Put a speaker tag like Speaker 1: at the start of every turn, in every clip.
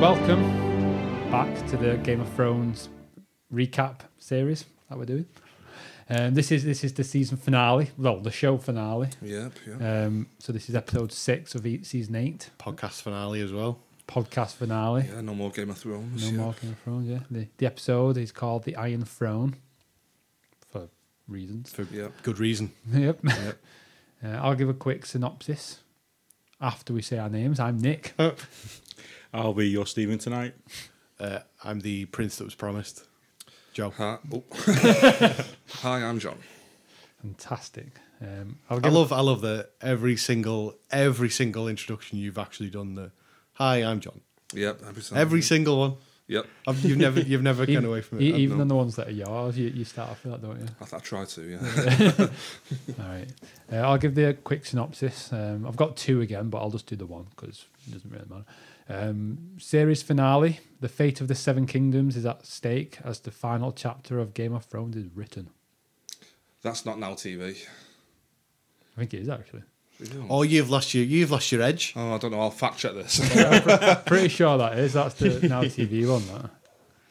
Speaker 1: welcome back to the Game of Thrones recap series that we're doing. Um, this is this is the season finale, well, the show finale.
Speaker 2: Yep, yep.
Speaker 1: Um, so this is episode six of eight, season eight,
Speaker 3: podcast finale as well.
Speaker 1: podcast finale.
Speaker 2: yeah, no more Game of Thrones.
Speaker 1: No
Speaker 2: yeah.
Speaker 1: more Game of Thrones. Yeah, the, the episode is called the Iron Throne for reasons.
Speaker 3: For
Speaker 2: Yep.
Speaker 3: good reason.
Speaker 1: yep. Uh, I'll give a quick synopsis after we say our names. I'm Nick.
Speaker 4: I'll be your Stephen tonight.
Speaker 3: Uh, I'm the prince that was promised. Joe.
Speaker 2: Hi, oh. Hi, I'm John.
Speaker 1: Fantastic. Um, I'll
Speaker 3: I
Speaker 1: give
Speaker 3: love I love that every single every single introduction you've actually done the hi, I'm John.
Speaker 2: Yep, every single.
Speaker 3: Every single one.
Speaker 2: Yep,
Speaker 3: I've, you've never you've never
Speaker 1: even,
Speaker 3: gone away from it.
Speaker 1: e-
Speaker 3: I've
Speaker 1: even
Speaker 3: known.
Speaker 1: on the ones that are yours, you, you start off with that, don't you?
Speaker 2: I, I try to. Yeah.
Speaker 1: All right. Uh, I'll give the quick synopsis. Um, I've got two again, but I'll just do the one because it doesn't really matter. Um, series finale The fate of the Seven Kingdoms is at stake as the final chapter of Game of Thrones is written.
Speaker 2: That's not now TV.
Speaker 1: I think it is actually.
Speaker 3: Oh you've lost your you've lost your edge.
Speaker 2: Oh, I don't know. I'll fact check this.
Speaker 1: Pretty sure that is. That's the Now TV one, that.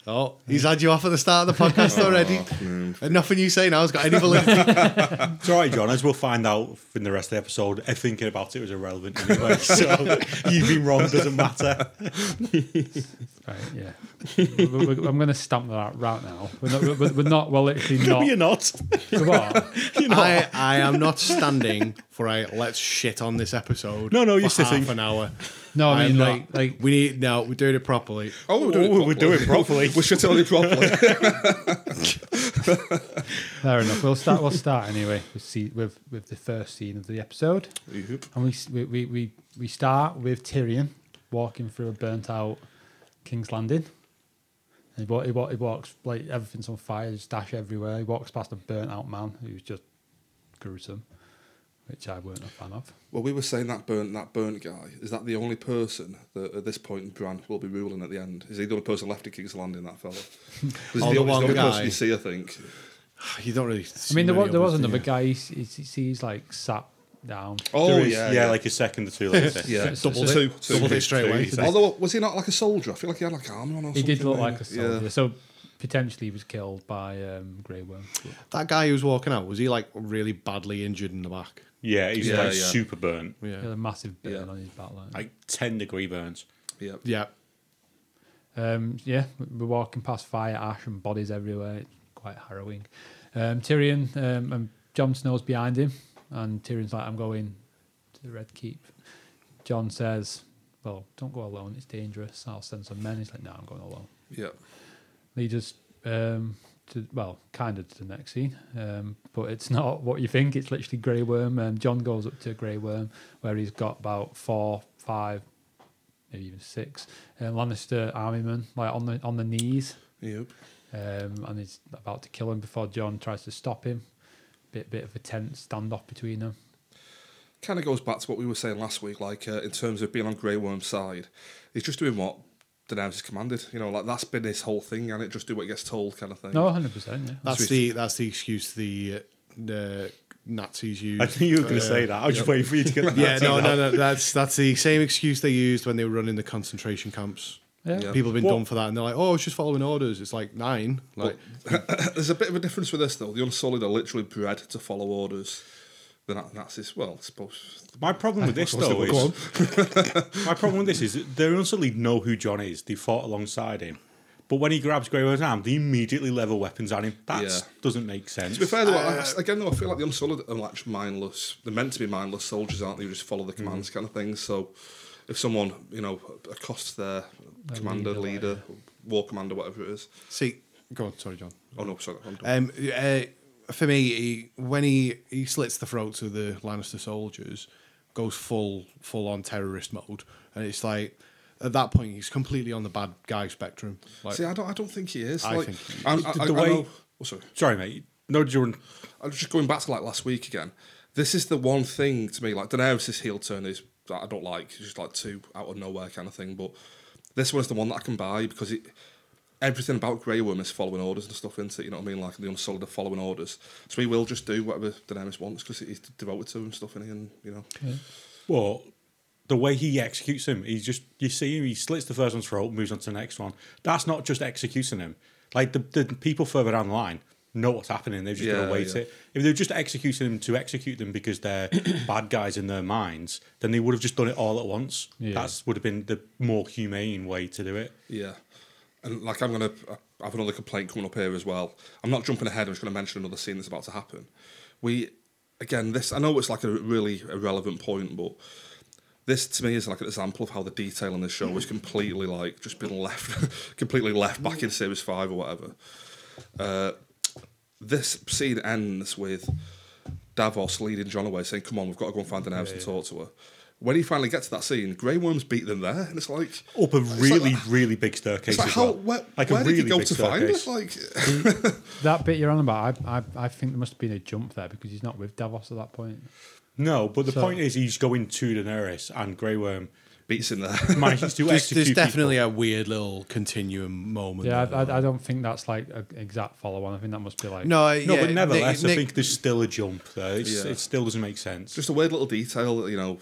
Speaker 3: Oh, he's had you off at the start of the podcast already.
Speaker 2: Mm.
Speaker 3: And nothing you say now's got any validity.
Speaker 4: It's all right, John. As we'll find out in the rest of the episode, eh, thinking about it was irrelevant anyway. So you've been wrong. Doesn't matter.
Speaker 1: Right, yeah. We- we- we- I'm going to stamp that out right now. We're not, we're, we're not well, literally not.
Speaker 4: You're not.
Speaker 1: So what?
Speaker 3: I, I am not standing for a let's shit on this episode.
Speaker 4: No, no, you're
Speaker 3: for
Speaker 4: sitting.
Speaker 3: half an hour.
Speaker 1: No, I mean,
Speaker 3: I'm
Speaker 1: like,
Speaker 3: not-
Speaker 1: like,
Speaker 3: we need no, we're doing it properly.
Speaker 2: Oh, we're doing
Speaker 4: Oh,
Speaker 2: it
Speaker 4: we're doing it properly.
Speaker 2: we should tell you properly.
Speaker 1: fair enough. We'll start, we'll start anyway with, se- with, with the first scene of the episode.
Speaker 2: Yep.
Speaker 1: And we, we- we, we, we start with Tyrion walking through a burnt out King's Landing. And he, wa- he, wa- he walks, like, everything's on fire, there's dash everywhere. He walks past a burnt out man who's just gruesome, which I weren't a fan of.
Speaker 2: Well, we were saying that burnt that burnt guy. Is that the only person that at this point in Bran will be ruling at the end? Is he the only person left at King's Landing? That fella. 'Cause He's the,
Speaker 3: Oh,
Speaker 2: only-
Speaker 3: the
Speaker 2: he's
Speaker 3: one
Speaker 2: the only person
Speaker 3: guy.
Speaker 2: you see, I think.
Speaker 3: You don't really.
Speaker 1: I mean, there was, there was another guy, he's, he's, he's, he's like sat down.
Speaker 2: Oh
Speaker 4: There is- yeah, like a second or two later.
Speaker 2: yeah.
Speaker 1: Doubled
Speaker 2: Two-
Speaker 3: it.
Speaker 2: two-
Speaker 3: Doubled it straight away.
Speaker 2: two. Although was he not like a soldier? I feel like he had like armor on. Or
Speaker 1: He did
Speaker 2: something,
Speaker 1: look
Speaker 2: didn't
Speaker 1: like a
Speaker 2: he? Yeah.
Speaker 1: soldier. So potentially he was killed by um, Grey Worm.
Speaker 3: That guy who was walking out was he like really badly injured in the back?
Speaker 4: Yeah, he's
Speaker 2: Yeah,
Speaker 4: like
Speaker 2: yeah.
Speaker 4: super burnt,
Speaker 1: He had
Speaker 3: Yeah,
Speaker 1: a massive burn
Speaker 2: Yeah.
Speaker 1: on his back. Like.
Speaker 4: like ten degree burns.
Speaker 2: Yeah.
Speaker 3: yeah.
Speaker 1: Um, yeah, we're walking past fire, ash, and bodies everywhere. It's quite harrowing. Um, Tyrion um, and Jon Snow's behind him, and Tyrion's like, "I'm going to the Red Keep." John says, "Well, don't go alone. It's dangerous. I'll send some men." He's like, "No, I'm going alone."
Speaker 2: Yeah.
Speaker 1: Leads us um, to well, kind of to the next scene, um, but it's not what you think. It's literally Grey Worm. Um, John goes up to Grey Worm, where he's got about four, five, maybe even six um, Lannister army men, like on the on the knees,
Speaker 2: Yep.
Speaker 1: um, and he's about to kill him before John tries to stop him. Bit bit of a tense standoff between them.
Speaker 2: Kind of goes back to what we were saying last week, like uh, in terms of being on Grey Worm's side, he's just doing what the Knives is commanded. You know, like that's been his whole thing, and it just do what gets told, kind of thing.
Speaker 1: No, hundred percent. Yeah.
Speaker 3: That's
Speaker 2: Sweet.
Speaker 3: the that's the excuse the uh, the Nazis used. Uh,
Speaker 4: I knew you were going to say that. I was just waiting for you to get that.
Speaker 3: Yeah,
Speaker 4: out.
Speaker 3: no, no, no. That's that's the same excuse they used when they were running the concentration camps.
Speaker 1: Yeah.
Speaker 2: Yeah.
Speaker 3: People have been
Speaker 4: What-
Speaker 3: done for that, and they're like, "Oh, it's just following orders." It's like nine. Like,
Speaker 2: There's a bit of a difference with this though. The Unsullied are literally bred to follow orders. The Na- Nazis, well, I suppose.
Speaker 4: My problem with this though
Speaker 2: Go
Speaker 4: is my problem with this is that they unsullied know who John is. They fought alongside him, but when he grabs Grey Worm's arm, they immediately level weapons at him. That
Speaker 2: Yeah.
Speaker 4: doesn't make sense.
Speaker 2: To be fair, though, I, again though, I feel like the Unsullied are like mindless. They're meant to be mindless soldiers, aren't they? Who just follow the commands, kind of thing. So, if someone, you know, accosts their
Speaker 1: Their
Speaker 2: commander,
Speaker 1: leader,
Speaker 2: leader,
Speaker 1: like,
Speaker 2: war commander, whatever it is.
Speaker 3: see, go on. Sorry, John.
Speaker 2: Oh no, sorry, I'm done.
Speaker 3: Um, uh, for me, he, when he, he slits the throats of the Lannister soldiers, goes full full on terrorist mode, and it's like at that point he's completely on the bad guy spectrum. Like,
Speaker 2: See, I don't, I don't think he is.
Speaker 3: Uh, I
Speaker 2: like,
Speaker 3: think he is.
Speaker 2: I'm- I,
Speaker 4: The
Speaker 2: I, I
Speaker 4: way-
Speaker 2: know- oh, sorry.
Speaker 4: Sorry, mate. No, Jordan.
Speaker 2: I was just going back to like last week again. This is the one thing to me, like Daenerys' heel turn is that I don't like. It's just like two out of nowhere kind of thing. But this one's the one that I can buy because it everything about Grey Worm is following orders and stuff, isn't it? You know what I mean? Like the Unsullied are following orders, so he will just do whatever Daenerys wants because he's devoted to him and stuff, is he? and you know,
Speaker 4: Well, the way he executes him, he's just you see him, he slits the first one's throat, moves on to the next one. That's not just executing him. Like the, the people further down the line know what's happening. They've just got
Speaker 2: Yeah,
Speaker 4: to wait
Speaker 2: yeah.
Speaker 4: it. If they're just executing him to execute them because they're bad guys in their minds, then they would have just done it all at once.
Speaker 1: Yeah.
Speaker 4: That's would have been the more humane way to do it.
Speaker 2: Yeah, and like I'm gonna I have another complaint coming up here as well. I'm not jumping ahead. I'm just gonna mention another scene that's about to happen. We again this I know it's like a really irrelevant point, but this to me is like an example of how the detail in this show is completely like just been left completely left back in series five or whatever. Uh, this scene ends with Davos leading John away, saying, "Come on, we've got to go and find an house and talk to her." When he finally gets to that scene, Grey Worm's beat them there, and it's like
Speaker 4: Up a really,
Speaker 2: like-
Speaker 4: really big staircase.
Speaker 2: it's like
Speaker 4: as
Speaker 2: how
Speaker 4: well.
Speaker 2: where,
Speaker 4: Like a
Speaker 2: where did
Speaker 4: really
Speaker 2: you go
Speaker 4: big
Speaker 2: to find
Speaker 4: staircase.
Speaker 2: it? Like
Speaker 1: That bit you're on about, I, I, I think there must have been a jump there because he's not with Davos at that point.
Speaker 4: No, but the
Speaker 1: So-
Speaker 4: point is he's going to Daenerys and Grey Worm
Speaker 2: beats in there.
Speaker 4: manages to
Speaker 3: There's,
Speaker 4: execute
Speaker 3: there's
Speaker 4: people.
Speaker 3: definitely a weird little continuum moment.
Speaker 1: Yeah,
Speaker 3: there,
Speaker 1: I,
Speaker 3: though.
Speaker 1: I, I don't think that's like an exact follow on. I think that must be like.
Speaker 3: no,
Speaker 4: No,
Speaker 3: yeah,
Speaker 4: but nevertheless,
Speaker 3: Nick-
Speaker 4: I think there's still a jump there. It's,
Speaker 2: Yeah.
Speaker 4: It still doesn't make sense.
Speaker 2: Just a weird little detail, that, you know.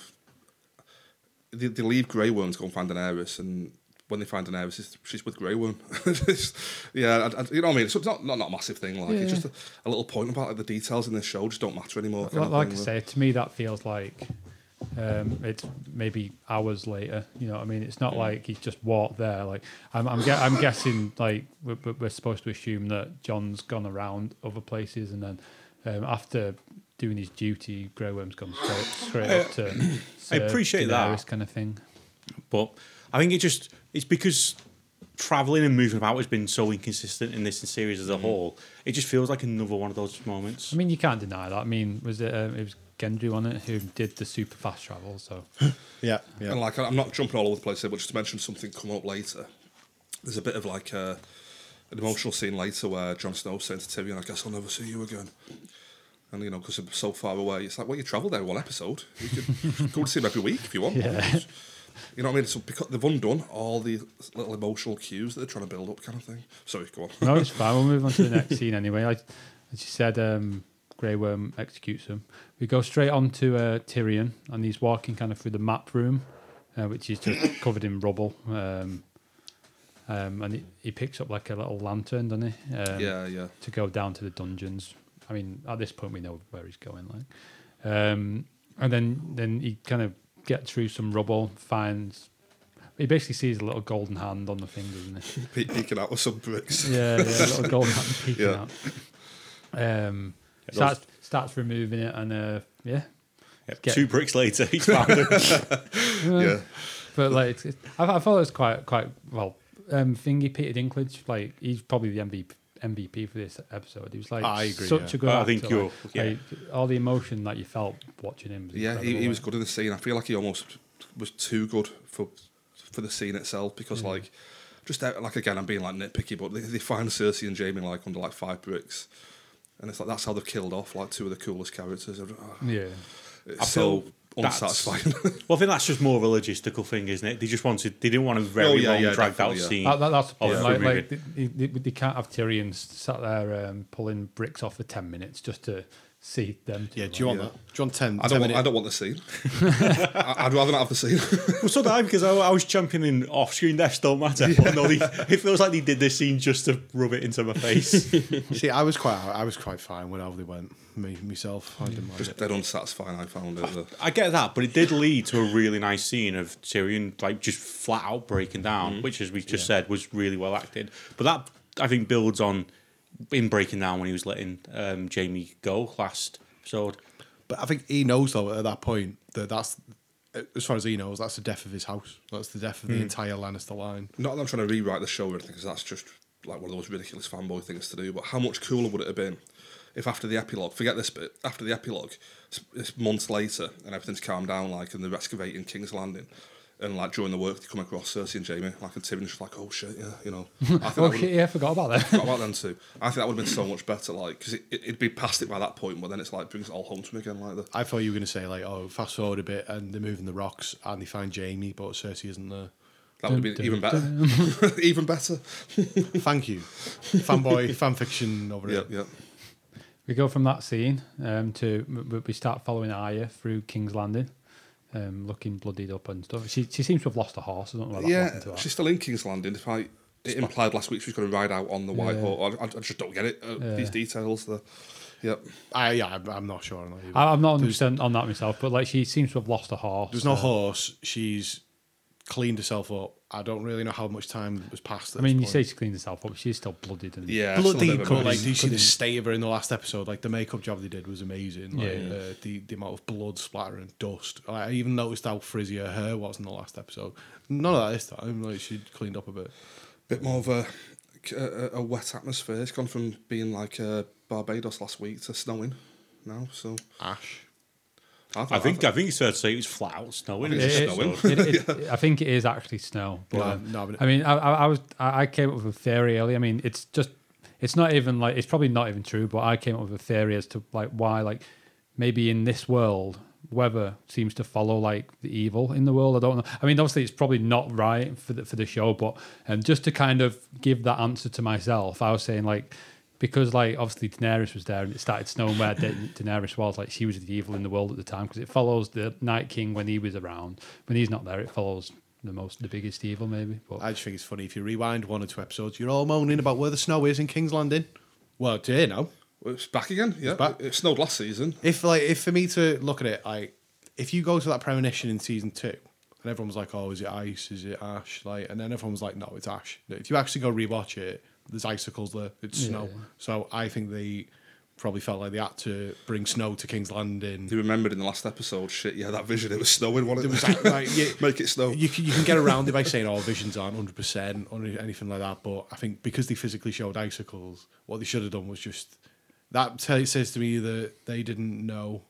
Speaker 2: They, they leave Grey Worm to go and find Daenerys, and when they find Daenerys, it's- she's with Grey Worm. It's- yeah, I, I- you know what I mean. So it's not not, not a massive thing. Like it's
Speaker 1: Yeah.
Speaker 2: just a, a little point about like, the details in this show just don't matter anymore. kind
Speaker 1: Like,
Speaker 2: of
Speaker 1: like I
Speaker 2: thing.
Speaker 1: say, to me that feels like um, it's maybe hours later. You know, what I mean, it's not like he's just walked there. Like I'm, I'm, gue- I'm guessing, like we're, we're- we're supposed to assume that John's gone around other places, and then um, after doing his duty, Grey Worm's gone straight, straight up to. serve
Speaker 4: appreciate that.
Speaker 1: Daenerys kind of thing.
Speaker 4: But I think it just it's because traveling and moving about has been so inconsistent in this series as a whole. It just feels like another one of those moments.
Speaker 1: I mean, you can't deny that. I mean, was it? Um, it was Gendry on it who did the super fast travel. So
Speaker 3: yeah, yeah.
Speaker 2: And like, I'm not jumping all over the place here, but just to mention something coming up later. There's a bit of like uh, an emotional scene later where Jon Snow saying to Tyrion, "I guess I'll never see you again." And you know, because I'm so far away, it's like, well, you travelled there one episode. You could go to see him every week if you want.
Speaker 1: Yeah.
Speaker 2: You know what I mean? So because they've undone all the little emotional cues that they're trying to build up, kind of thing. Sorry, go on.
Speaker 1: No, it's fine. We'll move on to the next scene anyway. Like, as you said, um, Grey Worm executes him. We go straight on to uh, Tyrion, and he's walking kind of through the map room, uh, which is just covered in rubble. Um, um, and he, he picks up like a little lantern, doesn't he? Um,
Speaker 2: Yeah, yeah.
Speaker 1: To go down to the dungeons. I mean, at this point, we know where he's going. Like, um, and then then he kind of gets through some rubble, finds. He basically sees a little golden hand on the thing, doesn't he?
Speaker 2: Pe- peeking out with some bricks.
Speaker 1: Yeah, yeah, a little gold hat peeking
Speaker 2: Yeah.
Speaker 1: out. Um,
Speaker 4: those-
Speaker 1: starts starts removing it and uh, yeah,
Speaker 4: Yep,
Speaker 1: get-
Speaker 4: Two bricks later, he's found it.
Speaker 2: yeah.
Speaker 1: but like it's, it's- I, I thought it was quite quite well. Um, thingy Peter Dinklage, like he's probably the MVP. MVP for this episode. He was like
Speaker 3: I agree,
Speaker 1: such
Speaker 3: yeah.
Speaker 1: a good.
Speaker 4: I
Speaker 1: actor,
Speaker 4: think you're-
Speaker 1: like,
Speaker 4: yeah.
Speaker 1: like, all the emotion that you felt watching him. Was
Speaker 2: Yeah, he,
Speaker 1: incredible, eh?
Speaker 2: he was
Speaker 1: like.
Speaker 2: good in the scene. I feel like he almost was too good for for the scene itself because like just uh, like again I'm being like nitpicky, but they, they find Cersei and Jamie like under like five bricks, and it's like that's how they've killed off like two of the coolest characters. Oh,
Speaker 1: Yeah,
Speaker 2: It's
Speaker 4: I
Speaker 2: so
Speaker 4: feel that's-
Speaker 2: unsatisfying.
Speaker 4: Well, I think that's just more of a logistical thing, isn't it? They just wanted, they didn't want a very
Speaker 2: Oh, yeah,
Speaker 4: long,
Speaker 2: yeah,
Speaker 4: dragged out
Speaker 2: definitely, yeah.
Speaker 1: that,
Speaker 4: scene.
Speaker 1: that, that's the
Speaker 4: of
Speaker 1: point.
Speaker 4: them
Speaker 1: Like,
Speaker 4: moving.
Speaker 1: like they, they, they can't have Tyrion sat there um, pulling bricks off for ten minutes just to see them.
Speaker 3: Yeah,
Speaker 1: two,
Speaker 3: do you
Speaker 1: like,
Speaker 3: want that? Do you want 10,
Speaker 2: I
Speaker 3: 10
Speaker 2: don't want,
Speaker 3: minute-
Speaker 2: I don't want the scene. I, I'd rather not have the scene.
Speaker 4: Well, so did I, because I, I was championing off screen deaths don't matter. But no, they, it feels like they did this scene just to rub it into my face.
Speaker 3: See, I was quite, I was quite fine with how they went. Me, myself, I didn't mind
Speaker 2: just
Speaker 3: it.
Speaker 2: dead unsatisfying. I found it.
Speaker 4: I get that, but it did lead to a really nice scene of Tyrion like just flat out breaking down, which, as we just said, was really well acted. But that I think builds on in breaking down when he was letting um, Jamie go last episode.
Speaker 3: But I think he knows though at that point that that's, as far as he knows, that's the death of his house. That's the death of
Speaker 1: Hmm.
Speaker 3: the entire Lannister line.
Speaker 2: Not that I'm trying to rewrite the show or anything, because that's just like one of those ridiculous fanboy things to do. But how much cooler would it have been if after the epilogue, forget this bit, after the epilogue, it's, it's months later and everything's calmed down, like, and they're excavating King's Landing. And like during the work, they come across Cersei and Jamie, like, and Tyrion's just like, oh shit, yeah, you know. I think that
Speaker 1: Oh
Speaker 2: would
Speaker 1: shit! Yeah, I forgot about that.
Speaker 2: forgot about them too. I think that would have been so much better, like, because it, it, would be past it by that point, but then it's like brings it all home to me again, like that.
Speaker 3: I thought you were going to say like, oh, fast forward a bit, and they're moving the rocks, and they find Jamie, but Cersei isn't there.
Speaker 2: That would have been even better. even better.
Speaker 3: Thank you, fanboy, fan fiction over
Speaker 2: Yeah,
Speaker 3: it.
Speaker 2: yeah.
Speaker 1: We go from that scene um, to we- we start following Arya through King's Landing, um, looking bloodied up and stuff. She she seems to have lost a horse. I don't know what that happened to
Speaker 2: yeah,
Speaker 1: her.
Speaker 2: she's still in King's Landing. If I, it implied last week she was going to ride out on the White
Speaker 1: Yeah.
Speaker 2: Horse. I, I just don't get it. Uh, These details. The, yep.
Speaker 3: I, yeah, I'm- I'm not sure on that. Either.
Speaker 1: I, I'm not 100 percent on that myself, but like she seems to have lost a horse.
Speaker 3: There's no horse. She's cleaned herself up. I don't really know how much time has passed. At
Speaker 1: I mean,
Speaker 3: this
Speaker 1: you
Speaker 3: point.
Speaker 1: say she cleaned herself up, but she's still bloodied and
Speaker 2: Yeah. still a
Speaker 3: bloody
Speaker 2: bit of a
Speaker 3: but like
Speaker 2: mess.
Speaker 3: you see the state of her in the last episode like the makeup job they did was amazing like
Speaker 1: Yeah.
Speaker 3: Uh, the, the amount of blood splatter and dust Like, I even noticed how frizzy her hair was in the last episode none of that this time like she cleaned up a bit
Speaker 2: bit more of a, uh, a a wet atmosphere. It's gone from being like uh, Barbados last week to snowing now. So
Speaker 3: ash
Speaker 2: thought-
Speaker 4: I think I think it's fair to say it was flat out snowing.
Speaker 2: think
Speaker 4: in
Speaker 2: it's
Speaker 4: this
Speaker 1: It-
Speaker 2: snowing.
Speaker 4: episode.
Speaker 1: it- it- I think it is actually snow. But,
Speaker 3: No,
Speaker 1: um,
Speaker 3: no, but-
Speaker 1: I mean, I, I, I was I I came up with a theory earlier. I mean, it's just it's not even like it's probably not even true, but I came up with a theory as to like why like maybe in this world weather seems to follow like the evil in the world. I don't know. I mean, obviously it's probably not right for the for the show, but um, just to kind of give that answer to myself, I was saying like. Because like obviously Daenerys was there and it started snowing where Da- Daenerys was, like she was the evil in the world at the time because it follows the Night King when he was around. When he's not there, it follows the most the biggest evil maybe. But
Speaker 3: I just think it's funny if you rewind one or two episodes you're all moaning about where the snow is in King's Landing well do you know
Speaker 2: it's back again. Yeah,
Speaker 3: back.
Speaker 2: It, it snowed last season.
Speaker 3: if like if for me to look at it like if you go to that premonition in season two and everyone was like oh is it ice is it ash like and then everyone was like no it's ash if you actually go rewatch it there's icicles there it's snow so i think they probably felt like they had to bring snow to king's landing
Speaker 2: You remembered in the last episode, shit. Yeah, that vision. It was snowing. One of
Speaker 3: It was like- like, you-
Speaker 2: make it snow.
Speaker 3: you can, you can get around it by saying oh visions aren't 100% or anything like that but i think because they physically showed icicles what they should have done was just that t- says to me that they didn't know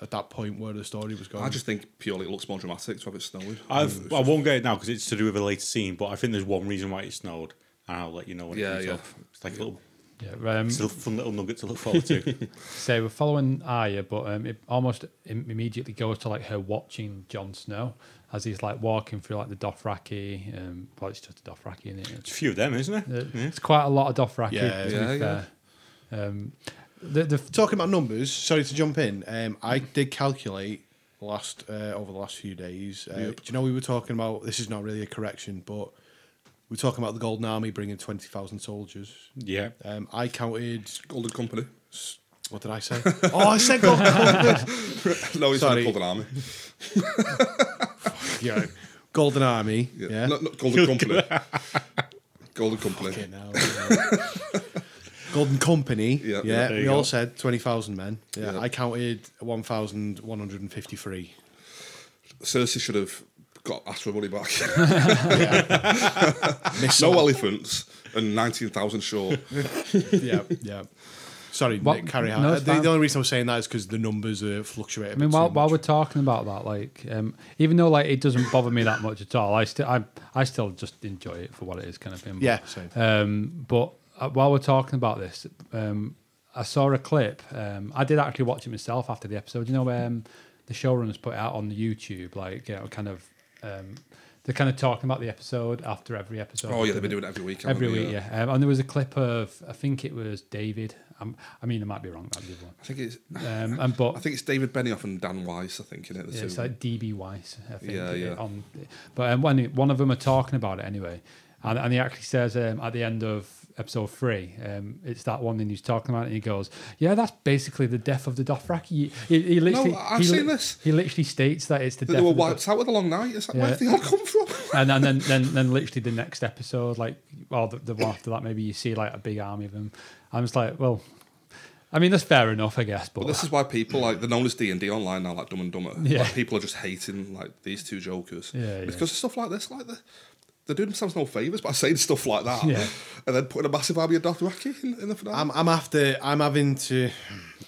Speaker 3: at that point where the story was going
Speaker 2: I just think purely it looks more dramatic to have it snowing.
Speaker 4: I've, I won't get it now because it's to do with a later scene, but I think there's one reason why it snowed, and I'll let you know when
Speaker 2: Yeah,
Speaker 4: it comes
Speaker 2: yeah.
Speaker 4: up. It's like a little,
Speaker 1: yeah, um,
Speaker 4: it's a little fun little nugget to look forward to.
Speaker 1: say we're following Arya, but um, it almost im- immediately goes to like her watching Jon Snow as he's like walking through like the Dothraki. Um, well, it's just a Dothraki, is
Speaker 4: it's a few of them, isn't it?
Speaker 1: It's, it's quite a lot of Dothraki.
Speaker 3: Yeah,
Speaker 1: to be
Speaker 2: yeah,
Speaker 1: fair. Um, the, the,
Speaker 3: talking about numbers, sorry to jump in. Um, I did calculate last uh, over the last few days. Uh, Do you know we were talking about? This is not really a correction, but we're talking about the Golden Army bringing twenty thousand soldiers.
Speaker 4: Yeah.
Speaker 3: Um, I counted.
Speaker 2: Golden Company.
Speaker 3: What did I say? oh, I said Golden Army.
Speaker 2: no, it's
Speaker 3: Sorry.
Speaker 2: not Golden Army.
Speaker 3: yeah, Golden Army.
Speaker 2: Yeah,
Speaker 3: Yeah.
Speaker 2: No, no, Golden Company. Golden Company.
Speaker 3: Fucking hell, yeah. Golden Company.
Speaker 2: Yeah.
Speaker 3: Yeah,
Speaker 2: There
Speaker 3: we
Speaker 4: you go.
Speaker 3: all said twenty thousand men. Yeah,
Speaker 2: Yeah.
Speaker 3: I counted one thousand one hundred and fifty-three.
Speaker 2: Cersei should have got asked for money back.
Speaker 3: Miss
Speaker 2: no elephants and nineteen thousand short.
Speaker 3: yeah, yeah. Sorry,
Speaker 1: What-
Speaker 3: Nick, carry on.
Speaker 1: no,
Speaker 3: Uh,
Speaker 1: it's
Speaker 3: the,
Speaker 1: fine.
Speaker 3: the only reason I'm saying that is because the numbers uh, are fluctuating.
Speaker 1: I mean, while, while we're talking about that, like, um, even though like it doesn't bother me that much at all, I still I, I still just enjoy it for what it is, kind of thing. But-
Speaker 3: yeah, same.
Speaker 1: Um, but uh, while we're talking about this, um, I saw a clip. Um, I did actually watch it myself after the episode. You know, um, the showrunners put it out on YouTube, like you know, kind of. Um, they're kind of talking about the episode after every episode.
Speaker 2: Oh yeah, they've been doing it uh, every week. haven't
Speaker 1: every
Speaker 2: they?
Speaker 1: week. Yeah, Um, and there was a clip of I think it was David. Um, I mean, I might be wrong. That the other one.
Speaker 2: I think it's
Speaker 1: Um, and but
Speaker 2: I think it's David Benioff and Dan Weiss. I think in it. The
Speaker 1: yeah,
Speaker 2: two.
Speaker 1: it's like DB Weiss, I think.
Speaker 2: Yeah,
Speaker 1: uh,
Speaker 2: yeah.
Speaker 1: On, but um, when one of them are talking about it anyway, and, and he actually says um, at the end of episode three, um, it's that one that he's talking about, and he goes, "Yeah, that's basically the death of the Dothraki." He, he, he literally,
Speaker 2: I've
Speaker 1: he
Speaker 2: seen this.
Speaker 1: He literally states that it's the
Speaker 2: That
Speaker 1: death.
Speaker 2: they were
Speaker 1: of the Dothraki
Speaker 2: wiped out with a long night. It's like where
Speaker 1: Yeah.
Speaker 2: did they all come from?
Speaker 1: and, and then, then then literally the next episode, like or the, the one after that, maybe you see like a big army of them. I'm just like, well, I mean that's fair enough, I guess, but
Speaker 2: But this is why people like they're known as D and D online now, like Dumb and Dumber.
Speaker 1: Yeah.
Speaker 2: Like, people are just hating like these two jokers.
Speaker 1: Yeah, yeah.
Speaker 2: Because of stuff like this, like the. They're doing themselves no favours by saying stuff like that,
Speaker 1: Yeah.
Speaker 2: and then putting a massive army of Dothraki in, in the finale.
Speaker 3: I'm, I'm after. I'm having to.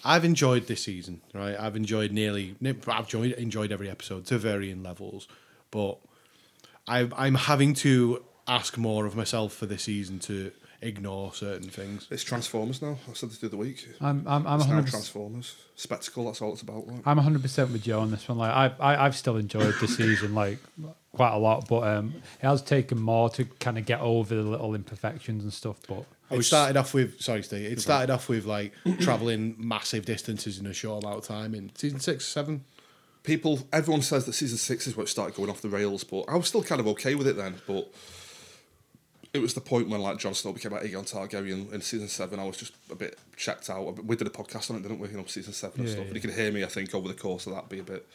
Speaker 3: I've enjoyed this season, right? I've enjoyed nearly. I've enjoyed, enjoyed every episode to varying levels, but I, I'm having to ask more of myself for this season to ignore certain things.
Speaker 2: it's Transformers now. I said this the other week.
Speaker 1: I'm I'm I'm
Speaker 2: it's now
Speaker 1: 100
Speaker 2: Transformers spectacle. That's all it's about. Like.
Speaker 1: I'm 100 percent with Joe on this one. Like I, I I've still enjoyed the season like quite a lot, but um, it has taken more to kind of get over the little imperfections and stuff. But
Speaker 3: It started off with sorry, Steve. It started off with like traveling massive distances in a short amount of time in season six, seven.
Speaker 2: people, everyone says that season six is where it started going off the rails, but I was still kind of okay with it then. But it was the point when like Jon Snow became like Aegon Targaryen in season seven. I was just a bit checked out. We did a podcast on it, didn't we? You know, season seven and
Speaker 1: Yeah,
Speaker 2: stuff. And
Speaker 1: yeah.
Speaker 2: you can hear me, I think, over the course of that, be a bit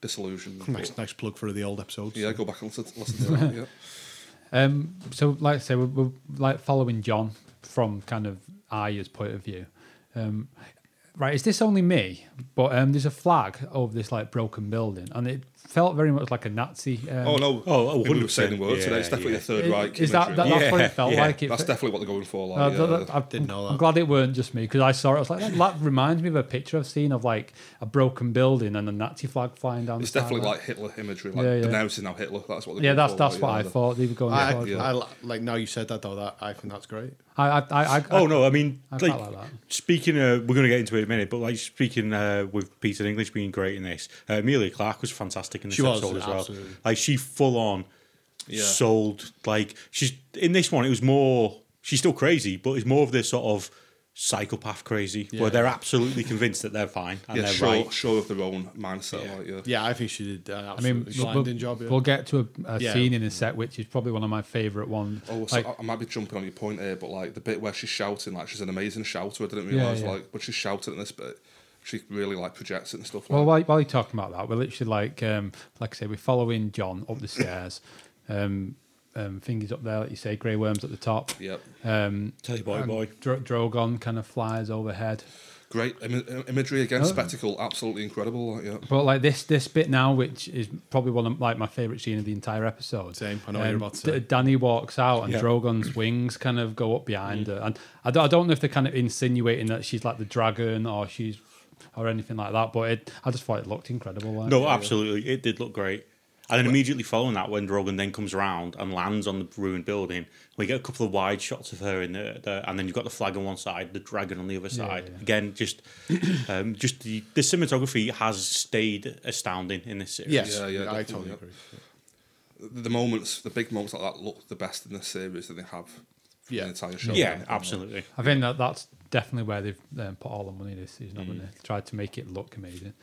Speaker 2: disillusioned.
Speaker 3: Nice,
Speaker 2: But,
Speaker 3: nice plug for the old episodes.
Speaker 2: Hmm. yeah, go back and listen, listen to that. Yeah.
Speaker 1: Um, so, like I say, we're, we're like following John from kind of Aya's point of view. Um, right, is this only me? But um, there's a flag over this like broken building, and it felt very much like a Nazi. Um,
Speaker 2: Oh no!
Speaker 4: Oh,
Speaker 2: we were saying the
Speaker 4: 100%.
Speaker 2: word today. It's
Speaker 4: Yeah,
Speaker 2: definitely
Speaker 4: yeah.
Speaker 2: the Third
Speaker 1: i-
Speaker 2: Reich.
Speaker 1: Is that, that
Speaker 2: imagery.
Speaker 1: that's
Speaker 4: Yeah,
Speaker 1: what it felt
Speaker 4: yeah.
Speaker 1: like? It,
Speaker 2: That's definitely what they're going for. Like,
Speaker 1: Uh,
Speaker 2: Oh, yeah.
Speaker 1: th- th- I
Speaker 3: Didn't know
Speaker 1: I'm
Speaker 3: that.
Speaker 1: glad it weren't just me because I saw it. I was like, that, that reminds me of a picture I've seen of like a broken building and a Nazi flag flying down.
Speaker 2: it's
Speaker 1: the side
Speaker 2: definitely
Speaker 1: there.
Speaker 2: like Hitler imagery. Like
Speaker 1: Yeah, yeah.
Speaker 2: denouncing now Hitler. That's what. They're
Speaker 1: Yeah,
Speaker 2: going
Speaker 1: that's
Speaker 2: for,
Speaker 1: that's
Speaker 2: like,
Speaker 1: what
Speaker 2: yeah,
Speaker 1: I
Speaker 2: the-
Speaker 1: thought they were going
Speaker 3: I,
Speaker 1: for.
Speaker 2: Yeah.
Speaker 3: I, like now you said that though. That I think that's great.
Speaker 1: I, I, I, I,
Speaker 4: Oh no, I mean,
Speaker 1: I
Speaker 4: like,
Speaker 1: quite like that.
Speaker 4: speaking, uh, we're going to get into it in a minute, but like speaking uh, with Peter English being great in this, uh, Amelia Clark was fantastic in this
Speaker 3: She was,
Speaker 4: episode as well.
Speaker 3: absolutely.
Speaker 4: Like she full on
Speaker 2: Yeah.
Speaker 4: sold. Like she's in this one, it was more. She's still crazy, but it's more of this sort of psychopath crazy
Speaker 3: Yeah.
Speaker 4: where they're absolutely convinced that they're fine and
Speaker 2: Yeah,
Speaker 4: they're
Speaker 2: sure,
Speaker 4: right.
Speaker 2: sure of their own mindset. Like, yeah.
Speaker 3: Yeah, I think she did an
Speaker 1: I
Speaker 3: absolutely
Speaker 1: mean, we'll,
Speaker 3: blinding
Speaker 1: we'll-
Speaker 3: job. Yeah.
Speaker 1: we'll get to a, a
Speaker 3: Yeah.
Speaker 1: scene in a set which is probably one of my favourite ones.
Speaker 2: Oh, so
Speaker 1: like,
Speaker 2: I- I might be jumping on your point here, but like the bit where she's shouting, like she's an amazing shouter. I didn't
Speaker 1: Yeah,
Speaker 2: realize,
Speaker 1: yeah.
Speaker 2: like, but she's shouting in this bit. She really like projects it and stuff. Like,
Speaker 1: well, while, while you're talking about that, we're literally like, um, like I say, we're following John up the stairs. Um, um, fingers up there, like you say, grey worms at the top.
Speaker 2: Yep.
Speaker 1: Um,
Speaker 4: Tell you, boy,
Speaker 1: and
Speaker 4: boy.
Speaker 1: Dro- Drogon kind of flies overhead.
Speaker 2: Great Im- imagery
Speaker 1: Oh.
Speaker 2: again, spectacle, absolutely incredible. Like, yeah.
Speaker 1: But like this this bit now, which is probably one of like my favourite scene of the entire episode. Um,
Speaker 3: Same, I know what you're about to
Speaker 1: D-
Speaker 3: say.
Speaker 1: Danny walks out and
Speaker 4: Yeah.
Speaker 1: Drogon's wings kind of go up
Speaker 3: Mm.
Speaker 1: behind her, and I don't, I don't know if they're kind of insinuating that she's like the dragon or she's or anything like that. But it, I just thought it looked incredible. Like.
Speaker 4: No, absolutely. It did look great. And then immediately following that, when Drogon then comes round and lands on the ruined building, we get a couple of wide shots of her in the, the and then you've got the flag on one side, the dragon on the other
Speaker 1: Yeah,
Speaker 4: side.
Speaker 1: yeah.
Speaker 4: Again, just um, just the, the cinematography has stayed astounding in this series.
Speaker 3: yes,
Speaker 2: Yeah, yeah,
Speaker 3: I
Speaker 2: definitely,
Speaker 3: totally
Speaker 2: yeah.
Speaker 3: agree.
Speaker 2: The, the moments, the big moments like that look the best in the series that they have. for
Speaker 3: Yeah.
Speaker 2: the entire show.
Speaker 4: Yeah, absolutely.
Speaker 1: I think that that's definitely where they've um, put all the money this season. haven't
Speaker 3: Mm.
Speaker 1: they? Tried to make it look amazing.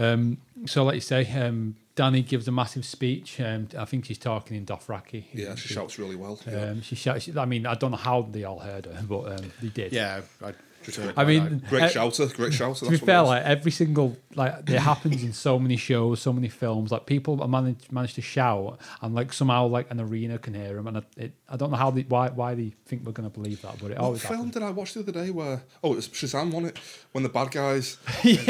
Speaker 1: Um, so, like you say, um, Danny gives a massive speech. Um, I think she's talking in Dothraki.
Speaker 2: Yeah, she shouts really well. Yeah.
Speaker 1: Um, she shouts. I mean, I don't know how they all heard her, but um, they did.
Speaker 3: Yeah, I, just,
Speaker 1: I mean,
Speaker 2: Great
Speaker 1: eh,
Speaker 2: shouter, great
Speaker 1: To
Speaker 2: shouter.
Speaker 1: be
Speaker 2: that's what it
Speaker 1: fair,
Speaker 2: is.
Speaker 1: like every single like it happens in so many shows, so many films. Like people manage manage to shout, and like somehow like an arena can hear them. And I, it, I don't know how they why why they think we're gonna believe that, but it
Speaker 2: What
Speaker 1: always
Speaker 2: film
Speaker 1: happens.
Speaker 2: did I watch the other day where oh it was Shazam on it when the bad guys uh,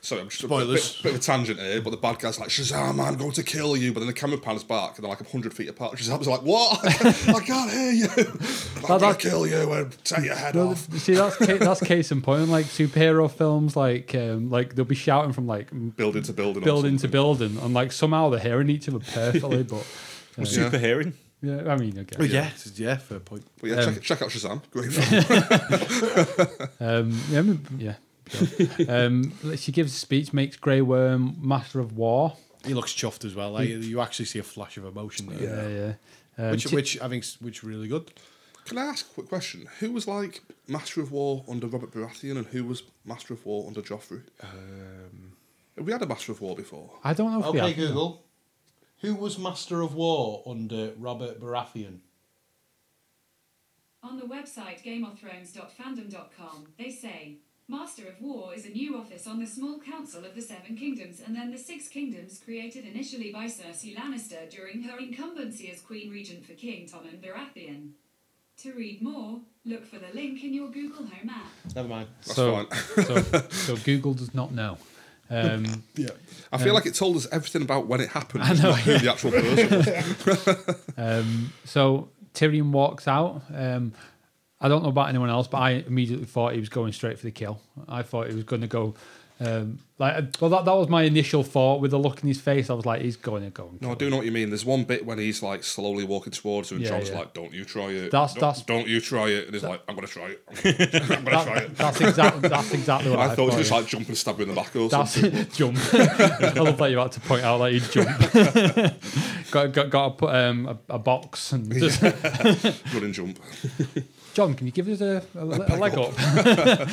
Speaker 2: sorry I'm just a
Speaker 3: Spoilers.
Speaker 2: bit, bit of a tangent here but the bad guys like Shazam I'm going to kill you but then the camera pans back and they're like hundred feet apart Shazam's like what I can't hear you I'm going
Speaker 1: that-
Speaker 2: to kill you and take your head
Speaker 1: No,
Speaker 2: off
Speaker 1: th- Oh. see that's ca- that's case in point. Like superhero films, like um, like they'll be shouting from like m-
Speaker 2: building to building or
Speaker 1: building to
Speaker 2: something.
Speaker 1: building, and like somehow they're hearing each other perfectly. but
Speaker 2: Yeah.
Speaker 4: Super hearing.
Speaker 1: yeah, I mean, okay.
Speaker 3: Oh, yeah, yeah, fair point.
Speaker 2: but yeah check, check out Shazam great film
Speaker 1: Um, yeah, I mean, yeah. sure. um, she gives a speech, makes Grey Worm master of war.
Speaker 3: He looks chuffed as well. Like, you actually see a flash of emotion there,
Speaker 1: Yeah, yeah. Um,
Speaker 3: which,
Speaker 1: t-
Speaker 3: which I think, is- which is really good.
Speaker 2: can I ask a quick question who was like Master of War under Robert Baratheon and who was Master of War under Joffrey
Speaker 3: Um,
Speaker 2: have we had a Master of War before
Speaker 1: I don't know if we
Speaker 5: Okay,
Speaker 1: have-
Speaker 5: Google. Who was Master of War under Robert Baratheon?
Speaker 6: On the website GameOfThrones.fandom.com, they say Master of War is a new office on the small council of the Seven Kingdoms and then the Six Kingdoms, created initially by Cersei Lannister during her incumbency as Queen Regent for King Tom and Baratheon. To read more, look for the link in your Google Home app.
Speaker 5: Never mind.
Speaker 2: That's
Speaker 1: so, so, so Google does not know. Um,
Speaker 3: Yeah,
Speaker 2: I feel like it told us everything about when it happened, not who the actual person was.
Speaker 1: um, so Tyrion walks out. Um, I don't know about anyone else, but I immediately thought he was going straight for the kill. I thought he was going to go. Um, like, well, that, that was my initial thought with the look in his face. I was like, he's going to go. And
Speaker 2: No,
Speaker 1: kill.
Speaker 2: I do know what you mean. There's one bit when he's like slowly walking towards her, and
Speaker 1: Yeah,
Speaker 2: John's
Speaker 1: yeah.
Speaker 2: like, "Don't you try it?
Speaker 1: That's-
Speaker 2: don't,
Speaker 1: that's-
Speaker 2: don't you try it?" And he's like, "I'm gonna try it. I'm gonna, I'm gonna try it."
Speaker 1: That, that's exactly that's exactly what I,
Speaker 2: I thought it was
Speaker 1: thought
Speaker 2: just like jump and stab her in the back or
Speaker 1: That's
Speaker 2: something.
Speaker 1: jump. I love that you had to point out that you jump. got got got to put um, a, a box and just
Speaker 2: Run and jump.
Speaker 1: John, can you give us a, a, le- a leg up?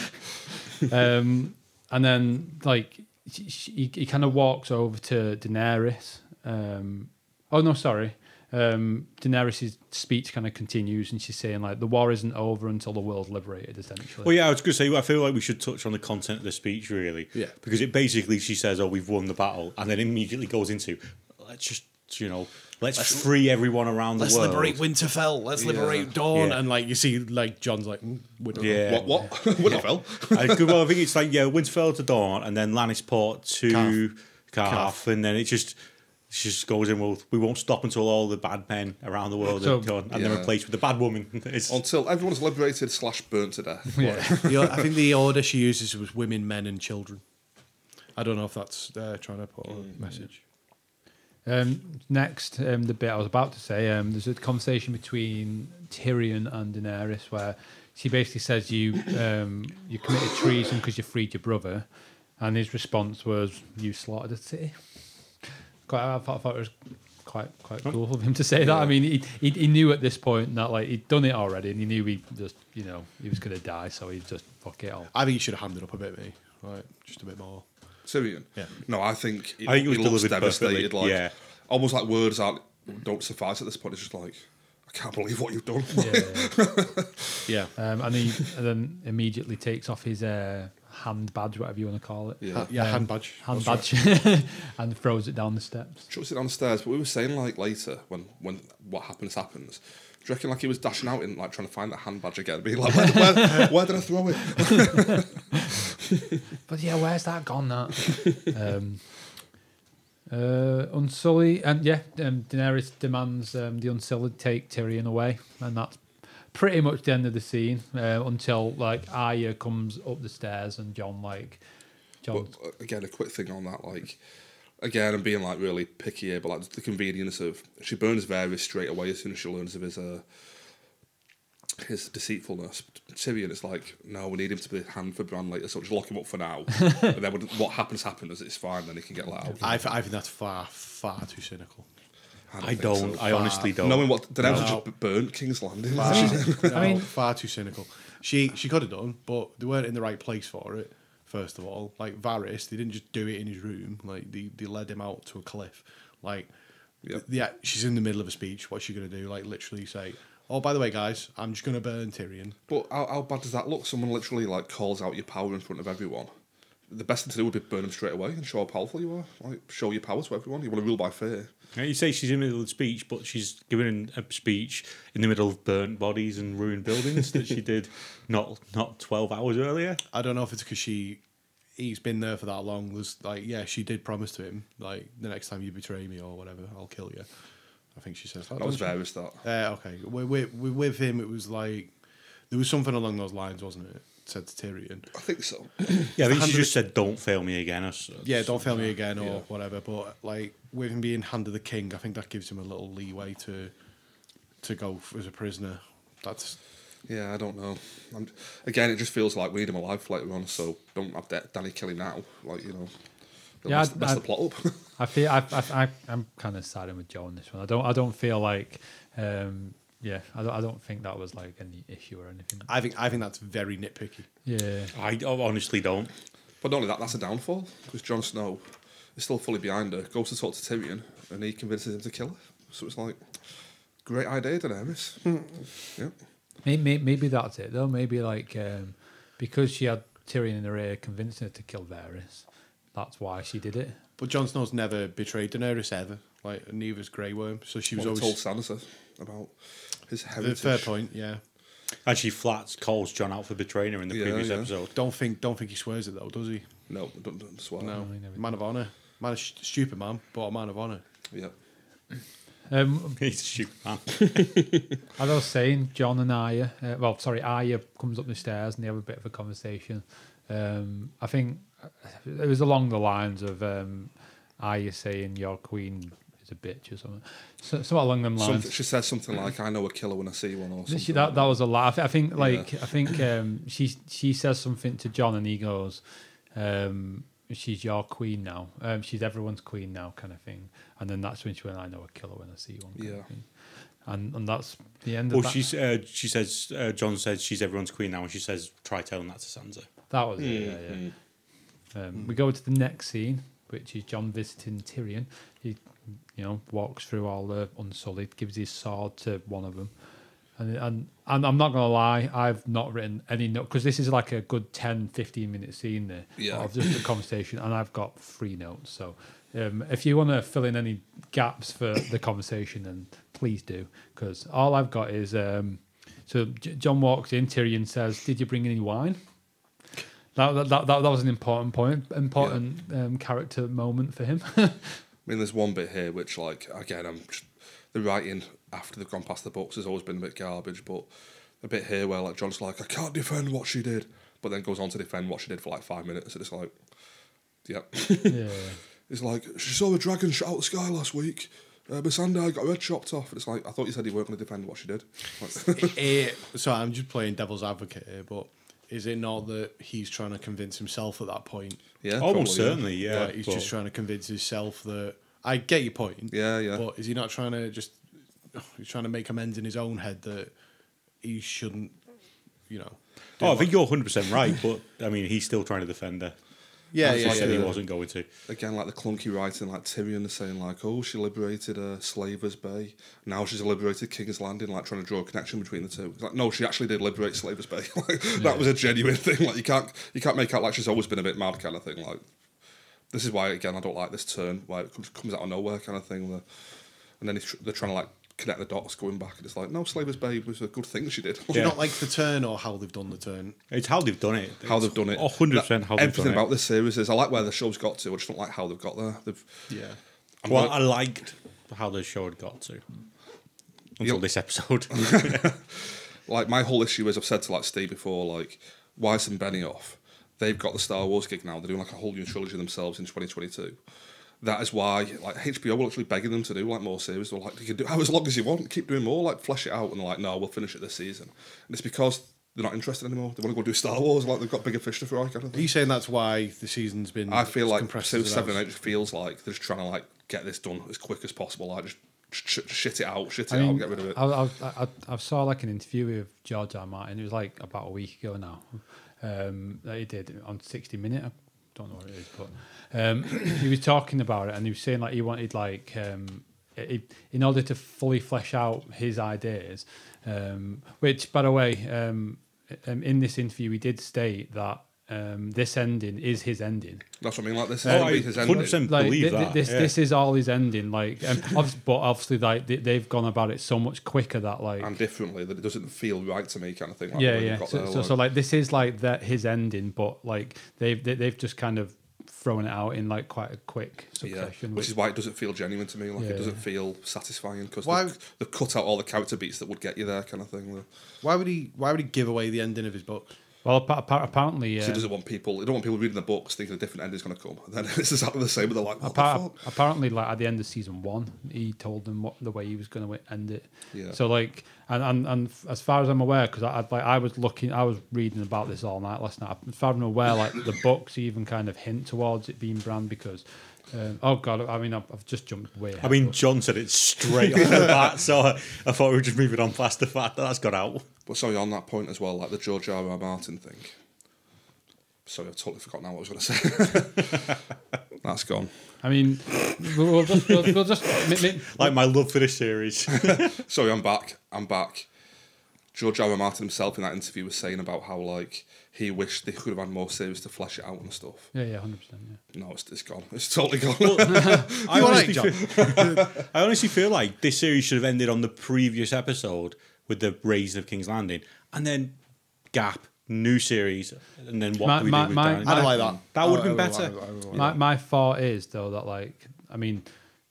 Speaker 1: um, and then like she- she- he, he kind of walks over to Daenerys. Um, oh no, sorry. Um, Daenerys' speech kind of continues, and she's saying like the war isn't over until the world's liberated, essentially.
Speaker 4: Well, yeah, I was going to say, I feel like we should touch on the content of the speech, really.
Speaker 3: Yeah.
Speaker 4: Because it basically, she says, oh, we've won the battle, and then immediately goes into, let's just, you know, let's, free everyone around the
Speaker 3: Let's
Speaker 4: world.
Speaker 3: liberate Winterfell. Let's liberate Dawn.
Speaker 4: Yeah.
Speaker 3: And like you see, like John's like, mm, we don't know.
Speaker 4: Yeah.
Speaker 2: What? What? Winterfell.
Speaker 4: I, well, I think it's like, yeah, Winterfell to Dawn, and then Lannisport to Calf, and then it just... She just goes in. Well, we won't stop until all the bad men around the world
Speaker 1: So-
Speaker 4: are gone, and they're
Speaker 2: Yeah.
Speaker 4: replaced with the bad woman. It's,
Speaker 2: Until everyone's liberated slash burnt to death.
Speaker 1: yeah.
Speaker 3: The or- I think the order she uses was women, men, and children. I don't know if that's uh, trying to put a
Speaker 5: Mm.
Speaker 3: message.
Speaker 1: Um, next, um, the bit I was about to say, um, there's a conversation between Tyrion and Daenerys where she basically says you um, you committed treason because you freed your brother, and his response was you slaughtered the city. Quite, I thought, I thought it was quite quite cool of him to say that. I mean, he, he he knew at this point that like he'd done it already, and he knew he just you know he was gonna die, so he just fuck it all.
Speaker 3: I think you should have hammed it up a bit, me. Right, just a bit more.
Speaker 2: Tyrion.
Speaker 3: Yeah.
Speaker 2: No, I think it,
Speaker 4: I think it was
Speaker 2: he looks
Speaker 4: delivered
Speaker 2: devastated.
Speaker 4: perfectly,
Speaker 2: Like
Speaker 4: yeah.
Speaker 2: almost like words out don't suffice at this point. It's just like I can't believe what you've done.
Speaker 1: Yeah.
Speaker 3: Yeah.
Speaker 1: Um, and he and then immediately takes off his uh, hand badge, whatever you want to call it.
Speaker 2: Yeah.
Speaker 3: yeah,
Speaker 1: Um,
Speaker 3: hand badge.
Speaker 1: hand
Speaker 3: That's right.
Speaker 1: badge, and throws it down the steps.
Speaker 2: Chucks it down the stairs. But we were saying like later when when what happens happens. Do you reckon like he was dashing out and like trying to find that hand badge again? Being like, where, where, where did I throw it?
Speaker 1: But yeah, where's that gone? That um, uh, Unsullied, and yeah, um, Daenerys demands um, the Unsullied take Tyrion away, and that's pretty much the end of the scene uh, until like Arya comes up the stairs and John like John.
Speaker 2: But uh, again, a quick thing on that, like again, I'm being like really picky here, but like the convenience of she burns Varys straight away as soon as she learns of his uh his deceitfulness. Tyrion, it's like no, we need him to be hand for Bran later, so just lock him up for now, and then when, what happens happens. It's fine, then he can get let out.
Speaker 3: I, th- I think that's far, far too cynical.
Speaker 4: I
Speaker 2: think
Speaker 4: don't.
Speaker 2: so.
Speaker 4: I honestly don't.
Speaker 2: Knowing what Daenerys
Speaker 3: No.
Speaker 2: just b- burnt King's Landing.
Speaker 3: Far,
Speaker 1: I mean-
Speaker 3: far too cynical. She she could have done, but they weren't in the right place for it. First of all, like Varys, they didn't just do it in his room. Like they, they led him out to a cliff. Like
Speaker 2: Yep.
Speaker 3: yeah, she's in the middle of a speech. What's she gonna do? Like literally say, "Oh, by the way, guys, I'm just gonna burn Tyrion."
Speaker 2: But how, how bad does that look? Someone literally like calls out your power in front of everyone. The best thing to do would be burn them straight away and show how powerful you are. Like show your power to everyone. You want to rule by fear.
Speaker 4: Yeah, you say she's in the middle of the speech, but she's giving a speech in the middle of burnt bodies and ruined buildings that she did not not twelve hours earlier.
Speaker 3: I don't know if it's because she he's been there for that long. There's like yeah, she did promise to him like the next time you betray me or whatever, I'll kill you. I think she says that.
Speaker 2: That was
Speaker 3: doesn't she?
Speaker 2: Varys. That
Speaker 3: Uh, okay, with, with, with- with him, it was like there was something along those lines, wasn't it? Said to Tyrion,
Speaker 2: I think so.
Speaker 4: Yeah, I think she
Speaker 3: Hundred-
Speaker 4: just said, "Don't fail me again." Or so-
Speaker 3: "Yeah, don't fail me again" or
Speaker 2: Yeah.
Speaker 3: whatever. But like with him being hand of the king, I think that gives him a little leeway to to go f- as a prisoner. That's
Speaker 2: yeah, I don't know. I'm, again, it just feels like we need him alive later on. So don't have that Danny killing now. Like you know, it'll
Speaker 1: Yeah,
Speaker 2: mess,
Speaker 1: I'd-
Speaker 2: mess the
Speaker 1: I'd-
Speaker 2: plot up.
Speaker 1: I feel I, I, I I'm kind of siding with Joe on this one. I don't I don't feel like um, yeah I don't I don't think that was like any issue or anything.
Speaker 3: I think I think that's very nitpicky.
Speaker 1: Yeah.
Speaker 4: I I honestly don't.
Speaker 2: but not only that, that's a downfall because Jon Snow is still fully behind her. Goes to talk to Tyrion, and he convinces him to kill her. So it's like, great idea, Daenerys. yeah.
Speaker 1: Maybe, maybe that's it though. Maybe like um, because she had Tyrion in her ear convincing her to kill Varys, that's why she did it.
Speaker 3: But Jon Snow's never betrayed Daenerys ever. Like and neither's Grey Worm, so she was
Speaker 2: Well, told
Speaker 3: always
Speaker 2: Sansa about his
Speaker 3: the
Speaker 2: heritage.
Speaker 3: fair point. Yeah,
Speaker 4: And she flats calls John out for betraying her in the
Speaker 2: Yeah,
Speaker 4: previous
Speaker 2: yeah.
Speaker 4: episode.
Speaker 3: don't think don't think he swears it though, does he?
Speaker 2: No, don't, don't swear.
Speaker 3: No,
Speaker 1: he never
Speaker 3: man of honor, man of st- stupid man, but a man of honor.
Speaker 2: Yeah.
Speaker 1: Um,
Speaker 4: He's a stupid man.
Speaker 1: as I was saying, John and Arya, uh, well, sorry, Arya comes up the stairs and they have a bit of a conversation. Um, I think it was along the lines of um, Arya saying your queen is a bitch or something, so, somewhat along them lines.
Speaker 2: Something, she says something like, "I know a killer when I see one," or something.
Speaker 1: She, that that was a laugh. I think like I think um, she she says something to John and he goes, um, "She's your queen now. Um, she's everyone's queen now," kind of thing. And then that's when she went, "I know a killer when I see one." kind of
Speaker 2: Yeah.
Speaker 1: thing. And and that's the end.
Speaker 4: well,
Speaker 1: of that.
Speaker 4: she's uh, she says uh, John says she's everyone's queen now, and she says try telling that to Sansa.
Speaker 1: that was it, yeah, yeah. Um, We go to the next scene, which is John visiting Tyrion. He, you know, walks through all the Unsullied, gives his sword to one of them, and and, and I'm not gonna lie, I've not written any note because this is like a good 10, 15 minute scene there
Speaker 2: Yeah.
Speaker 1: of just the conversation, and I've got three notes. So um, if you want to fill in any gaps for the conversation, then please do because all I've got is. Um, so J- John walks in. Tyrion says, "Did you bring any wine?" That that that, that, that was an important point, important um, character moment for him.
Speaker 2: I mean, there's one bit here which, like, again, I'm just, the writing after they've gone past the books has always been a bit garbage, but a bit here where like John's like, I can't defend what she did, but then goes on to defend what she did for like five minutes, and it's like, yep.
Speaker 1: yeah,
Speaker 2: it's like she saw a dragon shot out the sky last week. Uh, but Sandai got her head chopped off, and it's like I thought you said you weren't going to defend what she did. Like,
Speaker 3: Eh, so I'm just playing devil's advocate here, but is it not that he's trying to convince himself at that point?
Speaker 2: yeah,
Speaker 4: Almost
Speaker 2: probably,
Speaker 4: certainly, yeah.
Speaker 3: Like, he's
Speaker 4: but-
Speaker 3: just trying to convince himself that I get your point.
Speaker 2: Yeah, yeah.
Speaker 3: But is he not trying to just? He's trying to make amends in his own head that he shouldn't, you know. do
Speaker 4: Oh, I
Speaker 3: what-
Speaker 4: think you're 100 percent right, but I mean, he's still trying to defend her.
Speaker 3: yeah,
Speaker 4: It's
Speaker 3: yeah,
Speaker 4: like
Speaker 3: yeah,
Speaker 4: that He
Speaker 3: yeah.
Speaker 4: wasn't going to.
Speaker 2: Again, like the clunky writing, like Tyrion is saying, like, "Oh, she liberated uh, Slaver's Bay. Now she's liberated King's Landing." Like trying to draw a connection between the two. It's like, no, she actually did liberate Slaver's Bay. like, That was a genuine thing. Like you can't you can't make out like she's always been a bit mad kind of thing. Like this is why again I don't like this turn where it comes, comes out of nowhere kind of thing. where- and then he's tr- they're trying to like connect the dots going back, and it's like, no, Slaver's Bay was a good thing she did.
Speaker 3: Do you
Speaker 4: Yeah.
Speaker 3: not like the turn or how they've done the turn?
Speaker 4: It's how they've done it.
Speaker 2: how they've done it.
Speaker 4: 100 percent
Speaker 2: That-
Speaker 4: how they've
Speaker 2: everything
Speaker 4: done it.
Speaker 2: about this series is. I like where the show's got to. I just don't like how they've got there. They've
Speaker 3: Yeah.
Speaker 4: Well, I liked how the show had got to until this episode.
Speaker 2: like my whole issue is I've said to like Steve before, like Weiss and Benioff, they've got the Star Wars gig now. They're doing like a whole new trilogy themselves in 2022. That is why like HBO were actually begging them to do like more series. They're like, you can do how as long as you want, keep doing more, like flesh it out, and they're like, no, we'll finish it this season. And it's because they're not interested anymore. They want to go do Star Wars. Like they've got bigger fish to fry. Kind of
Speaker 3: Are
Speaker 2: thing.
Speaker 3: you saying that's why the season's been?
Speaker 2: I feel like
Speaker 3: compressed
Speaker 2: series
Speaker 3: as it
Speaker 2: seven
Speaker 3: has?
Speaker 2: and eight feels like they're just trying to like get this done as quick as possible. Like just sh- sh- shit it out, shit it
Speaker 1: I
Speaker 2: out,
Speaker 1: mean,
Speaker 2: get rid of it.
Speaker 1: I, I, I, I saw like an interview with George R. R. Martin. It was like about a week ago now. Um, that he did on 60 Minute. I don't know what it is, but um, he was talking about it and he was saying like he wanted like um, i in order to fully flesh out his ideas. Um, which, by the way, um, um, in this interview, he did state that um, this ending is his ending.
Speaker 2: That's what I mean. Like this
Speaker 4: Oh,
Speaker 2: is
Speaker 4: I
Speaker 2: his ending.
Speaker 4: 100%
Speaker 1: like
Speaker 4: believe
Speaker 1: thi- thi-
Speaker 4: that.
Speaker 1: this
Speaker 4: yeah.
Speaker 1: this is all his ending like and obviously, but obviously like they, they've gone about it so much quicker that like
Speaker 2: and differently that it doesn't feel right to me, kind of thing. Like
Speaker 1: yeah
Speaker 2: when you've
Speaker 1: yeah
Speaker 2: got
Speaker 1: so,
Speaker 2: there,
Speaker 1: so, so like this is like that his ending but like they've they, they've just kind of thrown it out in like quite a quick
Speaker 2: yeah,
Speaker 1: succession
Speaker 2: which is why it doesn't feel genuine to me. Like
Speaker 1: Yeah.
Speaker 2: it doesn't feel satisfying because
Speaker 3: Why-
Speaker 2: they've, they've cut out all the character beats that would get you there, kind of thing. So
Speaker 3: Why would he? Why would he give away the ending of his book?
Speaker 1: well appa- appa- apparently
Speaker 2: he
Speaker 1: uh,
Speaker 2: doesn't want people. They don't want people reading the books thinking a different ending's going to come. And then it's exactly the same. But they're like, what the
Speaker 1: Appa-
Speaker 2: fuck?
Speaker 1: apparently, like at the end of season one, he told them what the way he was going to end it.
Speaker 2: Yeah.
Speaker 1: So like, and and, and f- as far as I'm aware, because I I'd, like I was looking, I was reading about this all night last night. As far as I'm aware, like the books even kind of hint towards it being Bran because, um, oh god, I mean I've, I've just jumped way.
Speaker 4: I
Speaker 1: ahead,
Speaker 4: mean,
Speaker 1: but-
Speaker 4: John said it straight off the bat, so I, I thought we were just moving on past the fact that that's got out.
Speaker 2: But sorry, on that point as well, like the George R. R. Martin thing. Sorry, I've totally forgotten now what I was going to say. That's gone.
Speaker 1: I mean, we'll, we'll just we'll, we'll just mi- mi-
Speaker 4: Like my love for this series.
Speaker 2: Sorry, I'm back. I'm back. George R. R. Martin himself in that interview was saying about how like he wished they could have had more series to flesh it out and stuff.
Speaker 1: yeah yeah hundred percent yeah.
Speaker 2: No, it's, it's gone. It's totally gone.
Speaker 4: I
Speaker 3: You all
Speaker 4: honestly,
Speaker 3: right,
Speaker 4: feel, I honestly feel like this series should have ended on the previous episode with the raising of King's Landing, and then gap, new series, and then what
Speaker 1: My-
Speaker 4: do we
Speaker 1: my-
Speaker 4: do with
Speaker 1: my-
Speaker 4: Dany-
Speaker 1: my-
Speaker 3: I don't like that.
Speaker 4: That would have been
Speaker 3: I don't- I
Speaker 4: better.
Speaker 3: don't- I don't- I don't-
Speaker 1: My my thought is though that like I mean,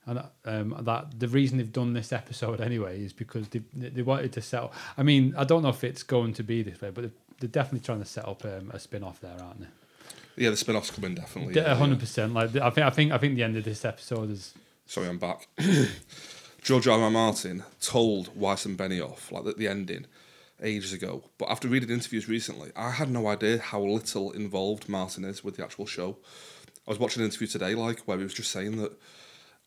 Speaker 1: and um, that the reason they've done this episode anyway is because they they wanted to set. Up, I mean, I don't know if it's going to be this way, but they're definitely trying to set up um, a spin off there, aren't they?
Speaker 2: Yeah, the spin-off's coming definitely.
Speaker 1: A
Speaker 2: yeah,
Speaker 1: hundred
Speaker 2: yeah.
Speaker 1: percent. Like I think I think I think the end of this episode is
Speaker 2: Sorry, I'm back. George R. R. Martin told Weiss and Benioff like the, the ending ages ago, but after reading interviews recently, I had no idea how little involved Martin is with the actual show. I was watching an interview today, like where he was just saying that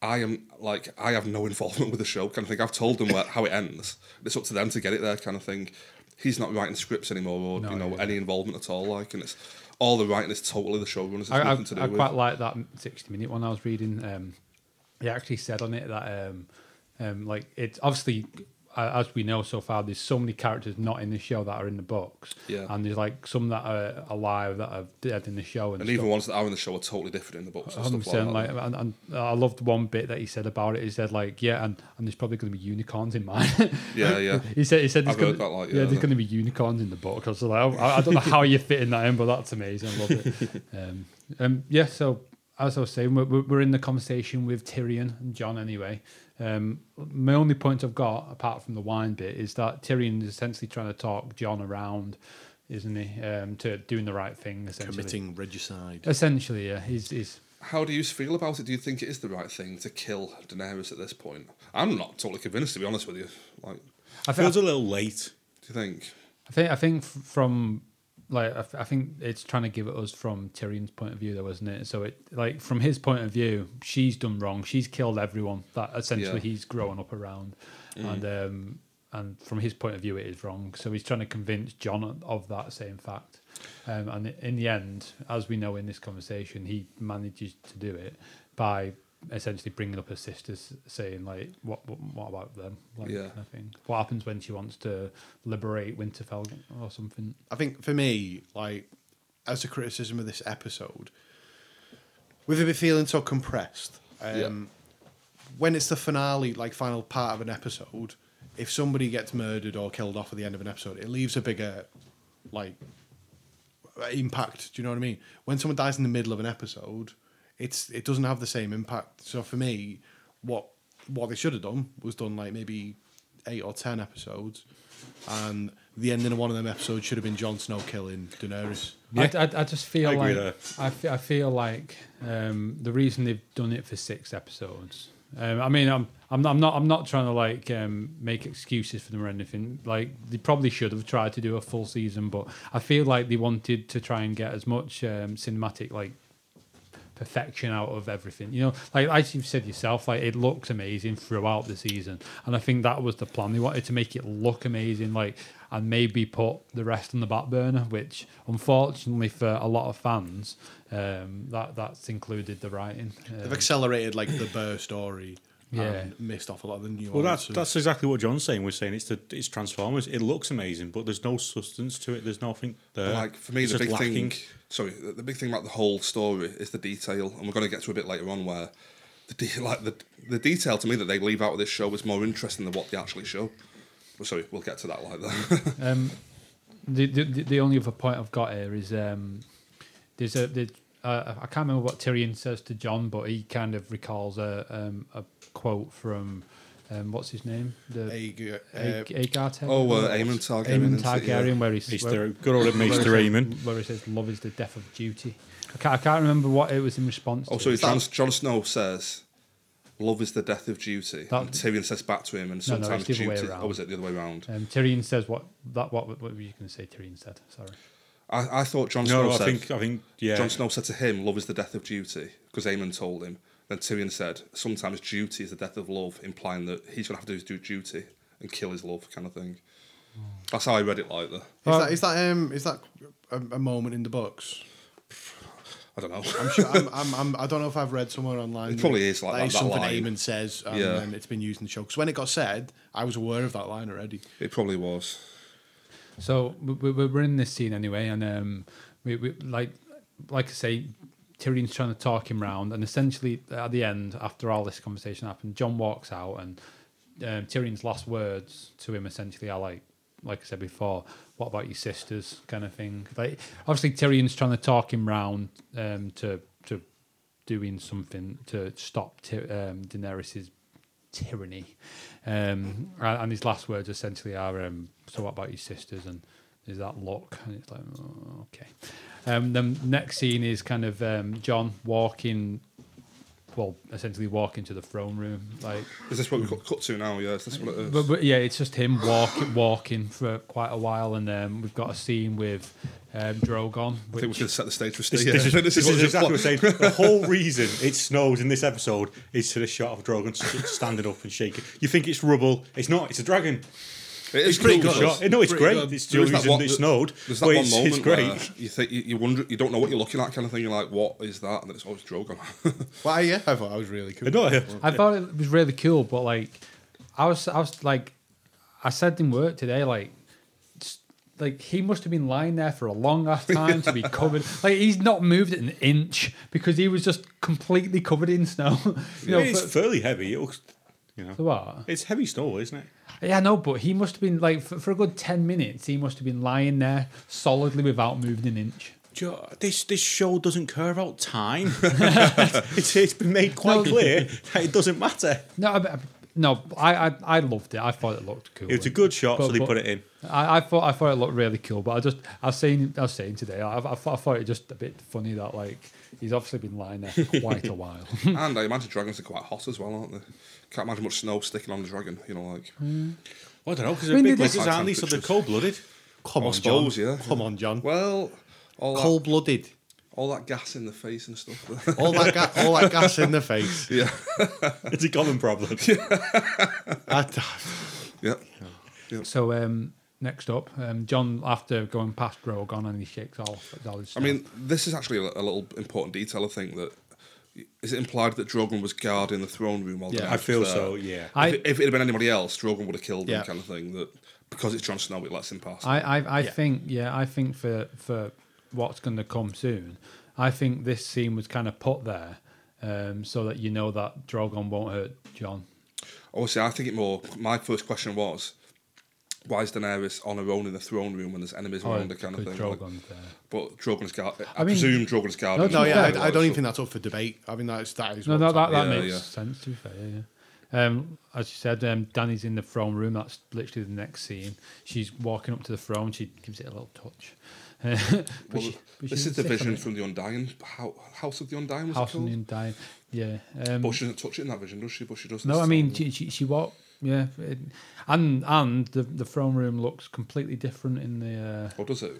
Speaker 2: I am like I have no involvement with the show, kind of thing. I've told them where, how it ends. It's up to them to get it there, kind of thing. he's not writing scripts anymore or
Speaker 1: No,
Speaker 2: you know
Speaker 1: yeah.
Speaker 2: any involvement at all. Like, and it's all the writing is totally the showrunners. It's
Speaker 1: I, I,
Speaker 2: nothing to do
Speaker 1: I
Speaker 2: with.
Speaker 1: quite like that 60 minute one I was reading. Um, it actually said on it that, um, um, like, it's obviously, uh, as we know so far, there's so many characters not in the show that are in the books.
Speaker 2: Yeah.
Speaker 1: And there's, like, some that are alive that are dead in the show. And,
Speaker 2: and
Speaker 1: stuff.
Speaker 2: even ones that are in the show are totally different in the books. And
Speaker 1: hundred
Speaker 2: stuff like
Speaker 1: percent.
Speaker 2: that.
Speaker 1: Like, and, and I loved one bit that he said about it. He said like, yeah, and, and there's probably going to be unicorns in mine.
Speaker 2: Yeah, yeah.
Speaker 1: he said he said there's
Speaker 2: I've heard
Speaker 1: gonna,
Speaker 2: that, like,
Speaker 1: yeah,
Speaker 2: yeah,
Speaker 1: there's
Speaker 2: yeah.
Speaker 1: going to be unicorns in the book. I was like, oh, I, I don't know how you're fitting that in, but that's amazing. I love it. um, um, yeah. So as I was saying, we're, we're we're in the conversation with Tyrion and John anyway. Um, my only point I've got apart from the wine bit is that Tyrion is essentially trying to talk John around, isn't he, um, to doing the right thing essentially.
Speaker 3: committing regicide.
Speaker 1: Essentially, yeah. He's he's
Speaker 2: How do you feel about it? Do you think it is the right thing to kill Daenerys at this point? I'm not totally convinced, to be honest with you. Like, do
Speaker 1: I
Speaker 4: Feels a little late.
Speaker 2: you think?
Speaker 1: I think I think f- from like I, th- I think it's trying to give it us from Tyrion's point of view though, isn't it? So it like from his point of view, she's done wrong. She's killed everyone that essentially
Speaker 2: Yeah.
Speaker 1: he's growing up around, and um and from his point of view, it is wrong. So he's trying to convince John of that same fact. Um, and in the end, as we know in this conversation, he manages to do it by essentially bringing up her sisters, saying like, "What, what, what about them?" Like,
Speaker 2: Yeah.
Speaker 1: I think what happens when she wants to liberate Winterfell or something.
Speaker 3: I think for me, like as a criticism of this episode, with it feeling so compressed, um, when it's the finale, like final part of an episode, if somebody gets murdered or killed off at the end of an episode, it leaves a bigger, like, impact. Do you know what I mean? When someone dies in the middle of an episode, it's it doesn't have the same impact. So for me, what what they should have done was done like maybe eight or ten episodes, and the ending of one of them episodes should have been Jon Snow killing Daenerys.
Speaker 1: I, I, I just feel
Speaker 4: I agree
Speaker 1: like
Speaker 4: there.
Speaker 1: I, fe- I feel like um, the reason they've done it for six episodes. Um, I mean, I'm I'm not, I'm not I'm not trying to like um, make excuses for them or anything. Like they probably should have tried to do a full season, but I feel like they wanted to try and get as much um, cinematic like perfection out of everything. You know, like as you've said yourself, like it looks amazing throughout the season, and I think that was the plan. They wanted to make it look amazing, like and maybe put the rest on the back burner, which unfortunately for a lot of fans, um, that that's included the writing.
Speaker 3: They've
Speaker 1: Um,
Speaker 3: accelerated like the Burr story.
Speaker 1: Yeah.
Speaker 3: And missed off a lot of the nuances.
Speaker 4: Well, that's that's exactly what John's saying. We're saying it's the it's Transformers. It looks amazing, but there's no substance to it. There's nothing there.
Speaker 2: like for me,
Speaker 4: Uh, It's
Speaker 2: the
Speaker 4: just
Speaker 2: big
Speaker 4: lacking.
Speaker 2: thing. Sorry, the, the big thing about the whole story is the detail, and we're going to get to a bit later on where the de- like the the detail to me that they leave out of this show is more interesting than what they actually show. Well, sorry, we'll get to that like that.
Speaker 1: Um, the, the the only other point I've got here is um, there's a there's, uh, I can't remember what Tyrion says to John, but he kind of recalls a um, a quote from um, what's his name the
Speaker 3: a,
Speaker 1: A-
Speaker 3: uh,
Speaker 1: Agar Targaryen.
Speaker 2: oh, uh, Aemon Targaryen.
Speaker 1: Aemon
Speaker 2: isn't it? Yeah.
Speaker 1: Targaryen, where he's
Speaker 4: Maester, good old Maester Raymond.
Speaker 1: where he says love is the death of duty. I can't, I can't remember what it was in response.
Speaker 2: Oh,
Speaker 1: to.
Speaker 2: sorry, John, John Snow says, "Love is the death of duty."
Speaker 1: That-
Speaker 2: and Tyrion says back to him, and
Speaker 1: No, no, it's
Speaker 2: sometimes
Speaker 1: the other way
Speaker 2: duty.
Speaker 1: around.
Speaker 2: Oh, is it the other way around?
Speaker 1: Um, Tyrion says what that what what were you going to say? Tyrion said. Sorry.
Speaker 2: I, I thought John Snow
Speaker 4: No, I
Speaker 2: said.
Speaker 4: think I think yeah.
Speaker 2: John Snow said to him, "Love is the death of duty," because Aemon told him. Then Tyrion said, "Sometimes duty is the death of love," implying that he's gonna have to do duty and kill his love, kind of thing.
Speaker 4: Hmm.
Speaker 2: That's how I read it. Like that,
Speaker 3: is that is that um is that a, a moment in the books?
Speaker 2: I don't know.
Speaker 3: I'm sure. I'm, I'm, I'm, I don't know if I've read somewhere online.
Speaker 2: It probably
Speaker 3: that-
Speaker 2: is like
Speaker 3: that
Speaker 2: that-
Speaker 3: is
Speaker 2: that
Speaker 3: something
Speaker 2: line.
Speaker 3: Eamon says, um, and
Speaker 2: Yeah.
Speaker 3: then it's been used in the show. Because when it got said, I was aware of that line already.
Speaker 2: it probably was.
Speaker 1: So we, we, we're in this scene anyway, and um, we, we like like I say, Tyrion's trying to talk him round, and essentially at the end, after all this conversation happened, John walks out, and um, Tyrion's last words to him essentially are like, like I said before, what about your sisters, kind of thing. Like obviously Tyrion's trying to talk him round um, to to doing something to stop Ty- um, Daenerys's tyranny. Um, and and his last words essentially are, um, "So what about your sisters?" and is that luck? And it's like, oh, okay. Um, then next scene is kind of um, John walking, well, essentially walking to the throne room. Like,
Speaker 2: Is this what
Speaker 4: Hmm.
Speaker 2: we cut, cut to now? Yeah, is this what it is?
Speaker 1: but, but yeah, it's just him walking, walking for quite a while, and um, we've got a scene with um, Drogon.
Speaker 2: I
Speaker 1: Which,
Speaker 2: think we should set the stage for Steve.
Speaker 4: This,
Speaker 2: yeah.
Speaker 4: this is, this is
Speaker 2: what just
Speaker 4: exactly
Speaker 2: plot-
Speaker 4: what I'm saying. The whole reason it snows in this episode is to the shot of Drogon s- standing up and shaking. You think it's rubble. It's not. It's a dragon.
Speaker 2: It is
Speaker 4: It's pretty
Speaker 2: cool
Speaker 4: good
Speaker 2: though.
Speaker 4: shot. No, it's
Speaker 3: Pretty
Speaker 4: great.
Speaker 3: good.
Speaker 4: It's the
Speaker 2: There is
Speaker 4: only
Speaker 2: that
Speaker 4: reason
Speaker 2: one-
Speaker 4: it snowed.
Speaker 2: There's that
Speaker 4: but
Speaker 2: one
Speaker 4: it's,
Speaker 2: moment
Speaker 4: it's
Speaker 2: where
Speaker 4: great.
Speaker 2: you think you, you wonder, you don't know what you're looking at, kind of thing. You're like, what is that? And then it's always Drogon.
Speaker 3: Well, yeah, I thought that was really cool.
Speaker 4: No, yeah.
Speaker 1: I thought it was really cool, but like, I was, I was like, I said in work today, like, s- like he must have been lying there for a long ass time to be covered. Like he's not moved an inch because he was just completely covered in snow. you know,
Speaker 4: I mean, it's
Speaker 1: for-
Speaker 4: fairly heavy. It looks, you know,
Speaker 1: for what?
Speaker 4: it's heavy snow, isn't it?
Speaker 1: Yeah, no, but he must have been like for, for a good ten minutes. He must have been lying there solidly without moving an inch.
Speaker 4: Do you know, this this show doesn't care about time. it's, it's been made quite
Speaker 1: No.
Speaker 4: clear that it doesn't matter.
Speaker 1: No, I, I- no, I, I I loved it. I thought it looked cool.
Speaker 4: It was a good shot,
Speaker 1: But-
Speaker 4: so they
Speaker 1: but-
Speaker 4: put it in.
Speaker 1: I, I thought I thought it looked really cool, but I just I was saying I was saying today I, I, thought, I thought it just a bit funny that like he's obviously been lying there for quite a while.
Speaker 2: and I imagine dragons are quite hot as well, aren't they? Can't imagine much snow sticking on a dragon. You know, like
Speaker 4: Well, I don't know because
Speaker 1: mean,
Speaker 4: they're big
Speaker 1: they-
Speaker 4: lizards, aren't they? So they're
Speaker 2: Temperatures.
Speaker 4: cold blooded.
Speaker 3: Come
Speaker 2: I
Speaker 3: on,
Speaker 2: suppose,
Speaker 3: John.
Speaker 2: yeah.
Speaker 3: Come on, John.
Speaker 2: well, all that,
Speaker 3: Cold blooded.
Speaker 2: all that gas in the face and stuff.
Speaker 3: All that ga- all that gas in the face.
Speaker 2: yeah,
Speaker 4: It's a common problem.
Speaker 3: I,
Speaker 2: yeah.
Speaker 1: so um, next up, um, John after going past Rogon and he shakes off. all his
Speaker 2: I
Speaker 1: stuff.
Speaker 2: mean, this is actually a, a little important detail. I think that is it implied that Drogon was guarding the throne room while
Speaker 3: Yeah,
Speaker 2: Daenerys
Speaker 4: I feel
Speaker 2: was there?
Speaker 4: so. Yeah.
Speaker 1: I-
Speaker 2: if, it, if it had been anybody else, Drogon would have killed
Speaker 3: Yeah.
Speaker 2: him, kind of thing. That because it's Jon Snow, it lets him pass.
Speaker 1: I, I, I think yeah, I think for for what's going to come soon, I think this scene was kind of put there um, so that you know that Drogon won't hurt John.
Speaker 2: Obviously, I think it more. My first question was, why is Daenerys on her own in the throne room when there's enemies
Speaker 1: Oh,
Speaker 2: around her, kind of thing?
Speaker 1: because
Speaker 2: Like,
Speaker 1: Drogon's there.
Speaker 2: but Drogon's guard. I,
Speaker 1: I mean-
Speaker 2: presume Drogon's guard.
Speaker 1: No,
Speaker 3: no, yeah, I, I don't even think that's up for debate. I mean, that's that is.
Speaker 1: No, no,
Speaker 3: what's
Speaker 1: that, that
Speaker 2: Yeah,
Speaker 1: makes
Speaker 2: yeah.
Speaker 1: sense. To be fair, yeah. yeah. Um, as you said, um, Danny's in the throne room. That's literally the next scene. She's walking up to the throne. She gives it a little touch. but
Speaker 2: Well,
Speaker 1: she- but
Speaker 2: this
Speaker 1: she
Speaker 2: is
Speaker 1: doesn't say
Speaker 2: the vision
Speaker 1: something.
Speaker 2: from the Undying Hou- House of the Undying. Was
Speaker 1: House
Speaker 2: it
Speaker 1: and
Speaker 2: called?
Speaker 1: the Undying. Yeah. Um,
Speaker 2: But she doesn't touch it in that vision, does she? But she does. in
Speaker 1: No,
Speaker 2: the
Speaker 1: I mean
Speaker 2: throne
Speaker 1: she she, she walked. Yeah, it, and and the the throne room looks completely different in the.
Speaker 2: room. Or Oh, does it?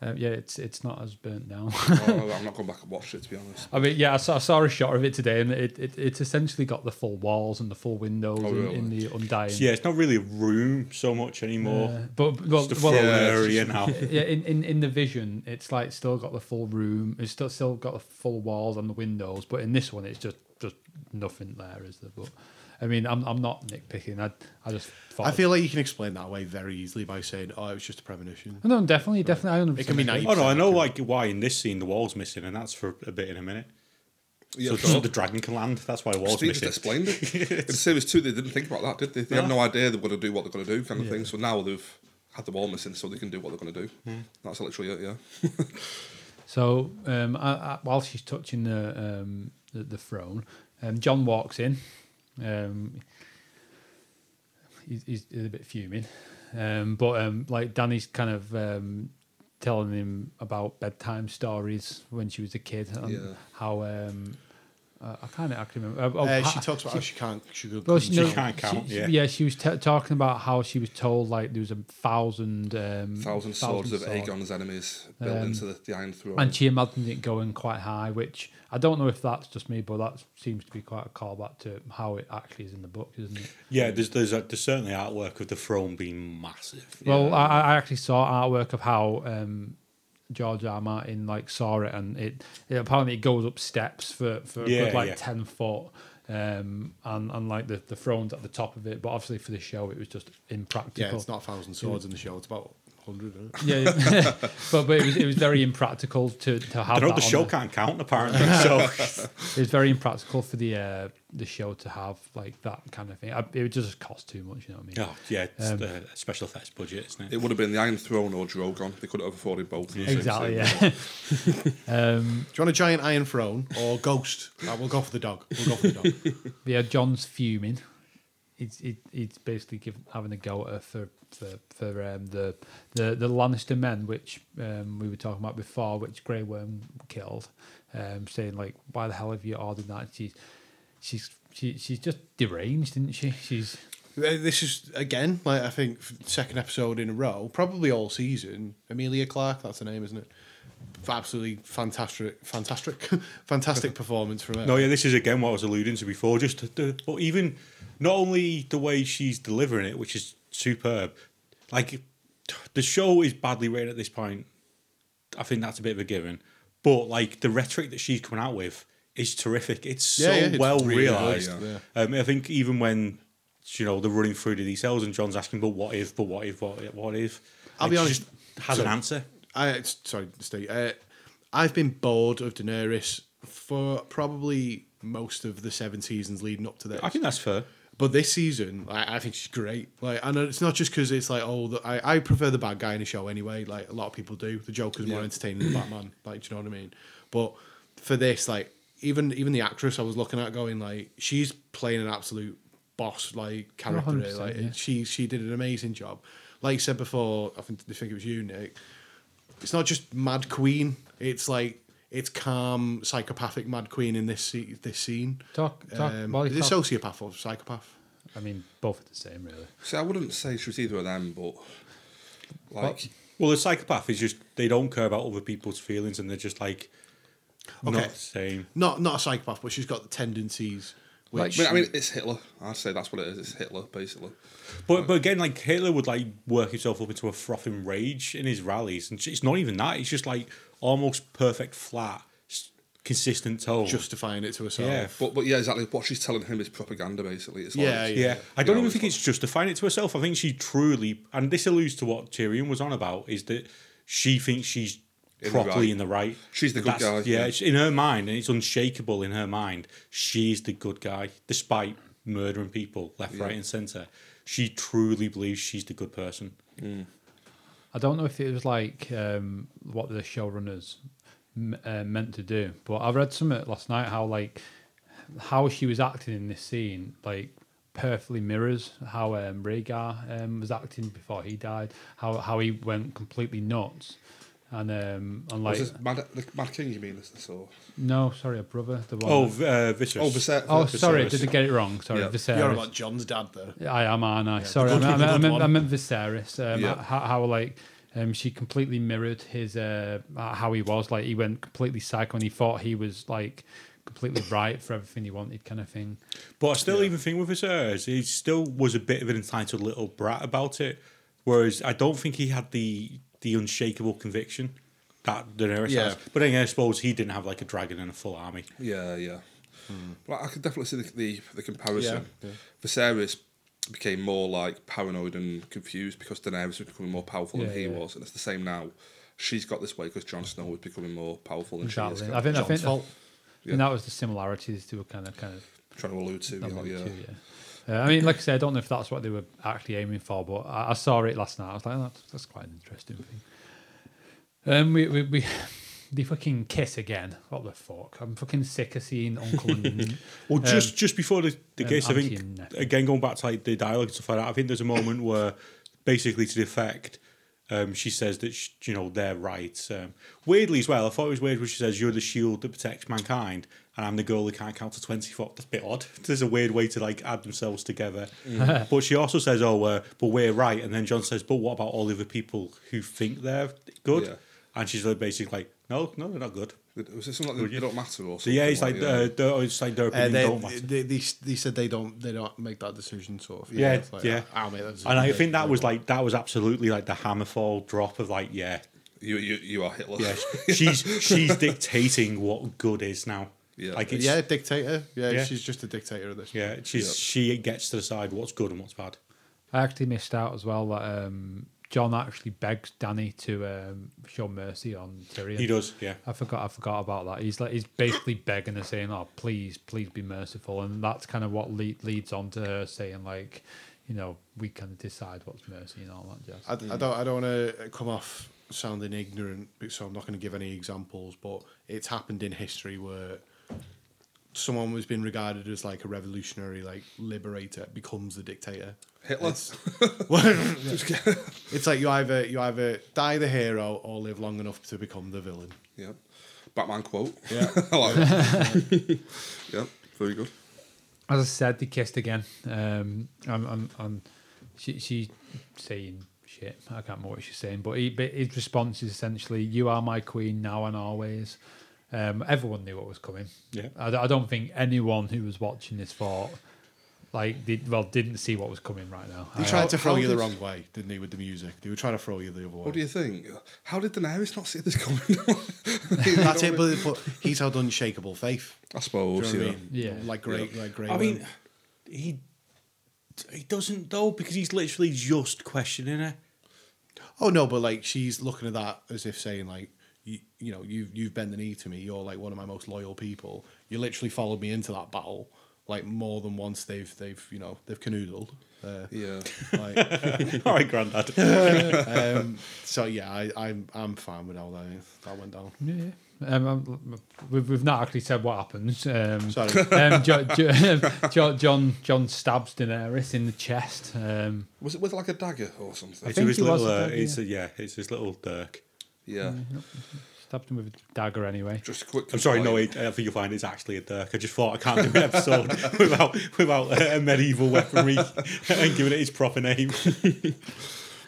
Speaker 1: Uh, uh, yeah, it's it's not as burnt down.
Speaker 2: oh, I'm not going back and watch it to be honest.
Speaker 1: I mean, yeah, I saw, I saw a shot of it today, and it, it it's essentially got the full walls and the full windows
Speaker 2: Oh,
Speaker 1: in,
Speaker 2: really?
Speaker 1: in the undying.
Speaker 4: Yeah, it's not really a room so much anymore.
Speaker 1: Uh, but well,
Speaker 4: It's the
Speaker 1: well
Speaker 4: full
Speaker 2: yeah, it's
Speaker 4: area now.
Speaker 1: yeah, in, in in the vision, it's like still got the full room. It's still still got the full walls and the windows, but in this one, it's just just nothing there, is there? But I mean, I'm I'm not nitpicking. I I just thought
Speaker 3: I feel like you can explain that away very easily by saying, "Oh, it was just a premonition."
Speaker 1: no, definitely, definitely. I understand.
Speaker 3: It can be nice.
Speaker 4: Oh no, I know like why in this scene the wall's missing, and that's for a bit in a minute.
Speaker 2: Yeah,
Speaker 4: so
Speaker 2: sure.
Speaker 4: the dragon can land. That's why the wall's
Speaker 2: Steve just
Speaker 4: missing.
Speaker 2: explained it. In series two, they didn't think about that, did they? They have no idea they're going to do what they're going to do, kind of thing. So now they've had the wall missing, so they can do what they're going to do. That's literally it, yeah.
Speaker 1: So um, I, I, while she's touching the um, the, the throne, um, John walks in. Um, he's, he's a bit fuming, um, but um, like Danny's kind of um, telling him about bedtime stories when she was a kid and
Speaker 2: Yeah.
Speaker 1: how um, I, I can't actually remember. Oh,
Speaker 3: Uh,
Speaker 1: ha-
Speaker 3: she talks about how she can't. She could.
Speaker 1: well, she,
Speaker 4: She
Speaker 1: no,
Speaker 4: can't count,
Speaker 1: she-
Speaker 4: yeah.
Speaker 1: she was t- talking about how she was told like there was a thousand um,
Speaker 2: Thousand swords of
Speaker 1: swords.
Speaker 2: Aegon's enemies built
Speaker 1: Um,
Speaker 2: into the, the Iron Throne.
Speaker 1: And she imagined it going quite high, which I don't know if that's just me, but that seems to be quite a callback to how it actually is in the book, isn't it?
Speaker 4: Yeah, there's there's, a, there's certainly artwork of the throne being massive.
Speaker 1: Well, I, I actually saw artwork of how um, George R. R. Martin like saw it, and it, it apparently it goes up steps for for a
Speaker 4: Yeah,
Speaker 1: good, like
Speaker 4: yeah.
Speaker 1: ten foot, um, and and like the the thrones at the top of it. But obviously for the show, it was just impractical.
Speaker 3: yeah, it's not a thousand swords in the show. It's about hundred. Isn't it?
Speaker 1: Yeah, yeah. but but it was it was very impractical to to have.
Speaker 4: I know
Speaker 1: that
Speaker 4: the
Speaker 1: on
Speaker 4: show
Speaker 1: there.
Speaker 4: can't count apparently. So
Speaker 1: it's very impractical for the uh, the show to have like that kind of thing. I, it would just cost too much, you know what I mean?
Speaker 4: oh, yeah,
Speaker 1: Um,
Speaker 4: it's the special effects budget, isn't it?
Speaker 2: it would have been the Iron Throne or Drogon. They could have afforded both. at the same
Speaker 1: exactly.
Speaker 2: time.
Speaker 1: Yeah. um,
Speaker 3: Do you want a giant iron throne or ghost? Ah, we'll go for the dog. We'll go for the dog.
Speaker 1: but yeah, John's fuming. It's it, it's basically giving, having a go at her for for for um, the the the Lannister men, which um, we were talking about before, which Grey Worm killed, um, saying like, "Why the hell have you ordered that?" She's she's she, she's just deranged, isn't she? She's
Speaker 3: Uh, This is again, like I think, f- second episode in a row, probably all season. Amelia Clark, that's her name, isn't it? F- Absolutely fantastic, fantastic, fantastic performance from her.
Speaker 4: No, yeah, this is again what I was alluding to before. Just the, but even not only the way she's delivering it, which is superb, Like, the show is badly rated at this point. I think that's a bit of a given. But like the rhetoric that she's coming out with is terrific. It's so
Speaker 3: Yeah, yeah, it's
Speaker 4: well
Speaker 3: really good,
Speaker 4: realized.
Speaker 3: yeah.
Speaker 4: Um, I think even when you know they're running through the details and John's asking, "But what if? But what if? What if? What if?"
Speaker 3: I'll
Speaker 4: Like,
Speaker 3: be
Speaker 4: she
Speaker 3: honest-
Speaker 4: just has an
Speaker 3: Sorry.
Speaker 4: answer.
Speaker 3: I it's- sorry, Steve. Uh, I've been bored of Daenerys for probably most of the seven seasons leading up to this.
Speaker 4: I think that's fair.
Speaker 3: But this season, like, I think she's great. Like, and it's not just because it's like, oh, the, I, I prefer the bad guy in a show anyway. Like a lot of people do. The Joker's more entertaining than Batman. Like, do you know what I mean? But for this, like, even even the actress I was looking at, going like, she's playing an absolute boss like character. here.
Speaker 1: 100%,
Speaker 3: Like,
Speaker 1: yeah.
Speaker 3: she she did an amazing job. Like you said before, I think I think it was you, Nick. It's not just Mad Queen. It's like it's calm, psychopathic Mad Queen in this se- this scene.
Speaker 1: Talk- talk-
Speaker 3: um,
Speaker 1: well,
Speaker 3: is it
Speaker 1: talk-
Speaker 3: sociopath or psychopath?
Speaker 1: I mean, both are the same, really.
Speaker 2: See, I wouldn't say she was either of them, but like
Speaker 1: But-
Speaker 4: Well, the psychopath is just they don't care about other people's feelings and they're just like
Speaker 3: Okay.
Speaker 4: not saying.
Speaker 3: Not not a psychopath, but she's got the tendencies. Which
Speaker 2: But, I mean, it's Hitler. I'd say that's what it is. It's Hitler, basically.
Speaker 4: But but again, like Hitler would like work himself up into a frothing rage in his rallies, and it's not even that. It's just like almost perfect, flat, s- consistent tone.
Speaker 3: justifying it to herself.
Speaker 4: Yeah.
Speaker 2: But but yeah, exactly. What she's telling him is propaganda, basically. It's
Speaker 3: Yeah,
Speaker 2: like,
Speaker 4: yeah. I don't
Speaker 2: You know,
Speaker 4: even think it's justifying it to herself. I think she truly, and this alludes to what Tyrion was on about, is that she thinks she's
Speaker 2: the
Speaker 4: properly
Speaker 2: right.
Speaker 4: in the right.
Speaker 2: She's the good
Speaker 4: That's-
Speaker 2: guy,
Speaker 4: Yeah,
Speaker 2: yeah.
Speaker 4: it's in her mind, and it's unshakable in her mind. She's the good guy, despite murdering people left, right, and centre. She truly believes she's the good person.
Speaker 1: I don't know if it was like um, what the showrunners m- uh, meant to do, but I read something last night how like how she was acting in this scene like perfectly mirrors how um, Rhaegar um, was acting before he died. How how he went completely nuts, and um, and like
Speaker 2: Was this Mad, the Mad King, you mean? This, this, or,
Speaker 1: no, sorry, a brother. The one.
Speaker 4: Oh, v- uh, Viserys.
Speaker 2: oh, Viser-
Speaker 1: Oh,
Speaker 2: Viserys.
Speaker 1: sorry, did I get it wrong? Sorry,
Speaker 2: Yeah.
Speaker 1: Viserys.
Speaker 3: You're about John's dad though.
Speaker 1: I am, aren't I? Sorry, I
Speaker 3: good-
Speaker 1: meant, I,
Speaker 3: the
Speaker 1: meant, I,
Speaker 3: good
Speaker 1: meant,
Speaker 3: one.
Speaker 1: I meant Viserys. Um,
Speaker 2: Yeah.
Speaker 1: h- how, like um, she completely mirrored his uh, how he was. Like he went completely psycho and he thought he was like completely right for everything he wanted, kind of thing.
Speaker 4: But I still even think with his heirs, he still was a bit of an entitled little brat about it. Whereas I don't think he had the the unshakable conviction that Daenerys
Speaker 3: Yeah.
Speaker 4: has. But then I suppose he didn't have like a dragon and a full army.
Speaker 2: Yeah, yeah.
Speaker 1: Hmm.
Speaker 2: But I could definitely see the the, the comparison.
Speaker 3: Yeah, yeah.
Speaker 2: Viserys became more like paranoid and confused because Daenerys was becoming more powerful
Speaker 1: Yeah,
Speaker 2: than he
Speaker 1: yeah.
Speaker 2: was, and it's the same now. She's got this way because Jon Snow was becoming more powerful than she
Speaker 1: Exactly.
Speaker 2: is.
Speaker 1: I think. I
Speaker 3: John's
Speaker 1: think.
Speaker 3: fault.
Speaker 2: Yeah.
Speaker 1: And that was the similarities to a kind of kind of.
Speaker 2: trying to allude to.
Speaker 1: that
Speaker 2: Yeah,
Speaker 1: one
Speaker 2: yeah.
Speaker 1: too, yeah. Uh, I mean, like I said, I don't know if that's what they were actually aiming for, but I, I saw it last night. I was like, "Oh, that's, that's quite an interesting thing. Um, we, we, we the fucking kiss again. What the fuck? I'm fucking sick of seeing Uncle and
Speaker 4: Well, just just before the, the
Speaker 1: um,
Speaker 4: case, I
Speaker 1: auntie and
Speaker 4: think
Speaker 1: nephew.
Speaker 4: again going back to like the dialogue and stuff like that. I think there's a moment where basically to the effect. Um, she says that sh you know they're right. Um, weirdly as well, I thought it was weird when she says you're the shield that protects mankind, and I'm the girl that can't count to twenty. Thought that's a bit odd. There's a weird way to like add themselves together.
Speaker 1: Mm.
Speaker 4: but she also says, oh, uh, but we're right, and then John says, but what about all the other people who think they're good?
Speaker 2: Yeah.
Speaker 4: And she's like, basically like, no, no, they're not good.
Speaker 2: Was this something like they, they don't matter or
Speaker 4: So
Speaker 2: something?
Speaker 4: yeah, it's like,
Speaker 2: that.
Speaker 4: uh, their- it's like their
Speaker 3: Uh,
Speaker 4: opinion
Speaker 3: they,
Speaker 4: don't matter.
Speaker 3: they, they, they said they don't they don't make that decision sort of.
Speaker 4: Yeah,
Speaker 3: it's like,
Speaker 4: yeah.
Speaker 3: I'll make that decision.
Speaker 4: And I think that was like that was absolutely like the hammerfall drop of like yeah,
Speaker 2: you, you you are Hitler.
Speaker 4: yeah. She's she's dictating what good is now.
Speaker 2: Yeah.
Speaker 4: like it's,
Speaker 3: yeah, dictator. Yeah,
Speaker 4: Yeah.
Speaker 3: she's just a dictator at this.
Speaker 4: yeah. She's she gets to decide what's good and what's bad.
Speaker 1: I actually missed out as well that um, John actually begs Danny to um, show mercy on Tyrion.
Speaker 4: He does, yeah.
Speaker 1: I forgot. I forgot about that. He's like he's basically begging her, saying, "Oh, please, please be merciful," and that's kind of what le- leads on to her saying, like, you know, we can decide what's mercy and all that jazz.
Speaker 3: I, I don't I don't want to come off sounding ignorant, so I'm not going to give any examples. But it's happened in history where someone who's been regarded as like a revolutionary, like liberator, becomes the dictator.
Speaker 2: Hitler.
Speaker 3: It's like you either you either die the hero or live long enough to become the villain.
Speaker 2: yeah. Batman quote.
Speaker 3: Yeah.
Speaker 2: I like that. yeah. Very good.
Speaker 1: As I said, they kissed again. Um, and, and, and she she's saying shit. I can't remember what she's saying, but, he, but his response is essentially, "You are my queen now and always." Um, everyone knew what was coming.
Speaker 4: Yeah.
Speaker 1: I, d- I don't think anyone who was watching this thought like did, well didn't see what was coming right now.
Speaker 3: They
Speaker 1: I-
Speaker 3: tried to
Speaker 2: how
Speaker 3: throw you the
Speaker 2: did-
Speaker 3: wrong way, didn't they, with the music? They were trying to throw you the other way.
Speaker 2: What do you think? How did Daenerys not see this coming?
Speaker 3: That's it, but, but he's held unshakable faith.
Speaker 2: I
Speaker 3: Do you
Speaker 2: suppose.
Speaker 3: know what
Speaker 2: yeah.
Speaker 3: I mean?
Speaker 1: Yeah.
Speaker 3: Like great, like great.
Speaker 4: I mean, he he doesn't though because he's literally just questioning her.
Speaker 3: oh no, but like she's looking at that as if saying like, you, you know, you've you've bent the knee to me. You're like one of my most loyal people. You literally followed me into that battle like more than once. They've they've you know they've canoodled. Uh,
Speaker 2: Yeah.
Speaker 3: like,
Speaker 4: All right, granddad.
Speaker 3: um, so yeah, I, I'm I'm fine with how that that went down.
Speaker 1: Yeah, yeah. Um, um, we've, we've not actually said what happens. Um,
Speaker 3: Sorry.
Speaker 1: um, jo- jo- jo- John John stabs Daenerys in the chest. Um,
Speaker 2: Was it with like a dagger or something?
Speaker 1: I think
Speaker 4: his
Speaker 1: he was
Speaker 4: little,
Speaker 1: a
Speaker 4: uh,
Speaker 1: dad,
Speaker 4: it's
Speaker 1: yeah.
Speaker 4: a, yeah, it's his little dirk.
Speaker 2: Yeah.
Speaker 1: stabbed him with a dagger anyway.
Speaker 2: Just a quick.
Speaker 4: I'm sorry, no,
Speaker 2: complaint.
Speaker 4: it, I think you'll find it's actually a dirk. I just thought I can't do an episode without without uh, a medieval weaponry and giving it its proper name.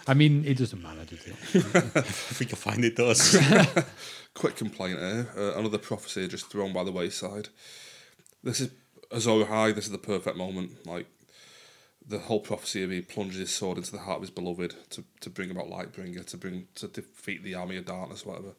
Speaker 1: I mean, it doesn't matter, does it?
Speaker 4: I think you'll find it does.
Speaker 2: Quick complaint here. Uh, another prophecy just thrown by the wayside. This is Azor High. This is the perfect moment. Like the whole prophecy of he plunges his sword into the heart of his beloved to, to bring about Lightbringer, to bring to defeat the army of darkness, whatever.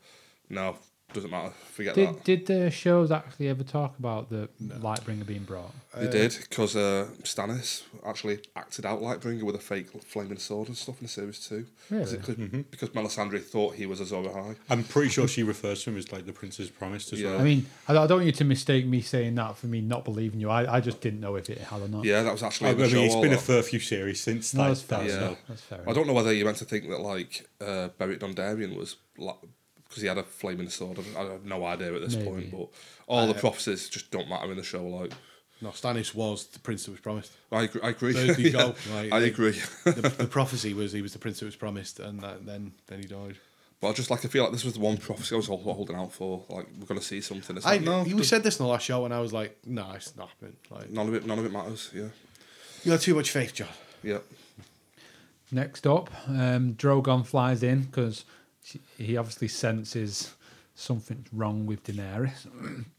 Speaker 2: No, doesn't matter. Forget that.
Speaker 1: Did did the shows actually ever talk about the Lightbringer being brought?
Speaker 2: They did because uh, Stannis actually acted out Lightbringer with a fake flaming sword and stuff in series two. 'Cause it- Cause,
Speaker 4: Mm-hmm.
Speaker 2: because Melisandre thought he was Azor High.
Speaker 4: I'm pretty sure she refers to him as like the Prince's Promised as
Speaker 2: Yeah.
Speaker 4: well.
Speaker 1: I mean, I, I don't want you to mistake me saying that for me not believing you. I, I just didn't know if it had or not.
Speaker 2: Yeah, that was actually.
Speaker 4: I
Speaker 2: in the
Speaker 4: mean,
Speaker 2: show
Speaker 4: it's
Speaker 2: all
Speaker 4: been a
Speaker 2: along.
Speaker 4: fair few series since
Speaker 1: No,
Speaker 4: that.
Speaker 1: that's fair.
Speaker 4: that,
Speaker 1: Yeah.
Speaker 4: so-
Speaker 1: That's fair.
Speaker 2: I don't know whether you meant to think that like uh, Beric Dondarrion was because he had a flaming sword. I- I have no idea at this
Speaker 1: Maybe.
Speaker 2: point, but all the prophecies just don't matter in the show. Like
Speaker 3: No, Stannis was the prince that was promised.
Speaker 2: I agree. I agree.
Speaker 3: There you
Speaker 2: Yeah,
Speaker 3: go. Like,
Speaker 2: I
Speaker 3: they-
Speaker 2: agree.
Speaker 3: the, the prophecy was he was the prince that was promised, and that, then then he died.
Speaker 2: but I just like I feel like this was the one prophecy I was hol- holding out for. Like we're gonna see something. It's
Speaker 3: I
Speaker 2: like, no,
Speaker 3: you
Speaker 2: doesn't-
Speaker 3: said this in the last show, and I was like, "Nah, it's not happening." Like,
Speaker 2: none of it. None of it matters. Yeah.
Speaker 3: you have too much faith, John.
Speaker 2: Yeah.
Speaker 1: Next up, um, Drogon flies in because he obviously senses something's wrong with Daenerys.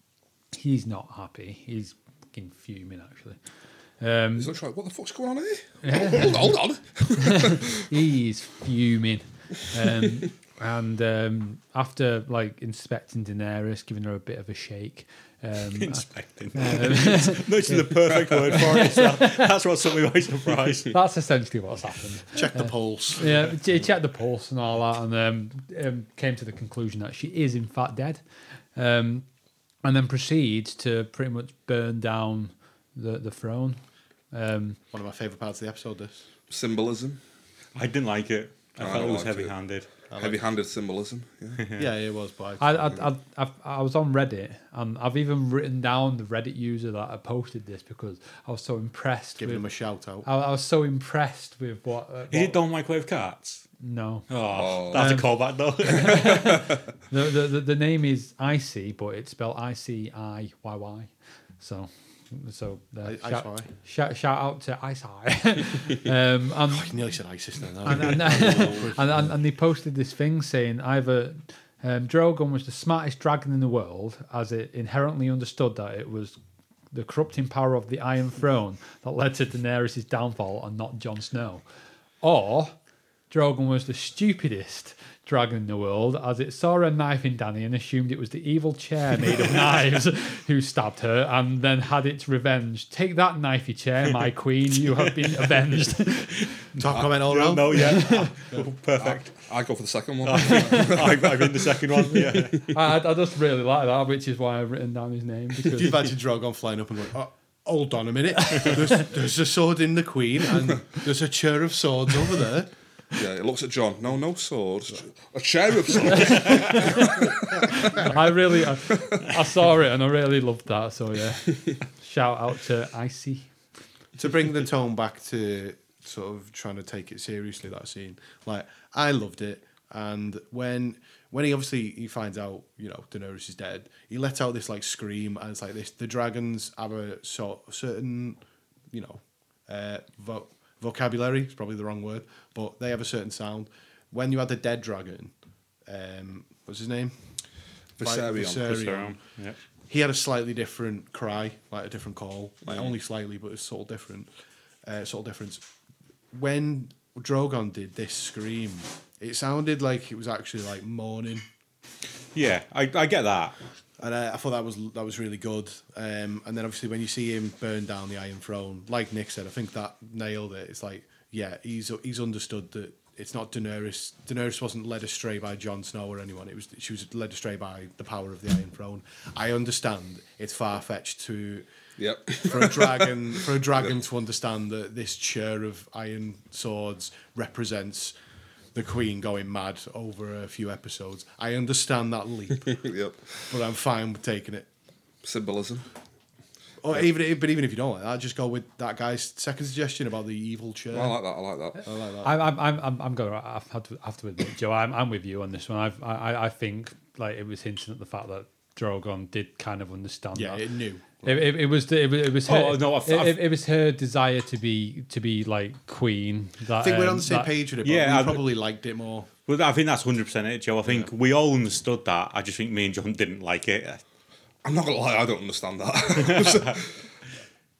Speaker 1: He's not happy. He's fucking fuming, actually. Um,
Speaker 2: He's literally like, what the fuck's going on here? hold, hold, hold on.
Speaker 1: he's fuming. Um, and um, after like inspecting Daenerys, giving her a bit of a shake, um,
Speaker 4: Inspecting. That's the perfect word for it. So that's what took me by surprise.
Speaker 1: that's essentially what's happened.
Speaker 3: Check the polls.
Speaker 1: Yeah, he checked the pulse and all that, and um, um, came to the conclusion that she is in fact dead, um, and then proceeds to pretty much burn down the the throne. Um,
Speaker 3: One of my favorite parts of the episode. This
Speaker 2: Symbolism.
Speaker 4: I didn't like it. I
Speaker 2: No, I
Speaker 4: felt it
Speaker 2: don't
Speaker 4: was
Speaker 2: like it.
Speaker 4: heavy-handed.
Speaker 2: Heavy-handed symbolism. Yeah.
Speaker 3: yeah, it was by
Speaker 1: I, I, I, I, I was on Reddit, and I've even written down the Reddit user that I posted this because I was so impressed.
Speaker 3: giving
Speaker 1: with,
Speaker 3: him a shout out.
Speaker 1: I, I was so impressed with what. Uh,
Speaker 4: Is
Speaker 1: what-
Speaker 4: it Don Microwave Cats?
Speaker 1: No,
Speaker 4: Oh, that's
Speaker 1: Um,
Speaker 4: a callback though.
Speaker 1: the, the the the name is Icy, but it's spelled I C I Y Y. So, so uh,
Speaker 3: I-
Speaker 1: shout,
Speaker 3: Icy.
Speaker 1: shout shout out to Icy. um, and
Speaker 3: I nearly said ISIS then.
Speaker 1: and, and, and, and, and they posted this thing saying either um, Drogon was the smartest dragon in the world, as it inherently understood that it was the corrupting power of the Iron Throne that led to Daenerys' downfall and not Jon Snow. Or Drogon was the stupidest dragon in the world, as it saw a knife in Danny and assumed it was the evil chair made of knives who stabbed her and then had its revenge. Take that knifey chair, my queen, you have been avenged.
Speaker 3: Top comment all
Speaker 4: no,
Speaker 3: round.
Speaker 4: no, yeah, Oh, perfect.
Speaker 2: I go for the second one.
Speaker 4: I've, I've been the second one. Yeah,
Speaker 1: I, I just really like that, which is why I've written down his name
Speaker 3: If you've
Speaker 1: because
Speaker 3: had your Drogon flying up and going, oh, hold on a minute. There's, there's a sword in the Queen, and there's a chair of swords over there.
Speaker 2: yeah. It looks at John. No, no swords. A chair of swords.
Speaker 1: I really I, I saw it and I really loved that. So yeah, shout out to Icy.
Speaker 3: to bring the tone back to sort of trying to take it seriously that scene like i loved it and when when he obviously he finds out you know daenerys is dead he lets out this like scream and it's like this the dragons have a sort certain you know uh vo- vocabulary it's probably the wrong word but they have a certain sound when you had the dead dragon um what's his name Like
Speaker 2: Viserion.
Speaker 3: Viserion
Speaker 4: yeah.
Speaker 3: he had a slightly different cry, like a different call, like only slightly, but it's sort of different, uh, sort of difference. When Drogon did this scream, it sounded like it was actually like mourning,
Speaker 4: Yeah, I, I get that.
Speaker 3: and I, I thought that was that was really good. Um, and then obviously when you see him burn down the Iron Throne, like Nick said, I think that nailed it. It's like yeah, he's he's understood that it's not Daenerys. Daenerys wasn't led astray by Jon Snow or anyone. It was she was led astray by the power of the Iron Throne. I understand it's far fetched to
Speaker 2: Yep.
Speaker 3: for a dragon for a dragon to understand that this chair of iron swords represents the queen going mad over a few episodes. I understand that leap,
Speaker 2: yep.
Speaker 3: but I'm fine with taking it.
Speaker 2: Symbolism.
Speaker 3: Or even but even if you don't like that, just go with that guy's second suggestion about the evil chair.
Speaker 2: I like that. I like that.
Speaker 1: I'm, I'm, I'm, I'm, I'm going. I have to, have to admit, Joe, I'm, I'm with you on this one. I've, I, I- I think like it was hinting at the fact that Drogon did kind of understand.
Speaker 3: yeah,
Speaker 1: that.
Speaker 3: it knew.
Speaker 1: It, it, it was the, it was it was her
Speaker 4: Oh, no, I've-
Speaker 1: it,
Speaker 4: I've-
Speaker 1: it- it was her desire to be to be like queen. That,
Speaker 3: I think we're on
Speaker 1: um,
Speaker 3: the same
Speaker 1: that-
Speaker 3: page with it, but
Speaker 4: Yeah,
Speaker 3: we
Speaker 4: I-
Speaker 3: probably liked it more.
Speaker 4: But I think that's hundred percent it, Joe. I think we all understood that. I just think me and John didn't like it.
Speaker 2: I'm not gonna lie. I don't understand that.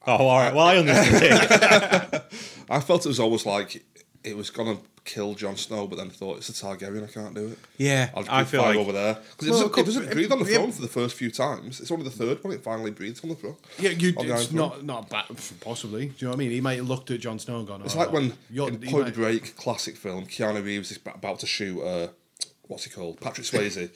Speaker 4: Oh, all right. Well, I understood it.
Speaker 2: I felt it was always like it was gonna kill Jon Snow, but then thought it's a Targaryen. I can't do it.
Speaker 4: Yeah,
Speaker 2: I'll just
Speaker 4: I
Speaker 2: keep
Speaker 4: feel
Speaker 2: flying
Speaker 4: like-
Speaker 2: over there because
Speaker 3: Well,
Speaker 2: it doesn't, it doesn't
Speaker 3: it-
Speaker 2: breathe on the
Speaker 3: yeah.
Speaker 2: throne for the first few times. It's only the third one it finally breathes on the throne.
Speaker 3: Yeah, you,
Speaker 2: On the Iron
Speaker 3: it's
Speaker 2: Throne.
Speaker 3: not not bad, possibly. Do you know what I mean? He might have looked at Jon Snow and gone.
Speaker 2: It's
Speaker 3: "Oh,
Speaker 2: like when
Speaker 3: you're-
Speaker 2: in
Speaker 3: he
Speaker 2: Point
Speaker 3: might-
Speaker 2: Break, classic film, Keanu Reeves is about to shoot uh, what's he called, Patrick Swayze, and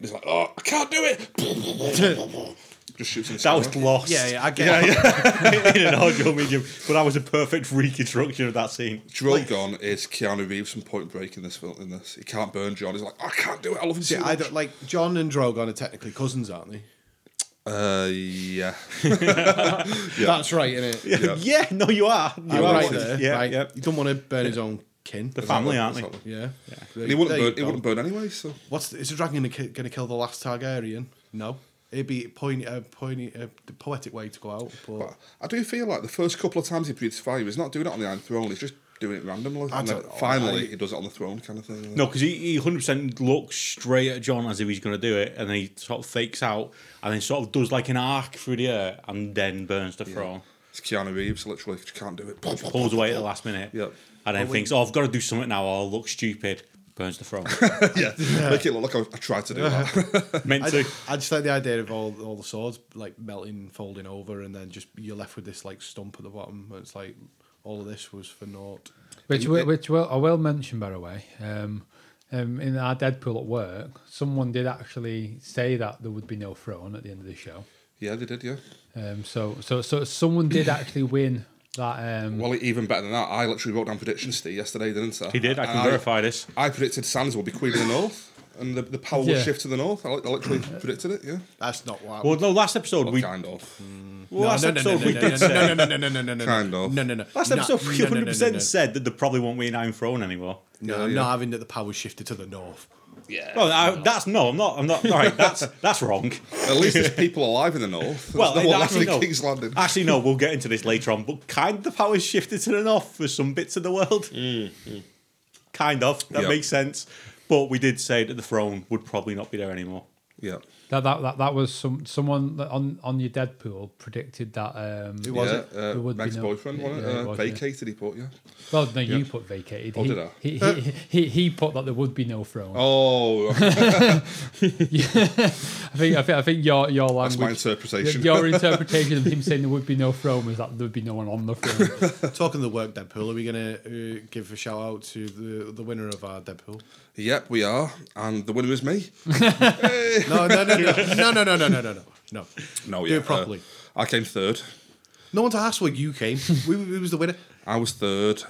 Speaker 2: he's like, "Oh, I can't do it." Just shoots
Speaker 4: That
Speaker 2: himself.
Speaker 4: was lost.
Speaker 3: Yeah, yeah, I get it.
Speaker 4: in an audio medium, but that was a perfect reconstruction of that scene.
Speaker 2: Drogon is Keanu Reeves from Point Break in this film. In this, he can't burn John. He's like, "I can't do it. I love him
Speaker 3: See,
Speaker 2: too
Speaker 3: I
Speaker 2: much."
Speaker 3: don't like John and Drogon are technically cousins, aren't they?
Speaker 2: Uh, yeah.
Speaker 3: That's right, innit? Yeah,
Speaker 2: Yeah.
Speaker 4: Yeah, no, you are. You
Speaker 3: I'm
Speaker 4: are
Speaker 3: right
Speaker 4: right.
Speaker 3: there.
Speaker 4: Yeah,
Speaker 3: right?
Speaker 4: yeah.
Speaker 3: You don't want to burn his own kin.
Speaker 4: The family, aren't
Speaker 2: That's
Speaker 4: they?
Speaker 2: not what-
Speaker 3: yeah. yeah.
Speaker 2: He wouldn't burn. He wouldn't burn anyway. So
Speaker 3: What's the, is the dragon going to kill the last Targaryen? No. It'd be uh, a point, a point, a poetic way to go out. But,
Speaker 2: but I do feel like the first couple of times he breathes fire, he's not doing it on the Iron Throne. He's just doing it randomly.
Speaker 3: I
Speaker 2: And then
Speaker 3: don't know,
Speaker 2: finally,
Speaker 3: I-
Speaker 2: he does it on the throne, kind of thing.
Speaker 4: No, because he, he 100% looks straight at John as if he's going to do it, and then he sort of fakes out, and then sort of does like an arc through the air, and then burns the throne.
Speaker 2: It's Keanu Reeves. Literally, just can't do it.
Speaker 4: Pulls away at the last minute,
Speaker 2: Yep.
Speaker 4: and then thinks, oh, I've got to do something now, or I'll look stupid. Burns the throne.
Speaker 2: yeah. Make it look like I, I tried to do that.
Speaker 4: Meant
Speaker 3: I,
Speaker 4: to.
Speaker 3: I just like the idea of all all the swords like melting, folding over, and then just you're left with this like stump at the bottom. and It's like all of this was for naught.
Speaker 1: Which,
Speaker 2: It-
Speaker 1: will,
Speaker 2: it-
Speaker 1: which will, I will mention, by the way, um, um, in our Deadpool at work, someone did actually say that there would be no throne at the end of the show.
Speaker 2: yeah, they did. Yeah.
Speaker 1: Um, so, so, so someone did actually win that. Um,
Speaker 2: Well, even better than that, I literally wrote down predictions to you yesterday, didn't I?
Speaker 4: He did. I can
Speaker 2: And
Speaker 4: verify this.
Speaker 2: I predicted Sansa will be queen of the North, and the, the power will
Speaker 1: Yeah.
Speaker 2: shift to the North. I, li- I literally predicted it. Yeah.
Speaker 3: That's not what.
Speaker 4: Well, no, last
Speaker 3: Oh,
Speaker 4: episode
Speaker 2: Well,
Speaker 4: we.
Speaker 2: kind of.
Speaker 4: Well, last
Speaker 3: no, no, no,
Speaker 4: episode
Speaker 3: no,
Speaker 4: we
Speaker 3: no,
Speaker 4: did
Speaker 3: no,
Speaker 4: say.
Speaker 3: no, no, no, no, no, no, no,
Speaker 2: Kind
Speaker 3: no,
Speaker 2: of.
Speaker 3: no, no, no.
Speaker 4: Last
Speaker 3: No,
Speaker 4: episode, we
Speaker 3: no, no, no,
Speaker 4: 100%
Speaker 3: no, no.
Speaker 4: said that there probably won't be an Iron Throne anymore.
Speaker 3: No, I'm not having that the power shifted to the north.
Speaker 4: Well, I, that's no, I'm not. I'm not. All right, that's that's wrong.
Speaker 2: At least there's people alive in the North.
Speaker 4: Well,
Speaker 2: There's no one left
Speaker 4: actually,
Speaker 2: in
Speaker 4: no. Ah.
Speaker 2: King's Landing.
Speaker 4: Actually, no. We'll get into this later on. But kind of the power's shifted to the north for some bits of the world.
Speaker 3: Mm,
Speaker 4: Kind of. That
Speaker 2: Yep.
Speaker 4: makes sense. But we did say that the throne would probably not be there anymore.
Speaker 2: Yeah.
Speaker 1: that, that, that, that was some someone that on on your Deadpool predicted that. Um,
Speaker 3: Who was
Speaker 2: yeah,
Speaker 3: it?
Speaker 2: Uh,
Speaker 1: There would be
Speaker 2: Meg's
Speaker 1: no-
Speaker 2: boyfriend, wasn't it?
Speaker 1: yeah,
Speaker 2: Uh,
Speaker 1: it was, yeah.
Speaker 2: vacated, he put, yeah.
Speaker 1: Well, no, you put vacated.
Speaker 2: Oh,
Speaker 1: he,
Speaker 2: did I?
Speaker 1: He, he, he, he put that there would be no throne.
Speaker 2: Oh, right.
Speaker 1: I think I think, I think your your
Speaker 2: that's
Speaker 1: language.
Speaker 2: my interpretation.
Speaker 1: Your interpretation of him saying there would be no throne was that there would be no one on the throne.
Speaker 3: Talking of the work Deadpool, are we going to uh, give a shout out to the the winner of our Deadpool?
Speaker 2: yep, we are. And the winner is me.
Speaker 3: No, no, no, no, no, no, no, no, no, no, no.
Speaker 2: No,
Speaker 3: Do
Speaker 2: yeah.
Speaker 3: it properly.
Speaker 2: uh, I came third.
Speaker 3: No one's asked where you came. We, we was the winner.
Speaker 2: I was third.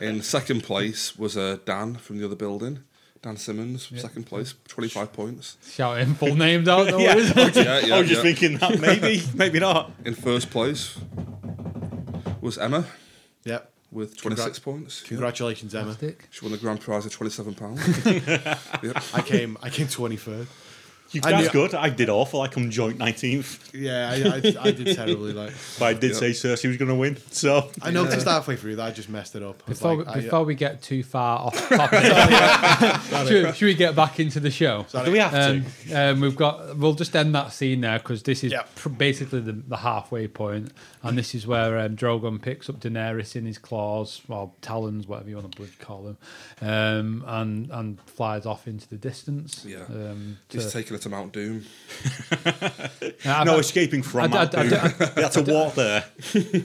Speaker 2: in second place was uh, Dan from the other building. Dan Simmons, second place, 25 points.
Speaker 1: Shout him full names out. No
Speaker 4: Yeah.
Speaker 1: worries.
Speaker 2: Yeah, yeah,
Speaker 4: I was just
Speaker 2: yeah.
Speaker 4: thinking that maybe, maybe not.
Speaker 2: In first place was Emma
Speaker 3: Yep.
Speaker 2: with 26
Speaker 3: Congrat-
Speaker 2: points. Yeah.
Speaker 3: Congratulations, Emma.
Speaker 1: Fantastic.
Speaker 2: She won the grand prize of £27.
Speaker 3: I came. I came twenty third.
Speaker 4: You,
Speaker 3: I
Speaker 4: that's
Speaker 3: knew-
Speaker 4: good. I did awful. I come joint 19th.
Speaker 3: Yeah, I, I, I did terribly. Like,
Speaker 4: But I did
Speaker 2: Yep.
Speaker 4: say Cersei was going to win. So
Speaker 3: I noticed halfway through that I just messed it up. I was
Speaker 1: Before,
Speaker 3: like, I- uh,
Speaker 1: we, before we get too far off topic, should, should we get back into the show?
Speaker 4: do we have to?
Speaker 1: Um, um, we've got. We'll just end that scene now because this is
Speaker 3: Yep.
Speaker 1: pr- basically the, the halfway point, and this is where um, Drogon picks up Daenerys in his claws, well talons, whatever you want to bloody call them, um, and and flies off into the distance.
Speaker 2: Yeah.
Speaker 1: Um,
Speaker 2: He's
Speaker 1: to-
Speaker 2: taking her to Mount Doom.
Speaker 1: Now, I-
Speaker 4: no escaping from
Speaker 1: I- I-
Speaker 4: that.
Speaker 1: I-
Speaker 4: dude. They had to walk there.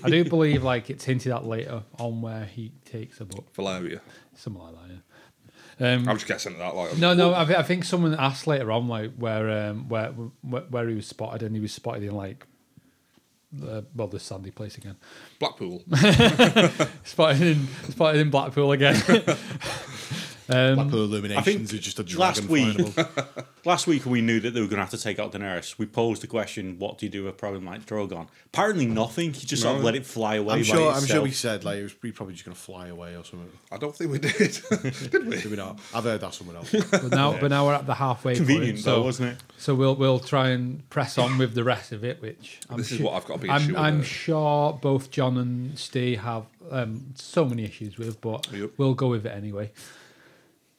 Speaker 1: I do believe like it's hinted at later on where he takes her, but
Speaker 2: Valeria.
Speaker 1: something like that. Yeah. Um,
Speaker 2: I'm just guessing at that. Like,
Speaker 1: No, no. I, thi- I think someone asked later on, like where, um, where, where, where he was spotted, and he was spotted in like, uh, well, the sandy place again.
Speaker 2: Blackpool.
Speaker 1: Spotted in, spotted in Blackpool again. um,
Speaker 3: Blackpool Illuminations are just a
Speaker 4: last
Speaker 3: dragon
Speaker 4: week-
Speaker 3: flying above.
Speaker 4: Last week, we knew that they were going to have to take out Daenerys. We posed the question, "What do you do with a problem like Drogon?" Apparently, nothing. You just sort of
Speaker 2: No.
Speaker 4: let it fly away.
Speaker 3: I'm
Speaker 4: by
Speaker 3: sure. I'm sure
Speaker 4: itself.
Speaker 3: we said like it was we probably just gonna fly away or something.
Speaker 2: I don't think we did. did we?
Speaker 3: Did we not? I've heard that somewhere else.
Speaker 1: but now, but now we're at the halfway
Speaker 4: Convenient
Speaker 1: point.
Speaker 4: though,
Speaker 1: So,
Speaker 4: wasn't it?
Speaker 1: so we'll we'll try and press on with the rest of it, which I'm
Speaker 2: This is
Speaker 1: su-
Speaker 2: what I've got a big issue
Speaker 1: I'm,
Speaker 2: with
Speaker 1: I'm
Speaker 2: it.
Speaker 1: sure both John and Steve have um, so many issues with, but
Speaker 2: Yep.
Speaker 1: we'll go with it anyway.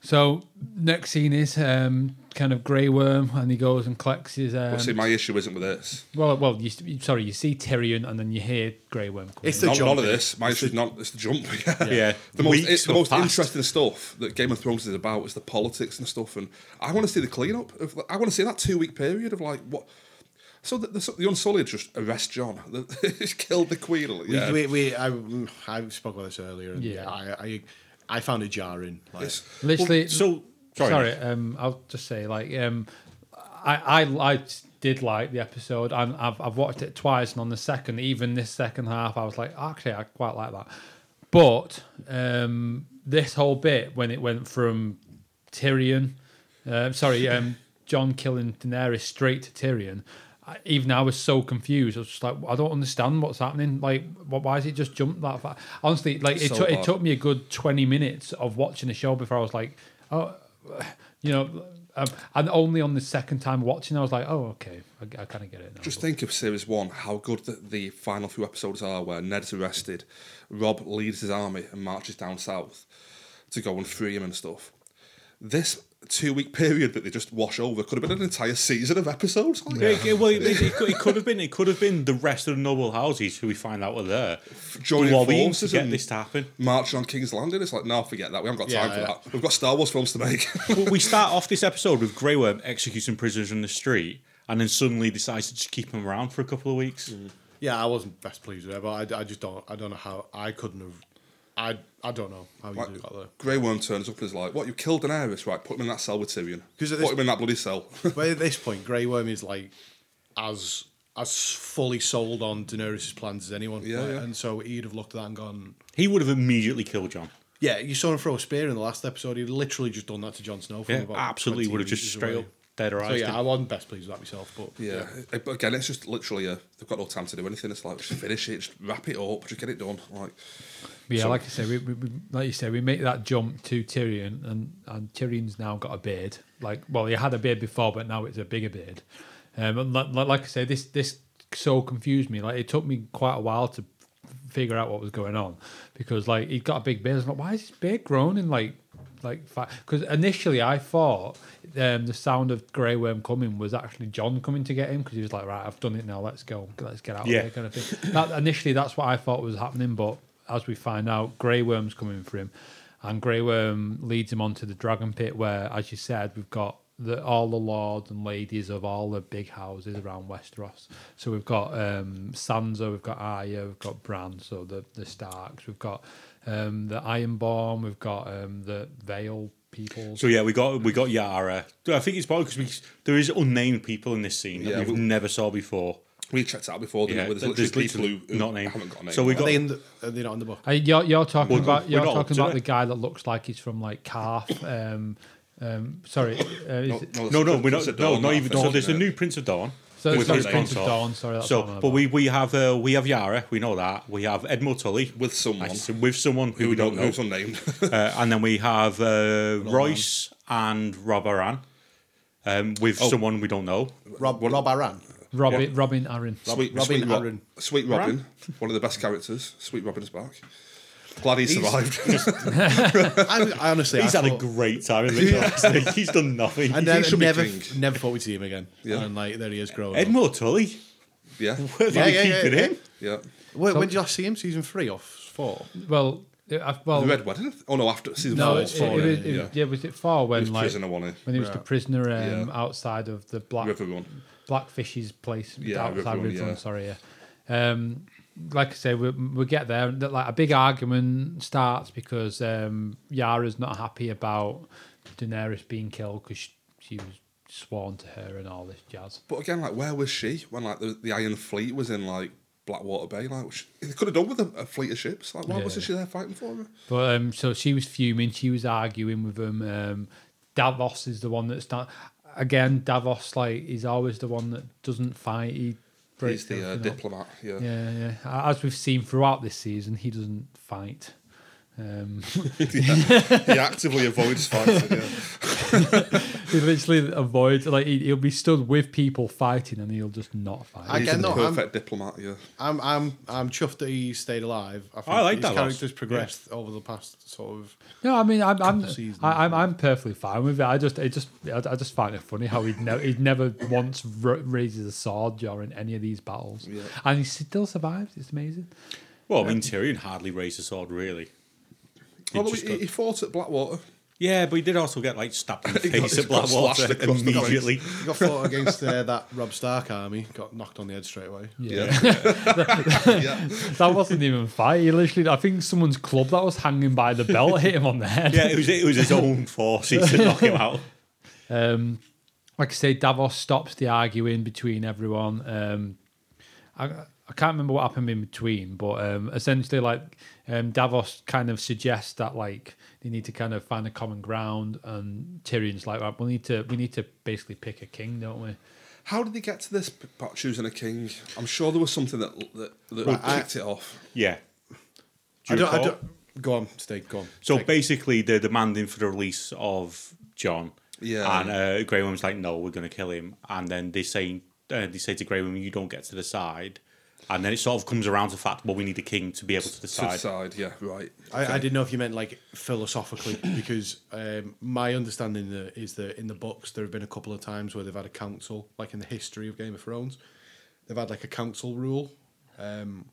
Speaker 1: So next scene is um, kind of Grey Worm, and he goes and collects his. Um,
Speaker 2: Well, see, my issue isn't with this.
Speaker 1: well, well, you, you- sorry, you see Tyrion, and then you hear Grey Worm. Coming in.
Speaker 3: It's the
Speaker 2: Not, none
Speaker 3: jump
Speaker 2: of
Speaker 3: in it.
Speaker 2: this. My issue is not. It's the jump. Yeah.
Speaker 4: Yeah.
Speaker 2: The most,
Speaker 4: Weeks
Speaker 2: the
Speaker 4: were
Speaker 2: most
Speaker 4: passed.
Speaker 2: interesting stuff that Game of Thrones is about is the politics and stuff, and I want to see the cleanup. Of, I want to see that two week period of like what. So the, the, the Unsullied just arrest John. He's killed the Queen. like, Yeah.
Speaker 3: We, we, we I, mm, I spoke about this earlier. And
Speaker 1: Yeah.
Speaker 3: yeah, I, I, I found it jarring. Like,
Speaker 2: It's-
Speaker 1: literally.
Speaker 4: So sorry.
Speaker 1: sorry, um, I'll just say like um, I, I I did like the episode. And I've I've watched it twice, and on the second, even this second half, I was like, actually, I quite like that. But um, this whole bit when it went from Tyrion, uh, sorry, um, John killing Daenerys straight to Tyrion. I, even I was so confused. I was just like, I don't understand what's happening. Like, wh- why has it just jumped that far? Honestly, like it,
Speaker 2: So
Speaker 1: took it
Speaker 2: odd.
Speaker 1: took me a good twenty minutes of watching the show before I was like, oh, you know, um, and only on the second time watching, I was like, oh, okay, I, I kind of get it now.
Speaker 2: Just think of series one, how good the, the final few episodes are, where Ned's arrested, Rob leads his army and marches down south to go and free him and stuff. This two week period that they just wash over could have been an entire season of episodes. like,
Speaker 4: Yeah, yeah, well, it, it, it could, it could have been. It could have been the rest of the noble houses who we find out were there.
Speaker 2: Joining
Speaker 4: lobbying to
Speaker 2: forces
Speaker 4: get
Speaker 2: and-
Speaker 4: this to happen.
Speaker 2: Marching on King's Landing, it's like, no, forget that. We haven't got time
Speaker 3: Yeah,
Speaker 2: for
Speaker 3: yeah.
Speaker 2: that. We've got Star Wars films to make.
Speaker 4: But we start off this episode with Grey Worm executing prisoners on the street, and then suddenly decides to just keep him around for a couple of weeks.
Speaker 3: yeah, I wasn't best pleased with it, but I, I just don't. I don't know how I couldn't have. I, I don't know how you
Speaker 2: Like,
Speaker 3: do got there.
Speaker 2: Grey Worm turns up and is like, what, you killed an Iris? Right, put him in that cell with Tyrion.
Speaker 3: 'Cause at
Speaker 2: Put
Speaker 3: this-
Speaker 2: him in that bloody cell.
Speaker 3: But at this point, Grey Worm is like as as fully sold on Daenerys' plans as anyone.
Speaker 2: Yeah,
Speaker 3: Like,
Speaker 2: yeah.
Speaker 3: And so he'd have looked at that and gone,
Speaker 4: He would have immediately killed John.
Speaker 3: yeah, you saw him throw a spear in the last episode. He literally just done that to Jon Snow. From
Speaker 4: Yeah,
Speaker 3: about
Speaker 4: absolutely
Speaker 3: 20
Speaker 4: would have just
Speaker 3: meters
Speaker 4: straight
Speaker 3: away.
Speaker 4: up dead or
Speaker 3: So
Speaker 4: eyes.
Speaker 3: yeah, I wasn't best pleased with that myself, but
Speaker 2: Yeah. Uh, But again, it's just literally a, they've got no time to do anything. It's like, just finish it, just wrap it up, just get it done. Like,
Speaker 1: But yeah, like I say, we, we, we like you say, we make that jump to Tyrion, and and Tyrion's now got a beard. Like, well, he had a beard before, but now it's a bigger beard. Um, and like, like I say, this this so confused me. Like, it took me quite a while to figure out what was going on because like he'd got a big beard. I was like, why is his beard grown in like like because initially I thought um, the sound of Grey Worm coming was actually John coming to get him because he was like, right, I've done it now. Let's go. Let's get out
Speaker 4: Yeah.
Speaker 1: of here, kind of thing. That, initially, that's what I thought was happening, but as we find out, Grey Worm's coming for him, and Grey Worm leads him onto the Dragon Pit, where, as you said, we've got the, all the lords and ladies of all the big houses around Westeros. So we've got um, Sansa, we've got Arya, we've got Bran, so the the Starks, we've got um, the Ironborn, we've got um, the Vale people.
Speaker 4: So yeah, we got we got Yara. I think it's probably because we there is unnamed people in this scene that
Speaker 2: Yeah,
Speaker 4: we've
Speaker 2: we-
Speaker 4: never saw before.
Speaker 2: we checked out before, didn't
Speaker 4: Yeah,
Speaker 2: we? There's
Speaker 4: but
Speaker 2: literally
Speaker 4: there's
Speaker 2: people who,
Speaker 4: literally
Speaker 2: who
Speaker 4: not named.
Speaker 2: haven't got a name.
Speaker 4: So we
Speaker 3: are
Speaker 4: got
Speaker 3: they in the, are they not in the book?
Speaker 1: Uh, you're, you're talking
Speaker 4: We're not-
Speaker 1: about you're
Speaker 4: we're not up
Speaker 1: talking
Speaker 4: to
Speaker 1: about the
Speaker 4: that.
Speaker 1: guy that looks like he's from like Calf. Um, um, sorry, uh, is it-
Speaker 4: no,
Speaker 2: that's
Speaker 4: no, we're
Speaker 2: Prince
Speaker 4: not.
Speaker 2: of
Speaker 4: No,
Speaker 2: Dawn,
Speaker 4: not
Speaker 2: that
Speaker 4: even.
Speaker 2: thing,
Speaker 4: So
Speaker 2: isn't
Speaker 4: there's a
Speaker 2: it?
Speaker 4: new Prince of Dawn.
Speaker 1: So
Speaker 4: with
Speaker 1: it's not
Speaker 4: his
Speaker 1: Prince of
Speaker 4: consort.
Speaker 1: Dawn, sorry, that's what I'm
Speaker 4: so,
Speaker 1: on
Speaker 4: but
Speaker 1: about.
Speaker 4: we we have uh, we have Yara. We know that we have Edmund Tully
Speaker 2: With someone.
Speaker 4: I s- with someone who,
Speaker 2: Who
Speaker 4: we don't know,
Speaker 2: Who's unnamed.
Speaker 4: uh, and then we have uh, Royce and Rob Aran. um, with
Speaker 2: Oh.
Speaker 4: someone we don't know.
Speaker 3: Rob, Rob Aran.
Speaker 1: Robin, Robin Aaron.
Speaker 2: Sweet
Speaker 3: Robin
Speaker 2: Sweet, Rob-
Speaker 3: Aaron.
Speaker 2: Sweet Robin, one of the best characters. Sweet Robin is back. Glad he
Speaker 3: He's-
Speaker 2: survived.
Speaker 3: I, I honestly,
Speaker 4: He's
Speaker 3: I
Speaker 4: had a
Speaker 3: thought-
Speaker 4: great time in the last league. He's done nothing.
Speaker 3: I
Speaker 2: he
Speaker 3: never,
Speaker 2: should be
Speaker 3: never,
Speaker 2: king.
Speaker 3: never thought we'd see him again.
Speaker 2: Yeah.
Speaker 3: And like, there he is growing. up.
Speaker 4: Edmore Tully.
Speaker 2: yeah,
Speaker 4: Where
Speaker 3: Yeah,
Speaker 4: are we
Speaker 3: yeah, yeah,
Speaker 4: keeping
Speaker 3: yeah.
Speaker 4: him?
Speaker 2: yeah.
Speaker 3: Wait, when did you last see him? Season three or four?
Speaker 1: Well, it, I- well,
Speaker 2: The Red Wedding? Oh no, after season
Speaker 1: no,
Speaker 2: four.
Speaker 1: it, it,
Speaker 2: sorry.
Speaker 1: it, was- it-
Speaker 2: yeah.
Speaker 1: yeah, was it far when
Speaker 2: was
Speaker 1: like
Speaker 2: prisoner, eh? wasn't he?
Speaker 1: when he was the prisoner um,
Speaker 2: Yeah.
Speaker 1: outside of the black
Speaker 2: River Run.
Speaker 1: Blackfish's place
Speaker 2: Yeah,
Speaker 1: outside
Speaker 2: Riverrun,
Speaker 1: Riverrun,
Speaker 2: yeah.
Speaker 1: sorry, yeah. Um, like I say, we we get there. and that, Like a big argument starts because um, Yara's not happy about Daenerys being killed because she, she was sworn to her and all this jazz.
Speaker 2: But again, like, where was she when like the, the Iron Fleet was in like Blackwater Bay? Like, she, they could have done with a, a fleet of ships. Like, why
Speaker 1: Yeah.
Speaker 2: wasn't she there fighting for her?
Speaker 1: But um, so she was fuming. She was arguing with him. Um, Davos is the one that start again. Davos like he's always the one that doesn't fight. He breaks
Speaker 2: He's the uh,
Speaker 1: everything up.
Speaker 2: diplomat. Yeah.
Speaker 1: Yeah, yeah. A- As we've seen throughout this season, he doesn't fight. Um,
Speaker 2: he actively avoids fighting. Yeah.
Speaker 1: he literally avoids like he, he'll be stood with people fighting and he'll just not fight.
Speaker 3: I-
Speaker 2: He's
Speaker 3: Again,
Speaker 2: the
Speaker 3: no, I'm-
Speaker 2: perfect diplomat. Yeah.
Speaker 3: I'm, I'm, I'm chuffed that he stayed alive. I, think
Speaker 4: I like
Speaker 3: his
Speaker 4: that loss.
Speaker 3: character's progressed over the past sort of.
Speaker 1: no, I mean I'm I'm,
Speaker 3: seasons.
Speaker 1: I, I'm I'm perfectly fine with it. I just it just I, I just find it funny how he'd, ne- he'd never once r- raises a sword during any of these battles,
Speaker 2: Yeah.
Speaker 1: and he still survives. It's amazing.
Speaker 4: Well, I mean, Tyrion hardly raised a sword, really. He
Speaker 2: Although
Speaker 4: just
Speaker 2: he,
Speaker 4: got-
Speaker 2: he fought at Blackwater.
Speaker 4: yeah, but he did also get like stabbed in the
Speaker 2: He got-
Speaker 4: face
Speaker 2: he
Speaker 4: at
Speaker 2: got slashed
Speaker 4: Blackwater
Speaker 2: across the face.
Speaker 4: immediately.
Speaker 3: He got fought against uh, that Rob Stark army, got knocked on the head straight away.
Speaker 2: Yeah. yeah.
Speaker 1: That wasn't even a fight. He literally, I think someone's club that was hanging by the belt hit him on the head.
Speaker 4: Yeah, it was it was his own forces to knock him out.
Speaker 1: Um, like I say, Davos stops the arguing between everyone. Um, I, I can't remember what happened in between, but um, essentially, like um, Davos kind of suggests that like they need to kind of find a common ground, and Tyrion's like, right, we need to we need to basically pick a king, don't we?
Speaker 2: How did they get to this p- part choosing a king? I'm sure there was something that that, that
Speaker 3: I-
Speaker 2: kicked it off.
Speaker 4: Yeah. Do
Speaker 3: I
Speaker 4: you
Speaker 3: don't, I
Speaker 4: recall?
Speaker 3: don't, go on, stay, go on.
Speaker 4: So
Speaker 3: Take-
Speaker 4: basically, they're demanding for the release of John.
Speaker 2: Yeah.
Speaker 4: And uh, Grey Worm's like, no, we're going to kill him. And then they say, uh, they say to Grey Worm, you don't get to decide. And then it sort of comes around to the fact, well, we need a king to be able to
Speaker 2: To
Speaker 4: decide.
Speaker 2: decide. Yeah. Right.
Speaker 3: I, I didn't know if you meant like philosophically, because um, my understanding that is that in the books there have been a couple of times where they've had a council, like in the history of Game of Thrones, they've had like a council rule. Um,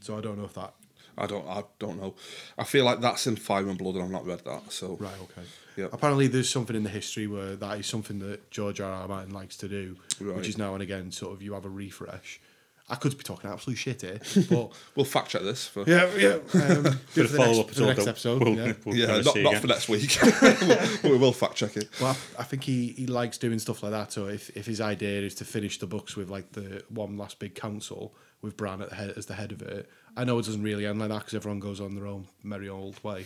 Speaker 3: so I don't know if that.
Speaker 2: I don't. I don't know. I feel like that's in Fire and Blood, and I've not read that. So
Speaker 3: Right, okay.
Speaker 2: Yeah.
Speaker 3: Apparently, there's something in the history where that is something that George R. R. Martin likes to do,
Speaker 2: Right.
Speaker 3: which is now and again sort of you have a refresh. I could be talking absolute shit here, but
Speaker 2: We'll fact check this for.
Speaker 3: yeah, yeah. Um, do
Speaker 4: For
Speaker 3: it
Speaker 4: the
Speaker 3: for the
Speaker 4: follow up
Speaker 3: next, for the next episode.
Speaker 4: We'll,
Speaker 3: yeah.
Speaker 4: we'll
Speaker 2: Yeah,
Speaker 4: kinda
Speaker 2: not,
Speaker 4: see
Speaker 2: not
Speaker 4: again.
Speaker 2: for next week. we will fact check it.
Speaker 3: Well, I, I think he, he likes doing stuff like that. So if, if his idea is to finish the books with like the one last big council with Bran at the head, as the head of it, I know it doesn't really end like that because everyone goes on their own merry old way.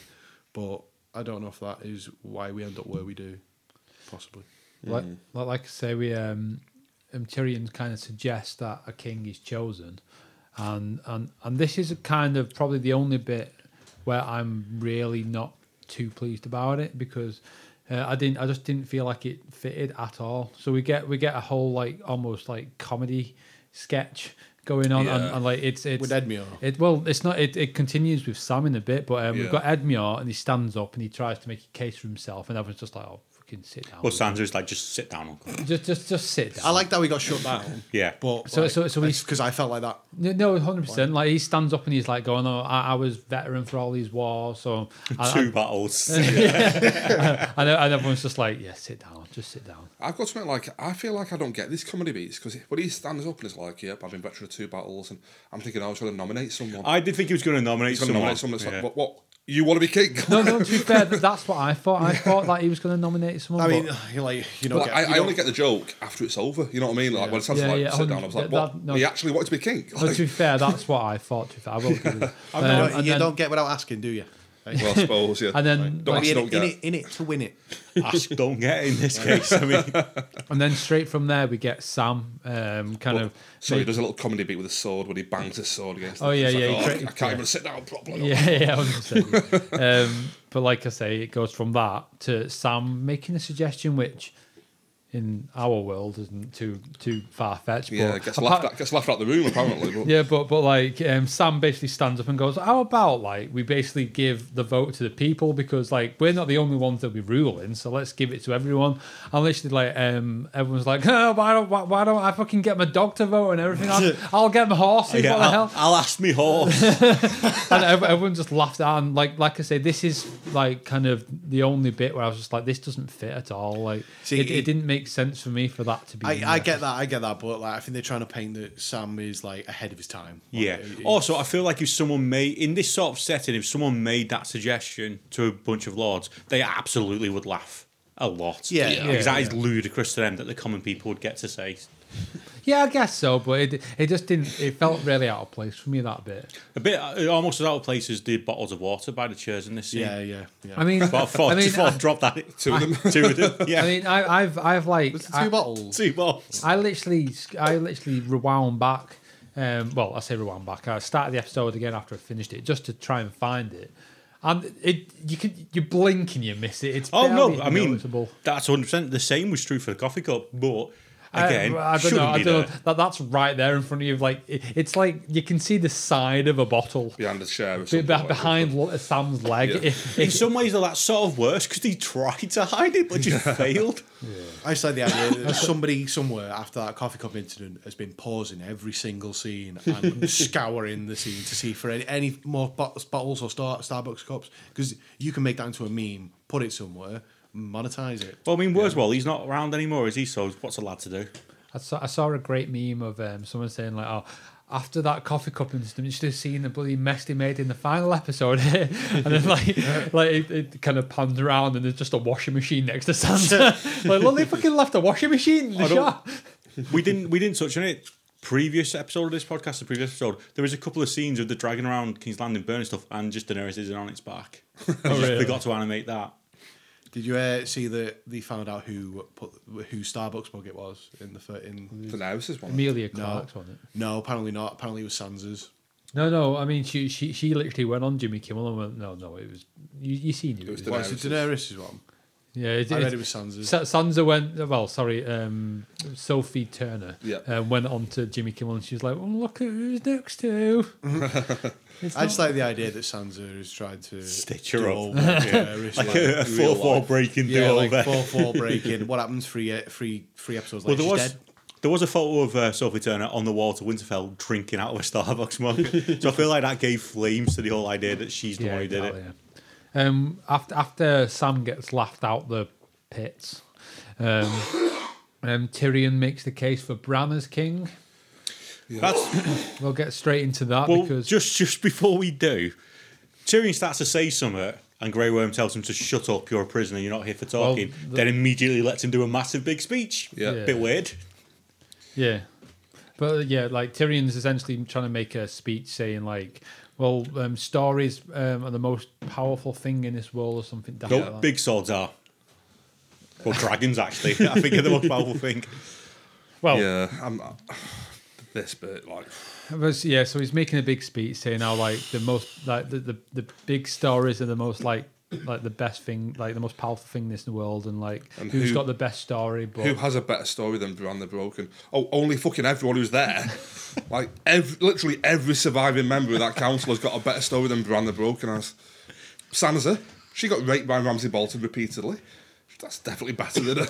Speaker 3: But I don't know if that is why we end up where we do, possibly.
Speaker 1: Like, like, like I say, we um, um, Tyrion kind of suggests that a king is chosen, and and and this is kind of probably the only bit where I'm really not too pleased about it because uh, I didn't, I just didn't feel like it fitted at all. So we get we get a whole like almost like comedy sketch going on, and,
Speaker 2: Yeah.
Speaker 1: and like it's it's
Speaker 3: With Edmure.
Speaker 1: It well, it's not. It, it continues with Sam in a bit, but um,
Speaker 2: Yeah.
Speaker 1: we've got Edmure, and he stands up and he tries to make a case for himself, and everyone's just like, "Oh, fucking sit down."
Speaker 4: Well,
Speaker 1: would you?"
Speaker 4: Sansa's like, just sit down, Uncle.
Speaker 1: just just just sit down.
Speaker 3: I like that we got shut down.
Speaker 4: Yeah.
Speaker 3: But
Speaker 1: So- so- so we-
Speaker 3: because I felt like that.
Speaker 1: no, hundred percent. Like he stands up and he's like going, "Oh, I, I was veteran for all these wars." So
Speaker 4: Two
Speaker 1: I,
Speaker 4: battles.
Speaker 1: I, and, and everyone's just like, "Yeah, sit down, just sit down."
Speaker 2: I've got to admit, like, I feel like I don't get these comedy beats because when he stands up and is like, "Yep, I've been veteran of two battles," and I'm thinking I was going to nominate someone.
Speaker 4: I did think he was going to nominate
Speaker 2: He's going to
Speaker 4: someone.
Speaker 2: nominate someone. It's
Speaker 4: Yeah.
Speaker 2: like, what, what? You want to be king?
Speaker 1: No, no. To be fair, that- that's what I thought. I thought that he was going to nominate someone.
Speaker 3: I mean,
Speaker 1: but-
Speaker 3: you're like, you know,
Speaker 2: Like, I, I only get the joke after it's over. You know what I mean? Like when it sounds
Speaker 1: Yeah,
Speaker 2: like
Speaker 1: yeah,
Speaker 2: sit down, I was like,
Speaker 1: that-
Speaker 2: "What?
Speaker 1: that- no. Oh,
Speaker 2: He actually wanted to be king."
Speaker 1: but
Speaker 2: Like,
Speaker 1: to be fair, that's what I thought. To be fair, I will give you. that. Um,
Speaker 3: you,
Speaker 1: and then-
Speaker 3: don't get without asking, do you?
Speaker 2: well, I suppose, yeah.
Speaker 1: And then,
Speaker 2: don't
Speaker 1: like-
Speaker 2: ask,
Speaker 3: in,
Speaker 2: don't
Speaker 3: it, in,
Speaker 2: get.
Speaker 3: it, in it to win it.
Speaker 4: Ask, don't get in this case. I mean,
Speaker 1: and then straight from there we get Sam, um, kind
Speaker 2: But-
Speaker 1: of.
Speaker 2: so he does a little comedy beat with a sword when he bangs his sword against.
Speaker 1: Oh,
Speaker 2: it.
Speaker 1: yeah,
Speaker 2: It's
Speaker 1: yeah, he
Speaker 2: Like, oh, I,
Speaker 1: cra-
Speaker 2: I can't
Speaker 1: yeah.
Speaker 2: even sit down properly.
Speaker 1: Yeah, yeah, 100%. um, but like I say, it goes from that to Sam making a suggestion, which in our world isn't too too far fetched.
Speaker 2: Yeah,
Speaker 1: but
Speaker 2: gets
Speaker 1: apart-
Speaker 2: laughed, at, gets laughed out the room apparently. But
Speaker 1: yeah, but but like um, Sam basically stands up and goes, "How about like we basically give the vote to the people because like we're not the only ones that we rule in, so let's give it to everyone." And literally, like um, everyone's like, oh, "Why don't why, why don't I fucking get my dog to vote and everything? I'll, I'll get my horses.
Speaker 4: Yeah,
Speaker 1: what the
Speaker 4: I'll,
Speaker 1: hell?"
Speaker 4: I'll ask me horse.
Speaker 1: and ev- everyone just laughed at. And like like I say, this is like kind of the only bit where I was just like, "This doesn't fit at all." Like
Speaker 3: See,
Speaker 1: it, it,
Speaker 3: it-
Speaker 1: didn't make sense for me for that to be.
Speaker 3: I,
Speaker 1: in
Speaker 3: I
Speaker 1: there.
Speaker 3: get that, I get that, but like I think they're trying to paint that Sam is like ahead of his time. Like,
Speaker 4: Yeah.
Speaker 3: he- he-
Speaker 4: Also, I feel like if someone made in this sort of setting, if someone made that suggestion to a bunch of lords, they absolutely would laugh a lot.
Speaker 3: Yeah, Yeah.
Speaker 4: because that is
Speaker 1: yeah.
Speaker 4: ludicrous to them that the common people would get to say.
Speaker 1: Yeah, I guess so, but it it just didn't. It felt really out of place for me that bit.
Speaker 4: A bit uh, almost as out of place as the bottles of water by the chairs in this scene.
Speaker 3: yeah, yeah, yeah.
Speaker 1: I mean,
Speaker 4: But four,
Speaker 1: I mean,
Speaker 4: four,
Speaker 1: I,
Speaker 4: drop that.
Speaker 2: Two of them.
Speaker 4: Two of them. Yeah.
Speaker 1: I mean, I, I've, I've like,
Speaker 3: was it two
Speaker 1: I,
Speaker 3: bottles?
Speaker 4: two bottles.
Speaker 1: I literally, I literally rewound back. Um, well, I say rewound back. I started the episode again after I finished it, just to try and find it. And it, you can, you blink and you miss it. It's
Speaker 4: Oh
Speaker 1: barely
Speaker 4: no! I mean,
Speaker 1: noticeable.
Speaker 4: that's one hundred percent. The same was true for the coffee cup, but
Speaker 1: I-
Speaker 4: again,
Speaker 1: I, don't
Speaker 4: shouldn't
Speaker 1: know. I
Speaker 4: be
Speaker 1: don't know.
Speaker 4: there.
Speaker 1: That, that's right there in front of you. Like it, it's like you can see the side of a bottle
Speaker 2: behind the chair, or
Speaker 1: be-
Speaker 2: something
Speaker 1: be-
Speaker 2: like that.
Speaker 1: behind lo- Sam's leg.
Speaker 2: Yeah.
Speaker 1: If-
Speaker 4: In some ways, though, that's sort of worse because he tried to hide it but just failed.
Speaker 3: I just like the idea that somebody somewhere after that coffee cup incident has been pausing every single scene and scouring the scene to see for any, any more bot- bottles or star- Starbucks cups because you can make that into a meme, put it somewhere, monetize it.
Speaker 4: Well, I mean, Wurzwell, he's not around anymore, is he? So what's a lad to do?
Speaker 1: I saw, I saw a great meme of um, someone saying like, "Oh, after that coffee cup incident, you should have seen the bloody mess they made in the final episode." and then like, like it, it kind of pans around, and there's just a washing machine next to Santa. like, look, they fucking left a washing machine in the
Speaker 4: I don't-
Speaker 1: shop.
Speaker 4: We didn't we didn't touch on it. Previous episode of this podcast, the previous episode, there was a couple of scenes of the dragon around King's Landing burning stuff, and just Daenerys isn't on its back. They just
Speaker 1: Oh, really?
Speaker 4: forgot to animate that.
Speaker 3: Did you uh, see that they found out who put who Starbucks mug it was in the fir- in?
Speaker 1: Mm.
Speaker 2: The nose is one. of them.
Speaker 1: Amelia
Speaker 3: No,
Speaker 1: Clark's on it.
Speaker 3: no, apparently not. Apparently it was Sansa's.
Speaker 1: No, no. I mean, she she she literally went on Jimmy Kimmel and went, "No, no, it was you. You seen it?
Speaker 2: It was
Speaker 1: was-
Speaker 2: the
Speaker 3: Why is it
Speaker 2: Daenerys'.
Speaker 3: Daenerys' one?
Speaker 1: yeah, it,
Speaker 3: I
Speaker 1: it-
Speaker 3: read it was Sansa's.
Speaker 1: Sa- Sansa went. Well, sorry, um, Sophie Turner
Speaker 2: Yeah.
Speaker 1: uh, went on to Jimmy Kimmel, and she was like, well, "Look at who's next to." It's
Speaker 3: I just
Speaker 1: not-
Speaker 3: like the idea that Sansa is trying to
Speaker 4: Stitch her
Speaker 3: do
Speaker 4: up.
Speaker 3: over Daenerys,
Speaker 4: Like
Speaker 3: like-
Speaker 4: a
Speaker 2: real
Speaker 4: four four
Speaker 2: life.
Speaker 4: breaking
Speaker 3: Yeah,
Speaker 4: do
Speaker 3: like
Speaker 4: over.
Speaker 3: four four breaking. What happens three uh, three three episodes
Speaker 4: well,
Speaker 3: later?
Speaker 4: there
Speaker 3: she's
Speaker 4: was
Speaker 3: dead.
Speaker 4: there was a photo of uh, Sophie Turner on the wall to Winterfell drinking out of a Starbucks mug. so I feel like that gave flames to the whole idea that she's the one who did it.
Speaker 1: exactly, yeah. Um, after after Sam gets laughed out the pits, um, um, Tyrion makes the case for Bran as king.
Speaker 4: That's
Speaker 1: We'll get straight into that
Speaker 4: Well,
Speaker 1: because
Speaker 4: just just before we do, Tyrion starts to say something, and Grey Worm tells him to shut up. You're a prisoner. You're not here for talking.
Speaker 1: the-
Speaker 4: then immediately lets him do a massive big speech.
Speaker 2: Yeah.
Speaker 1: Yeah.
Speaker 4: bit weird.
Speaker 1: Yeah. But uh, yeah, like Tyrion's essentially trying to make a speech saying like, well, um, stories um, are the most powerful thing in this world or something. Damn
Speaker 4: No, big swords are. Well, dragons actually. I think they're the most powerful thing.
Speaker 1: Well, yeah.
Speaker 2: Yeah, I'm uh, this bit like
Speaker 1: yeah, so he's making a big speech saying how like the most like the, the, the big stories are the most like like the best thing like the most powerful thing in this world and like
Speaker 2: And
Speaker 1: who's
Speaker 2: who-
Speaker 1: got the best story but
Speaker 2: who has a better story than Bran the Broken? Oh, only fucking everyone who's there. like ev literally every surviving member of that council has got a better story than Bran the Broken has. Sansa, she got raped by Ramsay Bolton repeatedly. That's definitely better than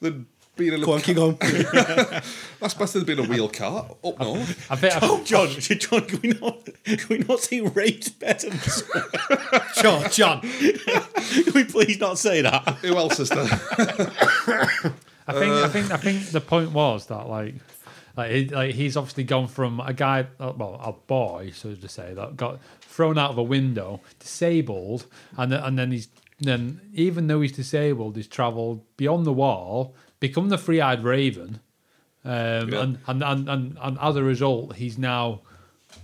Speaker 2: than being in a
Speaker 3: Go on,
Speaker 2: ca-
Speaker 3: keep going.
Speaker 2: That's better than being a wheel cart up north.
Speaker 1: I think I-
Speaker 4: Oh, John, John, can we not can we not see raped better? than swords?
Speaker 3: John, John.
Speaker 4: can we please not say that?
Speaker 2: Who else is there?
Speaker 1: I think
Speaker 4: Uh.
Speaker 1: I think I think the point was that like like, he, like he's obviously gone from a guy uh, well a boy so to say that got thrown out of a window disabled and then, and then he's then even though he's disabled he's travelled beyond the wall become the three-eyed raven um,
Speaker 2: Yeah.
Speaker 1: and, and, and and and as a result he's now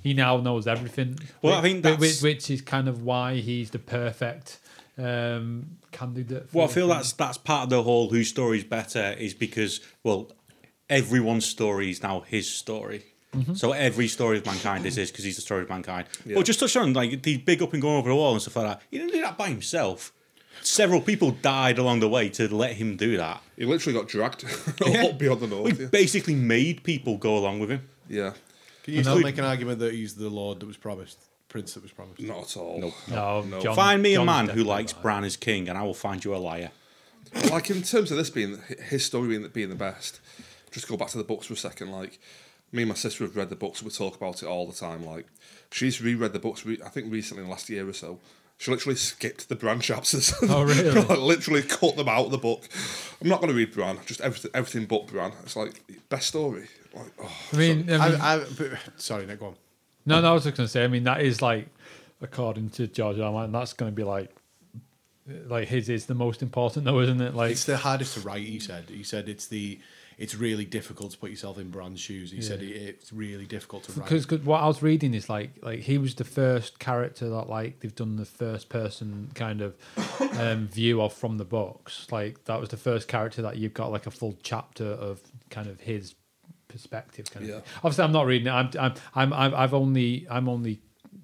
Speaker 1: he now knows everything
Speaker 4: Well, I think
Speaker 1: Whi- whi-
Speaker 4: that's-
Speaker 1: which, is kind of why he's the perfect um, candidate for
Speaker 4: Well, I feel that's that's part of the whole whose story is better is because well, everyone's story is now his story. So every story of mankind is his because he's the story of mankind. Well, just touch on like the big up and going over the wall and stuff like that. He didn't do that by himself. several people died along the way to let him do that.
Speaker 2: He literally got dragged
Speaker 4: Yeah.
Speaker 2: up beyond the
Speaker 4: We
Speaker 2: north. Yeah.
Speaker 4: basically made people go along with him.
Speaker 2: yeah,
Speaker 3: Can you
Speaker 4: And
Speaker 3: still
Speaker 4: that-
Speaker 3: make an argument that he's the Lord that was promised, Prince that was promised?
Speaker 2: not at all.
Speaker 1: No, John-
Speaker 4: Find me a
Speaker 1: John's
Speaker 4: man who
Speaker 1: definitely
Speaker 4: likes
Speaker 1: right.
Speaker 4: Bran as king, and I will find you a liar.
Speaker 2: like in terms of this being his story being the, being the best, just go back to the books for a second. Like me and my sister have read the books. We talk about it all the time. Like she's reread the books. Re- I think recently, in the last year or so, she literally skipped the Bran chapters.
Speaker 1: Oh, really?
Speaker 2: Like, literally cut them out of the book. I'm not going to read Bran. Just everything, everything but Bran. It's like best story. Like oh,
Speaker 1: I mean, I mean
Speaker 3: I, I, but- sorry, Nick, go on.
Speaker 1: no, no, I was just going to say. I mean, that is like, according to George R. R. Martin, that's going to be like, like his is the most important though, isn't it? Like,
Speaker 3: It's the hardest to write. He said. He said it's the. It's really difficult to put yourself in Bran's shoes. He said it, it's really difficult to write.
Speaker 1: because what I was reading is like like he was the first character that like they've done the first person kind of um, view of from the books. Like that was the first character that you've got like a full chapter of kind of his perspective. Kind
Speaker 2: Yeah.
Speaker 1: of thing. obviously I'm not reading it. I'm I'm I'm I'm- I've only I'm only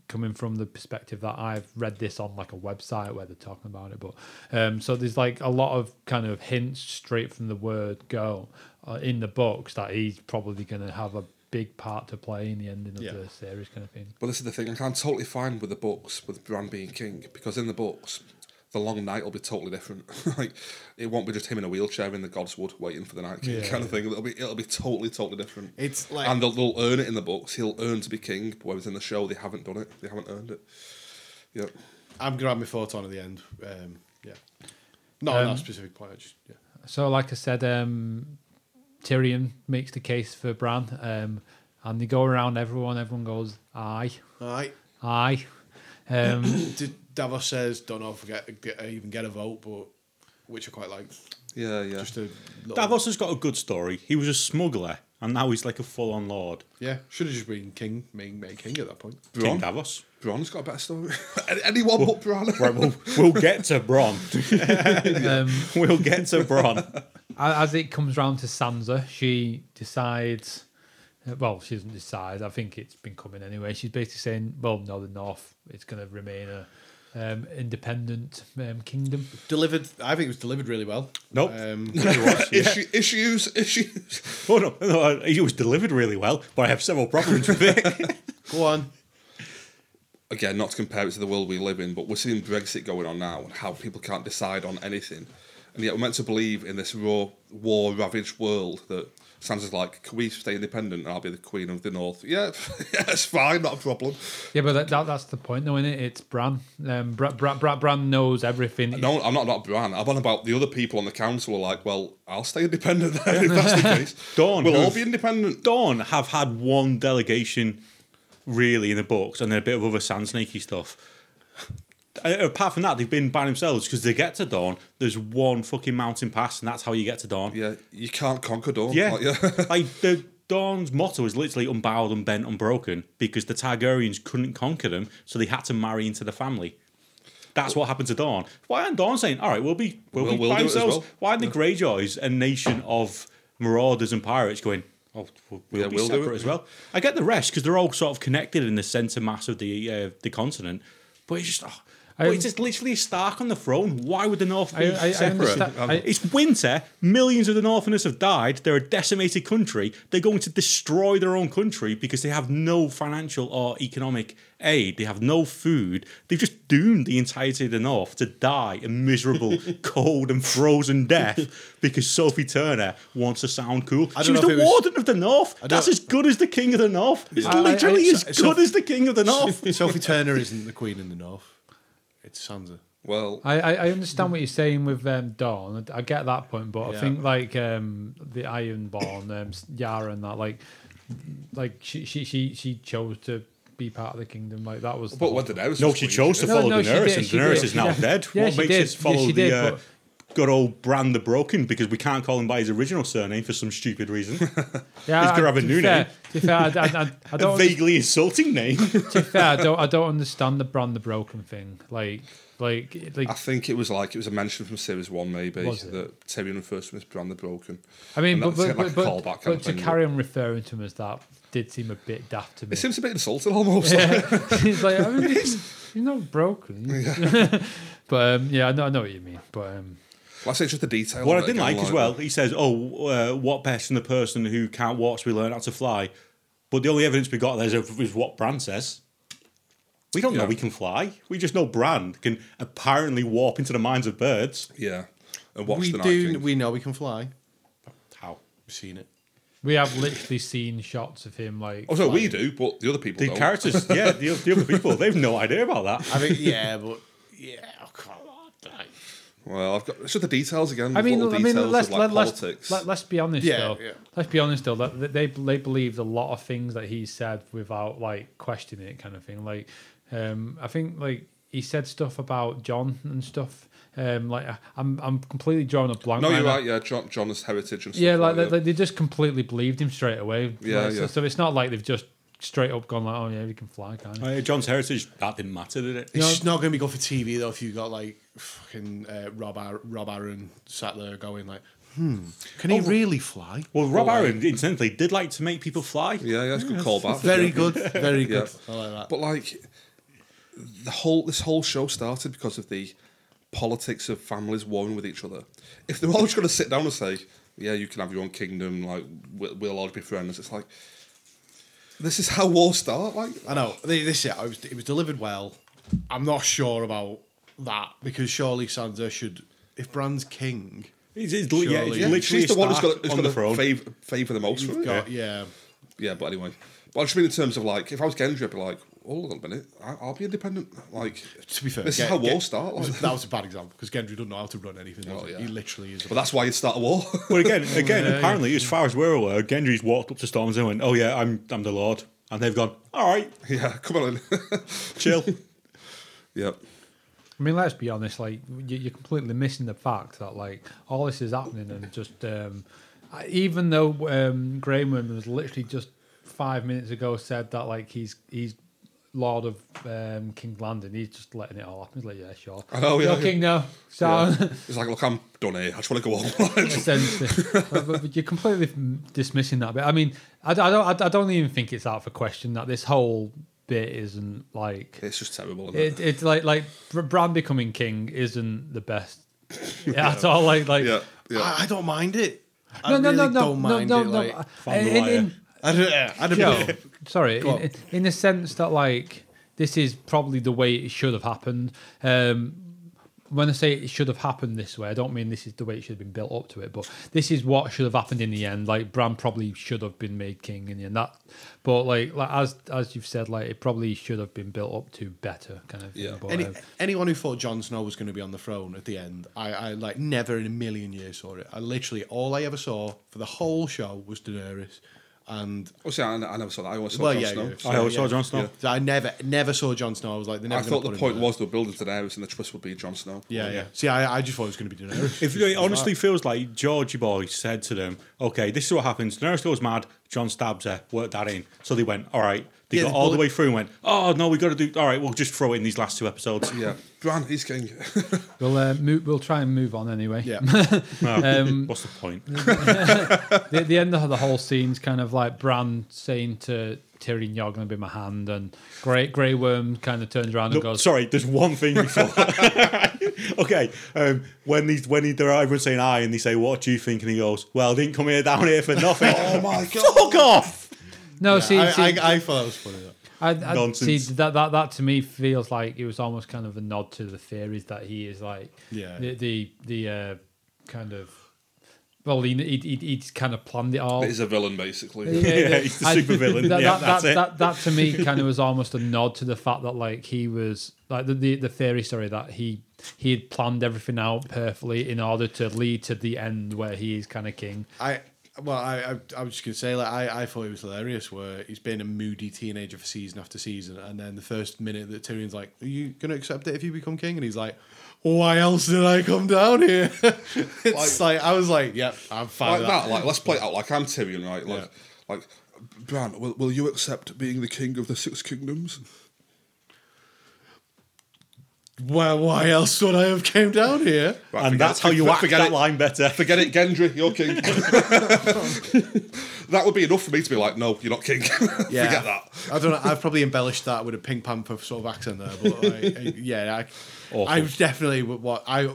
Speaker 1: coming from the perspective that I've read this on like a website where they're talking about it. But um, so there's like a lot of kind of hints straight from the word go uh, in the books that he's probably going to have a big part to play in the ending of
Speaker 3: Yeah.
Speaker 1: the series kind of thing.
Speaker 2: But this is the thing, like, I'm totally fine with the books with Bran being king because in the books, the Long Night will be totally different. like it won't be just him in a wheelchair in the Godswood waiting for the Night King
Speaker 1: Yeah,
Speaker 2: kind of thing. It'll be it'll be totally totally different.
Speaker 3: It's like-
Speaker 2: and they'll, they'll earn it in the books. He'll earn to be king, whereas in the show they haven't done it. They haven't earned it. Yeah,
Speaker 3: I'm gonna have my thoughts on at the end. Um, yeah, not on that specific point. I just, yeah.
Speaker 1: So like I said, um, Tyrion makes the case for Bran, um, and they go around everyone. Everyone goes aye,
Speaker 3: All right.
Speaker 1: aye. Um,
Speaker 3: Did Davos says don't know if we get, get even get a vote, but which I quite liked.
Speaker 2: yeah, yeah.
Speaker 3: Just a little,
Speaker 4: Davos has got a good story. He was a smuggler, and now he's like a full-on lord.
Speaker 3: Yeah, should have just been king, main, main king at that point.
Speaker 4: King
Speaker 2: Bron,
Speaker 4: Davos.
Speaker 2: Bron's got a better story. Any- Anyone but Bron.
Speaker 4: Right, we'll, we'll get to Bron.
Speaker 1: um,
Speaker 4: We'll get to Bron.
Speaker 1: A- as it comes round to Sansa, she decides. uh, Well, she doesn't decide. I think it's been coming anyway. She's basically saying, "Well, no, the North it's going to remain a um, independent um, kingdom."
Speaker 3: Delivered. I think it was delivered really well.
Speaker 4: Nope.
Speaker 3: Um,
Speaker 2: Issue, issues, issues.
Speaker 4: Oh no, no, it was delivered really well, but I have several problems with it.
Speaker 3: go on.
Speaker 2: again, not to compare it to the world we live in, but we're seeing Brexit going on now and how people can't decide on anything. And yet we're meant to believe in this raw, war ravaged world that Sansa's like, can we stay independent and I'll be the Queen of the North? Yeah, yeah, it's fine, not a problem.
Speaker 1: Yeah, but that, that that's the point, though, isn't it? It's Bran. Um, Bra- Bra- Bra- Bran knows everything.
Speaker 2: No, I'm not about Bran. I'm on about the other people on the council are like, well, I'll stay independent then if that's the case.
Speaker 4: Dawn,
Speaker 2: We'll all
Speaker 4: who's-
Speaker 2: be independent.
Speaker 4: Dawn have had one delegation really in the books, and then a bit of other sand snaky stuff. Uh, Apart from that, they've been by themselves because they get to Dawn. There's one fucking mountain pass, and that's how you get to Dawn.
Speaker 2: Yeah, you can't conquer Dawn.
Speaker 4: Yeah.
Speaker 2: Like, yeah.
Speaker 4: like the Dawn's motto is literally unbowed, unbent, unbroken because the Targaryens couldn't conquer them, so they had to marry into the family. That's what happened to Dawn. Why aren't Dawn saying, "All right, we'll be we'll,
Speaker 2: We'll-
Speaker 4: be
Speaker 2: we'll
Speaker 4: by
Speaker 2: do it as
Speaker 4: ourselves"?
Speaker 2: well.
Speaker 4: Why aren't the Greyjoys, a nation of marauders and pirates, going? Oh, we'll, we'll
Speaker 2: Yeah,
Speaker 4: be
Speaker 2: we'll do
Speaker 4: separate
Speaker 2: it."
Speaker 4: as well. I get the rest because they're all sort of connected in the centre mass of the uh, the continent, but it's just. Oh, but
Speaker 1: I-
Speaker 4: it's just literally Stark on the throne. Why would the North be
Speaker 1: I- I- I
Speaker 4: separate?
Speaker 1: understand- I-
Speaker 4: it's winter. Millions of the Northerners have died. They're a decimated country. They're going to destroy their own country because they have no financial or economic aid. They have no food. They've just doomed the entirety of the North to die a miserable, cold, and frozen death because Sophie Turner wants to sound cool.
Speaker 3: I
Speaker 4: She
Speaker 3: don't
Speaker 4: was
Speaker 3: know
Speaker 4: the
Speaker 3: if it was-
Speaker 4: warden of the North. That's
Speaker 3: don't-
Speaker 4: as good as the King of the North. It's
Speaker 1: I- I-
Speaker 4: literally
Speaker 1: I-
Speaker 4: as
Speaker 3: so-
Speaker 4: good as the King of the North.
Speaker 3: Sophie Turner isn't the queen in the north. It's Sansa.
Speaker 2: Well,
Speaker 1: I, I, I understand what you're saying with um, Dawn. I, I get that point, but I
Speaker 3: Yeah.
Speaker 1: think like um, the Ironborn, um, Yara, and that like like she, she she she chose to be part of the kingdom. Like that was. the
Speaker 2: but
Speaker 1: whole-
Speaker 2: when the Daenerys
Speaker 4: No,
Speaker 2: was
Speaker 4: she
Speaker 2: queen,
Speaker 4: chose to
Speaker 1: No,
Speaker 4: follow
Speaker 1: no, she
Speaker 4: Daenerys,
Speaker 1: did,
Speaker 4: and
Speaker 1: she
Speaker 4: Daenerys
Speaker 1: did,
Speaker 4: is now
Speaker 1: yeah.
Speaker 4: dead.
Speaker 1: Yeah,
Speaker 4: what
Speaker 1: she
Speaker 4: makes
Speaker 1: did,
Speaker 4: us follow
Speaker 1: yeah, she did,
Speaker 4: the uh,
Speaker 1: but-
Speaker 4: good old Bran the Broken because we can't call him by his original surname for some stupid reason.
Speaker 1: yeah,
Speaker 4: He's gonna
Speaker 1: I-
Speaker 4: have a
Speaker 1: to
Speaker 4: new
Speaker 1: be fair-
Speaker 4: name.
Speaker 1: To be fair, I, I, I, I
Speaker 4: a
Speaker 1: don't.
Speaker 4: vaguely insulting name.
Speaker 1: to be fair, I don't. I don't understand the brand the broken thing. Like like like.
Speaker 2: I think it was like it was a mention from series one, maybe
Speaker 1: Was it?
Speaker 2: that Tyrion refers to him as Bran the Broken.
Speaker 1: I mean,
Speaker 2: And
Speaker 1: but
Speaker 2: that's
Speaker 1: but,
Speaker 2: like
Speaker 1: but,
Speaker 2: a
Speaker 1: but,
Speaker 2: callback kind of
Speaker 1: to
Speaker 2: thing,
Speaker 1: carry on referring to him as that did seem a bit daft to me.
Speaker 2: It seems a bit insulting almost.
Speaker 1: yeah. He's like, I mean, he's, he's not broken. but um, yeah, I know, I know what you mean. But um,
Speaker 2: Like I say, it's just the detail.
Speaker 4: What
Speaker 2: of
Speaker 4: I
Speaker 2: it
Speaker 4: didn't
Speaker 2: again,
Speaker 4: like as well, he says, "Oh, uh, what best than the person who can't walk, so we learn how to fly." But the only evidence we got there is, is what Bran says. We don't know
Speaker 2: Yeah.
Speaker 4: we can fly. We just know Bran can apparently warp into the minds of birds.
Speaker 2: Yeah. And watch
Speaker 3: we
Speaker 2: the Night
Speaker 3: do.
Speaker 2: King.
Speaker 3: We know we can fly.
Speaker 4: How?
Speaker 3: We've seen it.
Speaker 1: we have literally seen shots of him like.
Speaker 2: Oh, no, we
Speaker 1: like-
Speaker 2: do, but the other people
Speaker 4: The
Speaker 2: don't.
Speaker 4: characters, yeah, the, the other people, they've no idea about that.
Speaker 3: I mean, yeah, but yeah, oh, come on. like-
Speaker 2: Well, I've got it's just the details again.
Speaker 1: I mean,
Speaker 2: little
Speaker 1: I mean,
Speaker 2: details
Speaker 1: let's
Speaker 2: of, like,
Speaker 1: let, let's,
Speaker 2: politics.
Speaker 1: let, let's be honest
Speaker 3: Yeah,
Speaker 1: though.
Speaker 3: yeah.
Speaker 1: Let's be honest though. That that they they believed a lot of things that he said without like questioning it, kind of thing. Like, um, I think like he said stuff about John and stuff. Um, like I- I'm I'm completely drawing a blank.
Speaker 2: no, you're
Speaker 1: now.
Speaker 2: right. Yeah, John, John's heritage and stuff.
Speaker 1: Yeah, like,
Speaker 2: that,
Speaker 1: they, they just completely believed him straight away.
Speaker 2: Yeah,
Speaker 1: Like, so-
Speaker 2: yeah.
Speaker 1: So, it's not like they've just straight up gone like, oh yeah, we can fly, kind of.
Speaker 4: Uh, John's heritage, that didn't matter, did it?
Speaker 3: It's just not going to be good for TV though if you got like fucking uh, Rob Ar- Rob Aaron sat there going like, hmm, can he really fly?
Speaker 4: Well, Rob
Speaker 3: Or, like,
Speaker 4: Aaron, incidentally, did like to make people fly.
Speaker 2: yeah, yeah, it's a good callback.
Speaker 3: Very
Speaker 2: Yeah.
Speaker 3: good, very good.
Speaker 2: Yeah.
Speaker 3: I like that.
Speaker 2: But like the whole this whole show started because of the politics of families warring with each other. If they're all just going to sit down and say, "Yeah, you can have your own kingdom," like we'll, we'll all be friends, it's like this is how wars start. Like
Speaker 3: I know th- this. Yeah, I was, it was delivered well. I'm not sure about that because surely Sansa should, if Brand's king,
Speaker 4: It's, it's, li- yeah, it's
Speaker 3: Surely.
Speaker 2: yeah,
Speaker 4: literally
Speaker 2: she's the one who's
Speaker 4: got
Speaker 2: got, who's
Speaker 4: on
Speaker 2: got
Speaker 4: the
Speaker 2: to
Speaker 4: throne.
Speaker 2: favour, favour the most.
Speaker 3: you've
Speaker 2: From it.
Speaker 3: got yeah.
Speaker 2: Yeah, but anyway, but I just mean in terms of like if I was Gendry, I'd be like, "Hold on a minute, I, I'll be independent." Like
Speaker 3: To be fair,
Speaker 2: this
Speaker 3: Gen-
Speaker 2: is how wars
Speaker 3: Gen-
Speaker 2: start. Like,
Speaker 3: that was a bad example because Gendry doesn't know how to run anything. does
Speaker 2: Well,
Speaker 3: he?
Speaker 2: yeah.
Speaker 3: he literally is. a-
Speaker 2: but that's why you start a war.
Speaker 4: Well, again, again, apparently, as far as we're aware, Gendry's walked up to Storms and went, "Oh yeah, I'm I'm the Lord," and they've gone, "All right,
Speaker 2: yeah, come on in.
Speaker 4: chill."
Speaker 2: yeah.
Speaker 1: I mean, let's be honest. Like, you- you're completely missing the fact that like all this is happening, and just um, I- even though um, Greyman was literally just five minutes ago said that like he's he's Lord of um, King's Landing, he's just letting it all happen. He's like, yeah, sure.
Speaker 2: I know,
Speaker 1: You're
Speaker 2: yeah,
Speaker 1: king now. So.
Speaker 2: Yeah. It's like, look, I'm done here. I just want to go home.
Speaker 1: essentially. uh, but, but you're completely dismissing that bit. I mean, I, d- I don't, I, don't even think it's out for question that this whole bit isn't like
Speaker 2: it's just terrible. Isn't it?
Speaker 1: it, it's like like Br- Bran becoming king isn't the best at all. Like like
Speaker 2: yeah, yeah.
Speaker 3: I, I don't mind it. I
Speaker 1: no no
Speaker 3: really
Speaker 1: no no
Speaker 3: don't
Speaker 1: no
Speaker 3: mind
Speaker 1: no
Speaker 3: it,
Speaker 1: no.
Speaker 3: like-
Speaker 1: I- in-
Speaker 4: Liar.
Speaker 1: in-
Speaker 3: I don't, I don't
Speaker 1: Joe,
Speaker 3: know.
Speaker 1: sorry,
Speaker 3: Go on.
Speaker 1: in, in the sense that like this is probably the way it should have happened. Um, when I say it should have happened this way, I don't mean this is the way it should have been built up to it, but this is what should have happened in the end. Like Bran probably should have been made king in the end. That, but like, like as as you've said, like it probably should have been built up to better kind of. thing,
Speaker 2: Yeah.
Speaker 1: But,
Speaker 3: Any,
Speaker 1: um,
Speaker 3: anyone who thought Jon Snow was going to be on the throne at the end, I, I like never in a million years saw it. I literally all I ever saw for the whole show was Daenerys, and
Speaker 2: Oh, see, I, I never saw that. I always saw
Speaker 3: well,
Speaker 2: Jon
Speaker 3: yeah,
Speaker 2: Snow.
Speaker 3: yeah,
Speaker 4: I always saw Jon Snow.
Speaker 3: So I never never saw Jon Snow. I was like, they're never
Speaker 2: I
Speaker 3: gonna
Speaker 2: thought the
Speaker 3: put him
Speaker 2: point
Speaker 3: there.
Speaker 2: was they were building Daenerys and the twist would be Jon Snow.
Speaker 3: yeah, yeah. See, I, I just thought it was going to be Daenerys.
Speaker 4: If it honestly feels like Georgie boy said to them, "Okay, this is what happens. Daenerys goes mad. John stabs her. Work that in." So they went, "All right." They
Speaker 3: Yeah,
Speaker 4: got
Speaker 3: the
Speaker 4: all the
Speaker 3: bullet-
Speaker 4: way through and went, "Oh no, we got to do. All right, we'll just throw it in these last two episodes."
Speaker 2: Yeah. Bran, he's king.
Speaker 3: Oh.
Speaker 1: we'll uh, move, we'll try and move on anyway.
Speaker 3: yeah,
Speaker 1: Um,
Speaker 4: What's the point?
Speaker 1: the, the end of the whole scene's kind of like Bran saying to Tyrion, "You're going to be my hand," and Grey Grey Worm kind of turns around and
Speaker 4: No,
Speaker 1: goes,
Speaker 4: sorry, there's one thing before. okay, um, when these when he, they're everyone saying "I" and they say, "What do you think?" and he goes, "Well, I didn't come here down here for nothing."
Speaker 2: oh my
Speaker 4: Fuck off!
Speaker 1: "No, see,
Speaker 3: I,
Speaker 1: see,
Speaker 3: I, I thought that was funny. Though.
Speaker 1: I, I,
Speaker 4: Nonsense.
Speaker 1: See, that, that that to me feels like it was almost kind of a nod to the theories that he is like
Speaker 3: Yeah.
Speaker 1: the the, the uh, kind of well he, he, he he's kind of planned it all.
Speaker 2: He's a villain, basically.
Speaker 1: Yeah,
Speaker 4: Yeah, he's the
Speaker 1: and
Speaker 4: supervillain.
Speaker 1: That,
Speaker 4: Yeah,
Speaker 1: that,
Speaker 4: that's
Speaker 1: that,
Speaker 4: it.
Speaker 1: That, that to me kind of was almost a nod to the fact that like he was like the the, the theory story that he he had planned everything out perfectly in order to lead to the end where he is kind of king.
Speaker 3: I well, I, I I was just gonna say like I, I thought it was hilarious where he's been a moody teenager for season after season, and then the first minute that Tyrion's like, "Are you gonna accept it if you become king?" and he's like, "Why else did I come down here?" it's like, I was like, "Yep, I'm fine."
Speaker 2: like
Speaker 3: with
Speaker 2: that.
Speaker 3: that.
Speaker 2: Like, let's play it out. Like I'm Tyrion, right? Like,
Speaker 3: Yeah.
Speaker 2: like Bran, will, will you accept being the king of the Six Kingdoms?
Speaker 3: Well, why else would I have came down here?
Speaker 2: Right,
Speaker 4: and
Speaker 2: forget
Speaker 4: that's
Speaker 2: it.
Speaker 4: how you
Speaker 2: For-
Speaker 4: whack
Speaker 2: forget
Speaker 4: that
Speaker 2: it.
Speaker 4: line better.
Speaker 2: Forget it, Gendry, you're king. that would be enough for me to be like, no, you're not king. Forget that.
Speaker 3: I don't know. I've probably embellished that with a Pink Panther sort of accent there, but like, uh, yeah, I,
Speaker 4: Awful.
Speaker 3: I was definitely w- what I.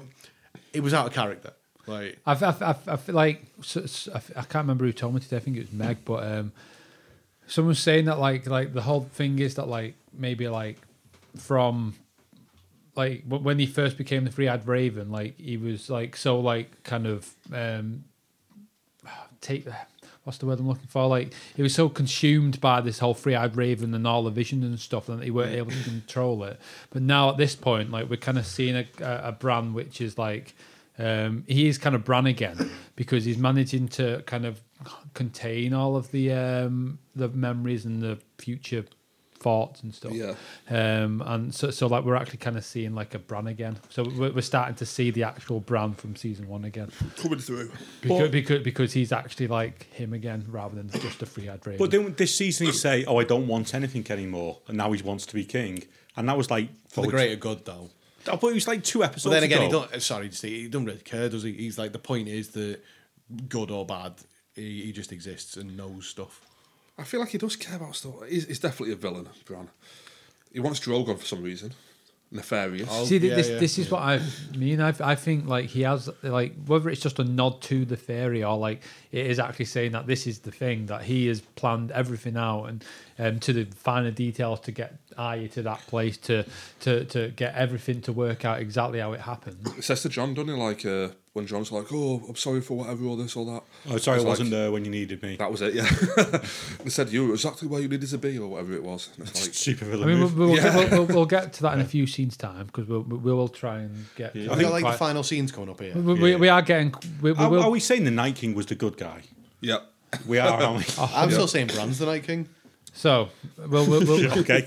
Speaker 3: It was out of character. Like
Speaker 1: I've, I've, I've, I feel like s- s- I f- I can't remember who told me today. I think it was Meg, but um, someone was saying that like like the whole thing is that like maybe like from like w- when he first became the free-eyed raven, like he was like so like kind of um, take what's the word I'm looking for? Like he was so consumed by this whole three-eyed raven and all the vision and stuff that he weren't able to control it. But now at this point, like we're kind of seeing a, a, a Bran which is like um, he is kind of Bran again because he's managing to kind of contain all of the um, the memories and the future thoughts and stuff.
Speaker 2: Yeah.
Speaker 1: Um, and so, so like we're actually kind of seeing like a Bran again. So we're, we're starting to see the actual Bran from season one again.
Speaker 2: Coming through.
Speaker 1: Because, because because he's actually like him again rather than just a free ad raven.
Speaker 4: But then this season he say, "Oh, I don't want anything anymore," and now he wants to be king, and that was like
Speaker 3: for the greater good, though.
Speaker 4: I thought it was like two episodes.
Speaker 3: But then again,
Speaker 4: ago.
Speaker 3: he don't. uh, Sorry, just, he don't really care, does he? He's like the point is that good or bad, he, he just exists and knows stuff.
Speaker 2: I feel like he does care about stuff. He's, he's definitely a villain, Bran. He wants Drogon for some reason. Nefarious.
Speaker 4: Oh.
Speaker 1: See, thi-
Speaker 3: yeah,
Speaker 1: this
Speaker 3: yeah,
Speaker 1: this is what I mean. I I think like he has like whether it's just a nod to the theory or like it is actually saying that this is the thing that he has planned everything out and um, to the finer details to get Arya to that place to to to get everything to work out exactly how it happened.
Speaker 2: It says to John, doesn't it? Like, uh, when John's like, oh, I'm sorry for whatever, all this, all that.
Speaker 4: Oh, sorry, I
Speaker 2: It's like,
Speaker 4: wasn't there when you needed me.
Speaker 2: That was it, yeah. they said you were exactly where you needed to be, or whatever it was. And it's like,
Speaker 4: Super
Speaker 1: I
Speaker 4: villain
Speaker 1: mean, we'll,
Speaker 4: move.
Speaker 1: we'll, we'll, we'll, we'll get to that in a few scenes time because we'll, we will try and get.
Speaker 3: I think like the final scenes coming up here.
Speaker 1: we, we,
Speaker 4: yeah.
Speaker 1: we are getting. We, we
Speaker 4: Are,
Speaker 1: will,
Speaker 4: are we saying the Night King was the good guy?
Speaker 2: yeah.
Speaker 4: We are. Aren't
Speaker 1: Oh.
Speaker 4: we?
Speaker 3: I'm still saying Bran's the Night King.
Speaker 1: So we'll we'll, we'll,
Speaker 4: okay.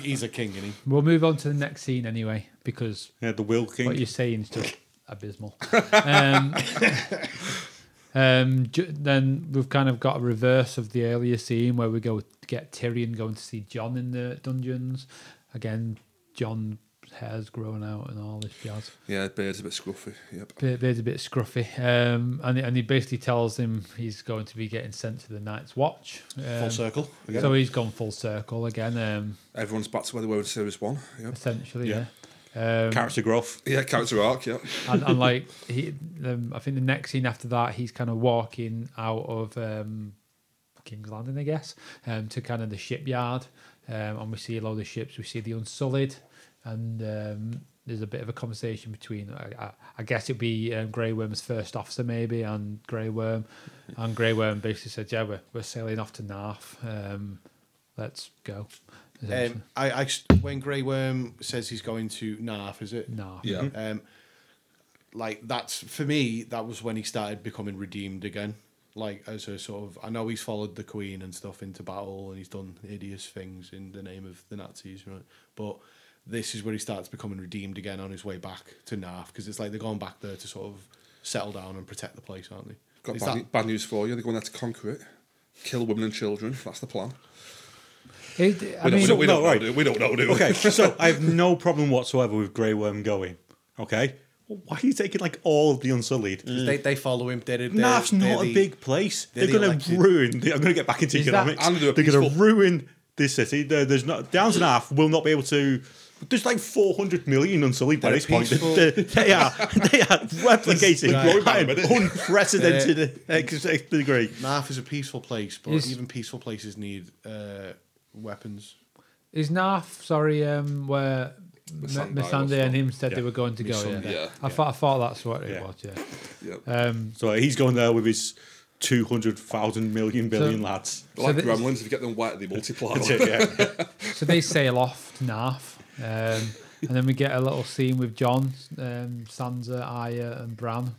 Speaker 3: He's a king, and he.
Speaker 1: we'll move on to the next scene anyway because
Speaker 4: Yeah, the Will King.
Speaker 1: what you're saying is just abysmal. Um, um, ju- then we've kind of got a reverse of the earlier scene where we go get Tyrion going to see John in the dungeons. Again, John's hair's growing out and all this jazz.
Speaker 2: Yeah, beard's a bit scruffy. Yep.
Speaker 1: Beard- Beard's a bit scruffy. Um, and, and he basically tells him he's going to be getting sent to the Night's Watch.
Speaker 3: Full
Speaker 1: Um,
Speaker 3: circle. Again.
Speaker 1: So he's gone full circle again, um,
Speaker 2: Everyone's back to where they were in series one. Yep.
Speaker 1: essentially. Yeah.
Speaker 4: Yeah.
Speaker 1: Um,
Speaker 4: Character growth.
Speaker 2: Yeah, character arc. Yep.
Speaker 1: and, and like he, um, I think the next scene after that, he's kind of walking out of um, King's Landing, I guess, um, to kind of the shipyard, um, and we see a load of ships. We see the Unsullied, and um, there's a bit of a conversation between, I, I, I guess it'd be um, Grey Worm's first officer maybe, and Grey Worm, and Grey Worm basically said, "Yeah, we're, we're sailing off to Narf. Um, let's go."
Speaker 3: Um, I, I when Grey Worm says he's going to Narf, is it?
Speaker 1: Narf.
Speaker 2: Yeah.
Speaker 3: Um, like that's for me. That was when he started becoming redeemed again. Like as a sort of, I know he's followed the Queen and stuff into battle, and he's done hideous things in the name of the Nazis, right? But this is where he starts becoming redeemed again on his way back to Narf, because it's like they're going back there to sort of settle down and protect the place, aren't they?
Speaker 2: Got
Speaker 3: Is
Speaker 2: bad,
Speaker 3: that-
Speaker 2: ne- bad news for you. They're going there to conquer it, kill women and children. That's the plan.
Speaker 1: It- I
Speaker 2: We
Speaker 1: mean,
Speaker 2: don't, we don't, we
Speaker 4: no,
Speaker 2: don't know,
Speaker 4: right.
Speaker 2: do we? We don't know, do we?
Speaker 4: Okay, so I have no problem whatsoever with Grey Worm going. Okay, well, why are you taking like all of the Unsullied?
Speaker 3: 'cause they, they follow him. They're, they're,
Speaker 4: Naf's
Speaker 3: they're
Speaker 4: not
Speaker 3: the-
Speaker 4: a big place.
Speaker 3: they're
Speaker 4: They're,
Speaker 3: the
Speaker 4: going to
Speaker 3: elected-
Speaker 4: ruin. The, I'm going to get back into
Speaker 1: Is that-
Speaker 4: economics.
Speaker 2: And do a
Speaker 4: they're going to
Speaker 2: peaceful-
Speaker 4: ruin this city. There, there's not Downton Half will not be able to. There's like 400 million Unsullied by
Speaker 3: They're
Speaker 4: this point.
Speaker 3: peaceful.
Speaker 4: They, they- they are they are replicating
Speaker 3: Right.
Speaker 4: growing by an unprecedented ex- ex- degree.
Speaker 3: Narf is a peaceful place, but
Speaker 1: Is-
Speaker 3: even peaceful places need uh, weapons.
Speaker 1: Is Narf, sorry, um, where
Speaker 2: Missandei
Speaker 1: M- Missandei and him said they
Speaker 4: Yeah.
Speaker 1: were going to go. Yeah.
Speaker 3: Missandei.
Speaker 2: Yeah.
Speaker 1: I thought I thought that's what it
Speaker 4: Yeah.
Speaker 1: was. Yeah.
Speaker 2: Yep.
Speaker 1: Um,
Speaker 4: So he's going there with his 200,000 million billion
Speaker 1: So-
Speaker 4: lads.
Speaker 2: like
Speaker 1: so the-
Speaker 2: gremlins, if you get them wet, they multiply.
Speaker 4: That's it, yeah.
Speaker 1: so they sail off to Narf, um, and then we get a little scene with John, um, Sansa, Arya, and Bran,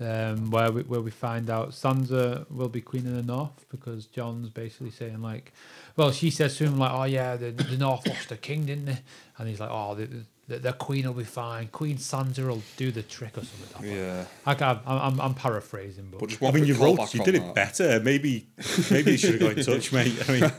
Speaker 1: um, where we where we find out Sansa will be queen of the North because John's basically saying like, well, she says to him like, oh yeah, the, the North lost a king, didn't they? And he's like, oh, the, the, the queen will be fine. Queen Sansa will do the trick or something. like that.
Speaker 2: yeah.
Speaker 1: I can't, I'm, I'm, I'm paraphrasing, but,
Speaker 2: But just
Speaker 4: I
Speaker 2: one
Speaker 4: mean,
Speaker 2: quick
Speaker 4: you
Speaker 2: call
Speaker 4: wrote,
Speaker 2: back
Speaker 4: you
Speaker 2: on
Speaker 4: did
Speaker 2: that.
Speaker 4: it better. Maybe, maybe you should have got in touch, mate. I mean,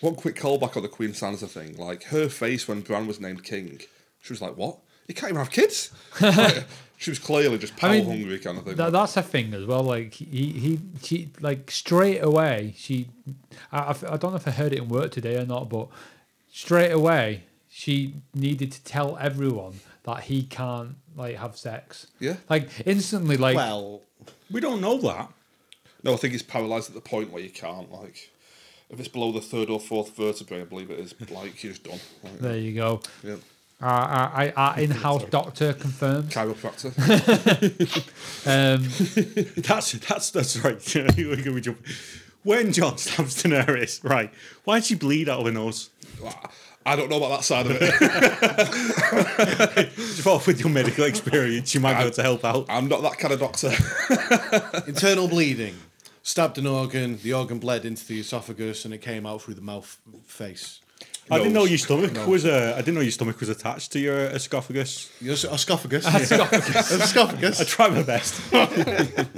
Speaker 2: One quick callback on the Queen Sansa thing. Like her face when Bran was named king, she was like, "What? You can't even have kids." Like, she was clearly just power
Speaker 1: I mean,
Speaker 2: hungry kind of thing.
Speaker 1: That, that's her thing as well. Like he, he, she, like straight away. She, I, I f- I don't know if I heard it in work today or not, but straight away she needed to tell everyone that he can't like have sex.
Speaker 2: Yeah.
Speaker 1: Like instantly, like
Speaker 3: well,
Speaker 4: We don't know that.
Speaker 2: no, I think it's paralysed at the point where you can't like. If it's below the third or fourth vertebrae, I believe it is. Like you're just done. Like,
Speaker 1: there you go.
Speaker 2: yeah.
Speaker 1: Our, our, our- our in-house doctor confirmed.
Speaker 2: Chiropractor.
Speaker 1: Um,
Speaker 4: That's that's that's right. We're gonna jump. when John stabs Daenerys, right? Why'd she bleed out of her nose?
Speaker 2: I don't know about that side of it.
Speaker 4: Just off with your medical experience, you might be able to help out.
Speaker 2: I'm not that kind of doctor.
Speaker 3: internal bleeding. Stabbed an organ, the organ bled into the esophagus, and it came out through the mouth face.
Speaker 4: I didn't know your stomach was. Uh, I didn't know your stomach was attached to your esophagus.
Speaker 3: Your s- esophagus. esophagus.
Speaker 4: I try my best.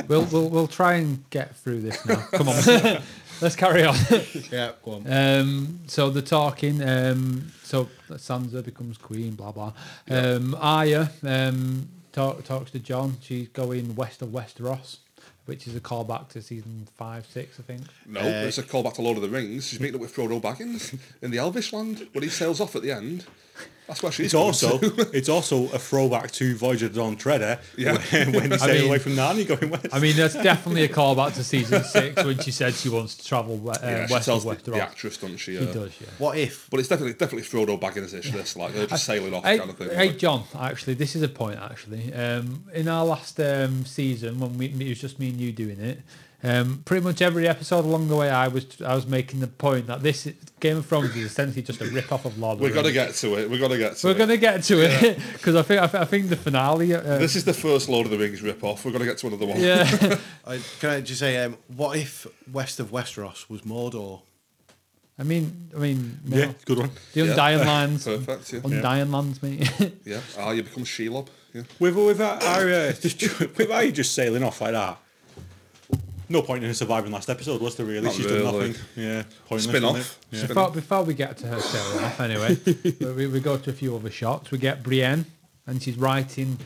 Speaker 1: we'll, we'll we'll try and get through this now. Come on, let's carry on.
Speaker 3: Yeah, go on.
Speaker 1: Um, so they're talking. Um, so Sansa becomes queen. Blah blah. Um, Arya um, talk, talks to John. She's going west of Westeros, which is a callback to season five, six, I think.
Speaker 2: No, it's a callback to Lord of the Rings. She's meeting up with Frodo Baggins in the Elvish land when he sails off at the end. That's where she's
Speaker 4: It's
Speaker 2: going
Speaker 4: also
Speaker 2: to.
Speaker 4: it's also a throwback to Voyage of the Dawn Treader.
Speaker 2: Yeah.
Speaker 4: when, when he sailed
Speaker 1: mean-
Speaker 4: away from Narnia, going west.
Speaker 1: I mean, that's definitely a callback to season six when she said she wants to travel we- uh,
Speaker 2: yeah, she
Speaker 1: west of
Speaker 2: tells the,
Speaker 1: Westeros.
Speaker 2: the actress, doesn't she?
Speaker 1: She
Speaker 2: uh,
Speaker 1: does, yeah.
Speaker 3: What if?
Speaker 2: But it's definitely definitely Frodo Baggins ish. This like they're just sailing off
Speaker 1: Hey,
Speaker 2: kind of thing.
Speaker 1: hey,
Speaker 2: like,
Speaker 1: John. Actually, this is a point. Actually, um, in our last um, season, when we, it was just me and you doing it, um, pretty much every episode along the way, I was I was making the point that this is- Game of Thrones is essentially just a rip off of Lord. of the
Speaker 2: we're gonna
Speaker 1: Rings.
Speaker 2: get to it. We're gonna get to
Speaker 1: We're
Speaker 2: it.
Speaker 1: gonna get to it because I think I, thi- I think the finale. Uh,
Speaker 2: This is the first Lord of the Rings rip off. We're gonna get to another one.
Speaker 1: yeah,
Speaker 3: I, can I just say, um, what if west of Westeros was Mordor?
Speaker 1: I mean, I mean, no.
Speaker 4: yeah, good one.
Speaker 1: the
Speaker 2: Yeah.
Speaker 1: Undying Lands,
Speaker 2: Perfect, yeah.
Speaker 1: Undying Lands, mate.
Speaker 2: Yeah. Ah, you become Shelob. Yeah.
Speaker 4: With with Arya just with Arya just sailing off like that. No point in her surviving last episode, was there really?
Speaker 2: Not
Speaker 4: She's done
Speaker 2: really.
Speaker 4: nothing. Yeah, pointless.
Speaker 2: Spin
Speaker 4: wasn't
Speaker 2: off.
Speaker 4: it? Yeah.
Speaker 2: Spin
Speaker 1: before,
Speaker 2: off.
Speaker 1: before we get to her sailing off, anyway, we, we go to a few other shots. We get Brienne, and she's writing.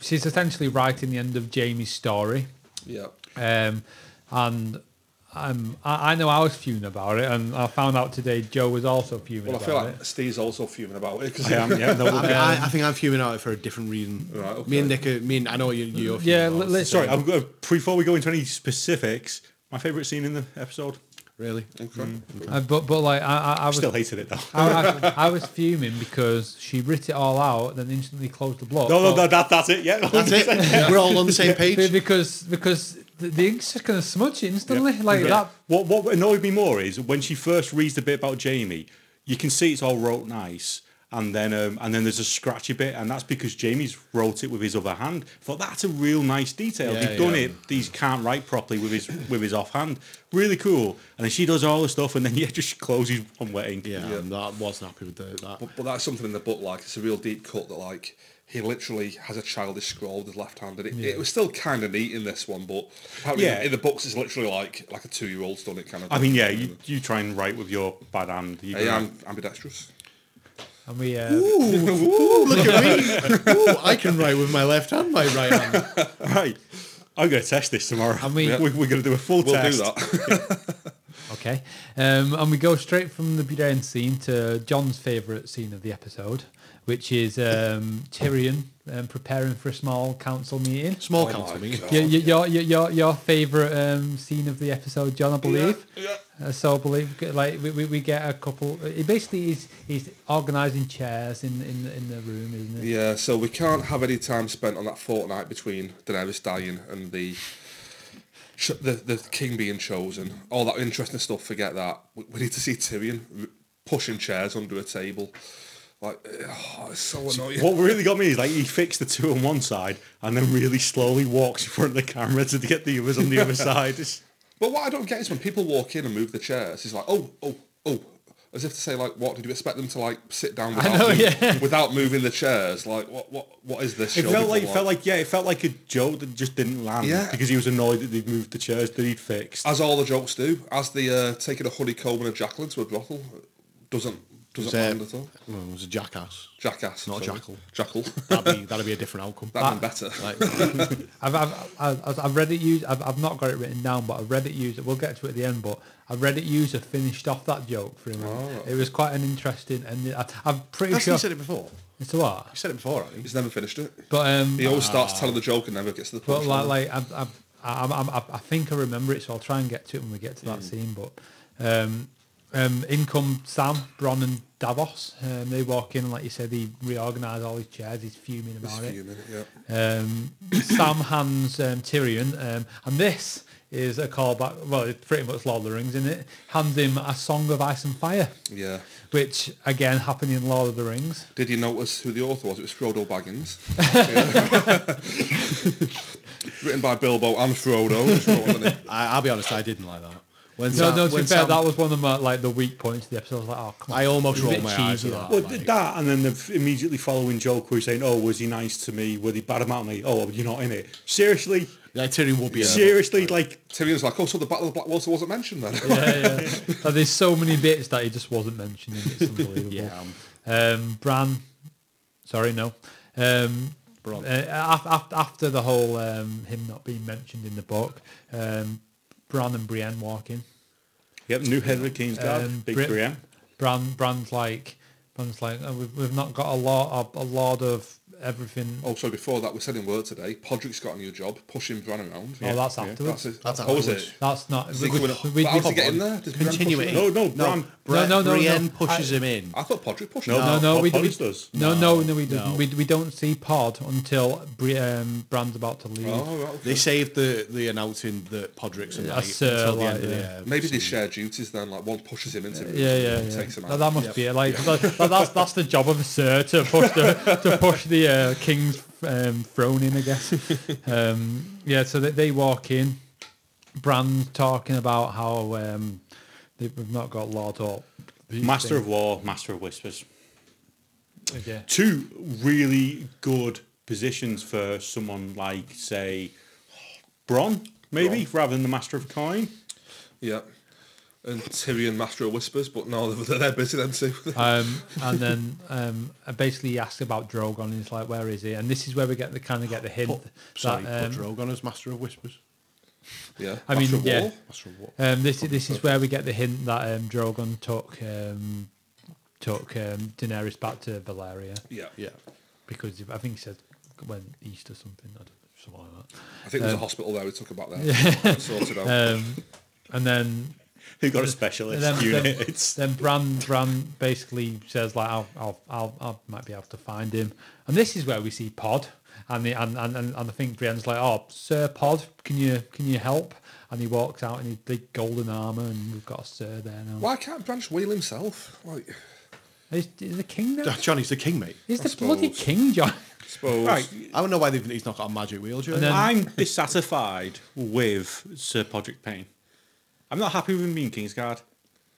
Speaker 1: She's essentially writing the end of Jamie's story,
Speaker 2: Yeah.
Speaker 1: um, and um, I, I know I was fuming about it, and I found out today Joe was also fuming
Speaker 2: Well, I
Speaker 1: about
Speaker 2: feel
Speaker 1: it.
Speaker 2: like Steve's also fuming about it because
Speaker 4: I am, yeah, no,
Speaker 3: I,
Speaker 4: we'll-
Speaker 3: I, I think I'm fuming out for a different reason.
Speaker 2: Right, okay.
Speaker 3: Me and Nick, are, me and I know you. You're fuming
Speaker 1: Yeah,
Speaker 3: out.
Speaker 1: let- let's-
Speaker 4: Sorry, I'm going before we go into any specifics. My favourite scene in the episode.
Speaker 3: really.
Speaker 1: Uh, but but like I, I, I was
Speaker 4: Still hated it though.
Speaker 2: Oh.
Speaker 1: I, I, I was fuming because she writ it all out, then instantly closed the block.
Speaker 4: No, no,
Speaker 1: But-
Speaker 4: no that, that's it. Yeah,
Speaker 3: That's it. We're all on the same
Speaker 1: be-
Speaker 3: page.
Speaker 1: because because the, the ink's just gonna smudge it instantly like
Speaker 4: Yeah.
Speaker 1: that.
Speaker 4: What what annoyed me more is when she first reads the bit about Jamie. You can see it's all wrote nice, and then um, and then there's a scratchy bit, and that's because Jamie's wrote it with his other hand. I thought that's a real nice detail.
Speaker 3: Yeah,
Speaker 4: They've done
Speaker 3: yeah.
Speaker 4: it. These can't write properly with his with his offhand. Really cool. And then she does all the stuff, and then yeah, just closes on wetting.
Speaker 3: Yeah, and that wasn't happy with the, that.
Speaker 2: But, but that's something in the book, like it's a real deep cut that like he literally has a childish scroll with his left hand, and it, it was still kind of neat in this one, but apparently
Speaker 4: Yeah.
Speaker 2: in, the books it's literally like like a two year old's done it kind of.
Speaker 4: I
Speaker 2: thing.
Speaker 4: mean, yeah, you, you try and write with your bad hand. You
Speaker 2: Hey, I'm ambidextrous.
Speaker 1: And we uh,
Speaker 3: Ooh, look at me. Ooh, I can write with my left hand, my right hand.
Speaker 4: right. I'm going to test this tomorrow.
Speaker 1: And we-
Speaker 4: we, we're going to do a full
Speaker 2: We'll
Speaker 4: test.
Speaker 2: do that.
Speaker 1: Okay. Um, and we go straight from the Brienne scene to John's favourite scene of the episode, which is um, Tyrion um, preparing for a small council meeting.
Speaker 3: Small
Speaker 2: Oh my
Speaker 3: council meeting.
Speaker 2: God.
Speaker 1: Your, your, your, your, your favourite um, scene of the episode, John, I believe.
Speaker 2: yeah.
Speaker 1: Uh, so I believe, like we, we, we get a couple. It basically is he's organising chairs in in the- in the room, isn't it?
Speaker 2: Yeah, so we can't have any time spent on that fortnight between Daenerys dying and the ch- the, the king being chosen. All that interesting stuff, forget that. We, we need to see Tyrion r- pushing chairs under a table. Like, oh, it's so annoying.
Speaker 4: What really got me is like he fixed the two on one side and then really slowly walks in front of the camera to get the others on the other side. It's,
Speaker 2: But what I don't get is when people walk in and move the chairs, it's like, oh, oh, oh, as if to say, like, what did you expect them to like sit down
Speaker 1: I
Speaker 2: without,
Speaker 1: know,
Speaker 2: move-
Speaker 1: yeah.
Speaker 2: without moving the chairs? Like, what, what, what is this?
Speaker 4: It
Speaker 2: show
Speaker 4: felt
Speaker 2: before,
Speaker 4: like, it felt like yeah, it felt like a joke that just didn't land
Speaker 2: Yeah.
Speaker 4: because he was annoyed that they'd moved the chairs that he'd fixed.
Speaker 2: as all the jokes do, as the uh, taking a honeycomb and a jackal into a brothel doesn't doesn't
Speaker 3: It's, uh,
Speaker 2: land at all.
Speaker 3: Well, it was a jackass.
Speaker 2: Jackass,
Speaker 3: Not a
Speaker 2: sorry.
Speaker 3: jackal.
Speaker 2: Jackal.
Speaker 3: That'd be that'd be a different outcome.
Speaker 2: That'd been better.
Speaker 1: I've, I've, I've, I've read it used. I've, I've not got it written down, but a Reddit user. We'll get to it at the end, but a Reddit user finished off that joke for him. and It was quite an interesting, and I, I'm pretty
Speaker 3: That's-
Speaker 1: sure
Speaker 3: you said it before.
Speaker 1: it's a what.
Speaker 3: You said it before, haven't you?
Speaker 2: He's never finished it.
Speaker 1: But um,
Speaker 2: He always starts telling the joke and never gets to the
Speaker 1: but
Speaker 2: punchline.
Speaker 1: like, like I'm, I'm, I'm, I'm, I- I think I remember it, so I'll try and get to it when we get to that scene. But um, um, in come Sam, Bron, and Davos. Um, they walk in, and like you said, he reorganised all his chairs. He's fuming about
Speaker 2: Just
Speaker 1: it.
Speaker 2: a few minutes, yeah.
Speaker 1: um, Sam hands um, Tyrion, um, and this is a callback. Well, it's pretty much Lord of the Rings, isn't it? Hands him a Song of Ice and Fire,
Speaker 2: Yeah.
Speaker 1: which again happened in Lord of the Rings.
Speaker 2: Did you notice who the author was? It was Frodo Baggins. Written by Bilbo and Frodo. Just wrote on it.
Speaker 3: I, I'll be honest, I didn't like that. When
Speaker 1: No,
Speaker 3: Sam-
Speaker 1: no. To be
Speaker 3: when
Speaker 1: fair,
Speaker 3: Sam-
Speaker 1: that was one of my like the weak points of the episode. I was like, oh come on.
Speaker 3: I almost
Speaker 1: It's a
Speaker 3: rolled
Speaker 1: bit
Speaker 3: my eyes
Speaker 1: cheesy,
Speaker 3: at that.
Speaker 1: that.
Speaker 4: Well, th- that and then the f- immediately following joke where he's saying, "Oh, was he nice to me? Were they bad about me? Oh, you're not in it." Seriously,
Speaker 3: Yeah, Tyrion would be. a-
Speaker 4: seriously, like
Speaker 2: Tyrion's like, oh, so the Battle of the Black Water wasn't mentioned then.
Speaker 1: yeah, yeah. Like, there's so many bits that he just wasn't mentioning. It's unbelievable.
Speaker 3: Yeah.
Speaker 1: Um, Bran, sorry, no. Um,
Speaker 3: Bron.
Speaker 1: uh, af- af- after the whole um, him not being mentioned in the book, um, Bran and Brienne walk in.
Speaker 4: yep, new head of the King's Guard,
Speaker 1: Um,
Speaker 4: Big
Speaker 1: Brit-
Speaker 4: Brienne.
Speaker 1: Bran, Bran's like, Bran's like, oh, we've, we've not got a lot, a, a lot of everything. Oh,
Speaker 2: oh, sorry, before that, we said in Word today, Podrick's got a new job, pushing Bran around.
Speaker 1: Oh, that's
Speaker 2: That's
Speaker 1: afterwards.
Speaker 2: it.
Speaker 3: That's
Speaker 2: oh, is
Speaker 3: afterwards.
Speaker 2: it?
Speaker 1: That's, not.
Speaker 2: Is he coming up? But how does he get in there? Does Bran push him
Speaker 3: Continue
Speaker 2: in?
Speaker 3: it.
Speaker 4: No, no, Bran.
Speaker 3: Bra-
Speaker 1: No, no, no,
Speaker 3: Brienne
Speaker 1: no.
Speaker 3: pushes
Speaker 1: I-
Speaker 3: him in.
Speaker 2: I thought Podrick pushed him.
Speaker 4: No,
Speaker 1: No, no, we,
Speaker 4: Pod
Speaker 1: we
Speaker 4: does.
Speaker 1: no, no, no, we
Speaker 3: No.
Speaker 1: don't. We, we don't see Pod until Bri- um, Bran's about to leave.
Speaker 2: Oh, right, okay.
Speaker 3: They saved the the announcing that Podrick's a
Speaker 1: Yeah,
Speaker 3: knight
Speaker 1: so,
Speaker 3: until the
Speaker 1: like,
Speaker 3: end of
Speaker 1: yeah.
Speaker 3: the. Uh,
Speaker 2: Maybe they share duties then, like one pushes him into
Speaker 1: Yeah, yeah,
Speaker 2: and
Speaker 1: yeah.
Speaker 2: takes him
Speaker 1: That,
Speaker 2: out.
Speaker 1: that must be it. Like that, that- that's that's the job of a sir to push the to push the uh, king's um, throne in, I guess. Um, yeah, so they, they walk in. Bran talking about how um, they've not got Lord or uh,
Speaker 4: Master of War, Master of Whispers.
Speaker 1: yeah.
Speaker 4: Two really good positions for someone like, say, Bron, maybe rather than the Master of Coin.
Speaker 2: Yeah. And Tyrion, Master of Whispers, but no, they're, they're busy then too.
Speaker 1: Um, and then um, I basically asked about Drogon, and he's like, "Where is he?" And this is where we get the kind of get the hint
Speaker 3: put,
Speaker 1: that
Speaker 3: sorry,
Speaker 1: um,
Speaker 3: put Drogon as Master of Whispers.
Speaker 2: yeah.
Speaker 1: I mean,
Speaker 2: Master of
Speaker 1: yeah.
Speaker 2: War?
Speaker 3: Master of what?
Speaker 1: Um, this this is where we get the hint that um, Drogon took um, took um, Daenerys back to Valeria
Speaker 2: Yeah.
Speaker 3: Yeah.
Speaker 1: because I think he said went east or something, I don't, something like
Speaker 2: I think there's a hospital there we took about that. Sorted out.
Speaker 1: that. Um, and then
Speaker 4: Who got a specialist
Speaker 1: then,
Speaker 4: unit?
Speaker 1: then,
Speaker 4: It's-
Speaker 1: then Bran Bran basically says like I'll, I'll I'll I might be able to find him, and this is where we see Pod, and the and and, and, and I think Brienne's like oh Sir Pod, can you can you help? And he walks out in his big golden armor, and we've got a Sir there now.
Speaker 2: Why can't Branch wheel himself? Like,
Speaker 1: Is, is the king there?
Speaker 3: Johnny's the king, mate.
Speaker 1: He's
Speaker 2: I
Speaker 1: the bloody
Speaker 2: suppose.
Speaker 1: king, John.
Speaker 2: suppose.
Speaker 4: Right,
Speaker 3: I don't know why they've, he's not got a magic wheelchair.
Speaker 1: And then-
Speaker 4: I'm dissatisfied with Sir Podrick Payne. I'm not happy with him being Kingsguard.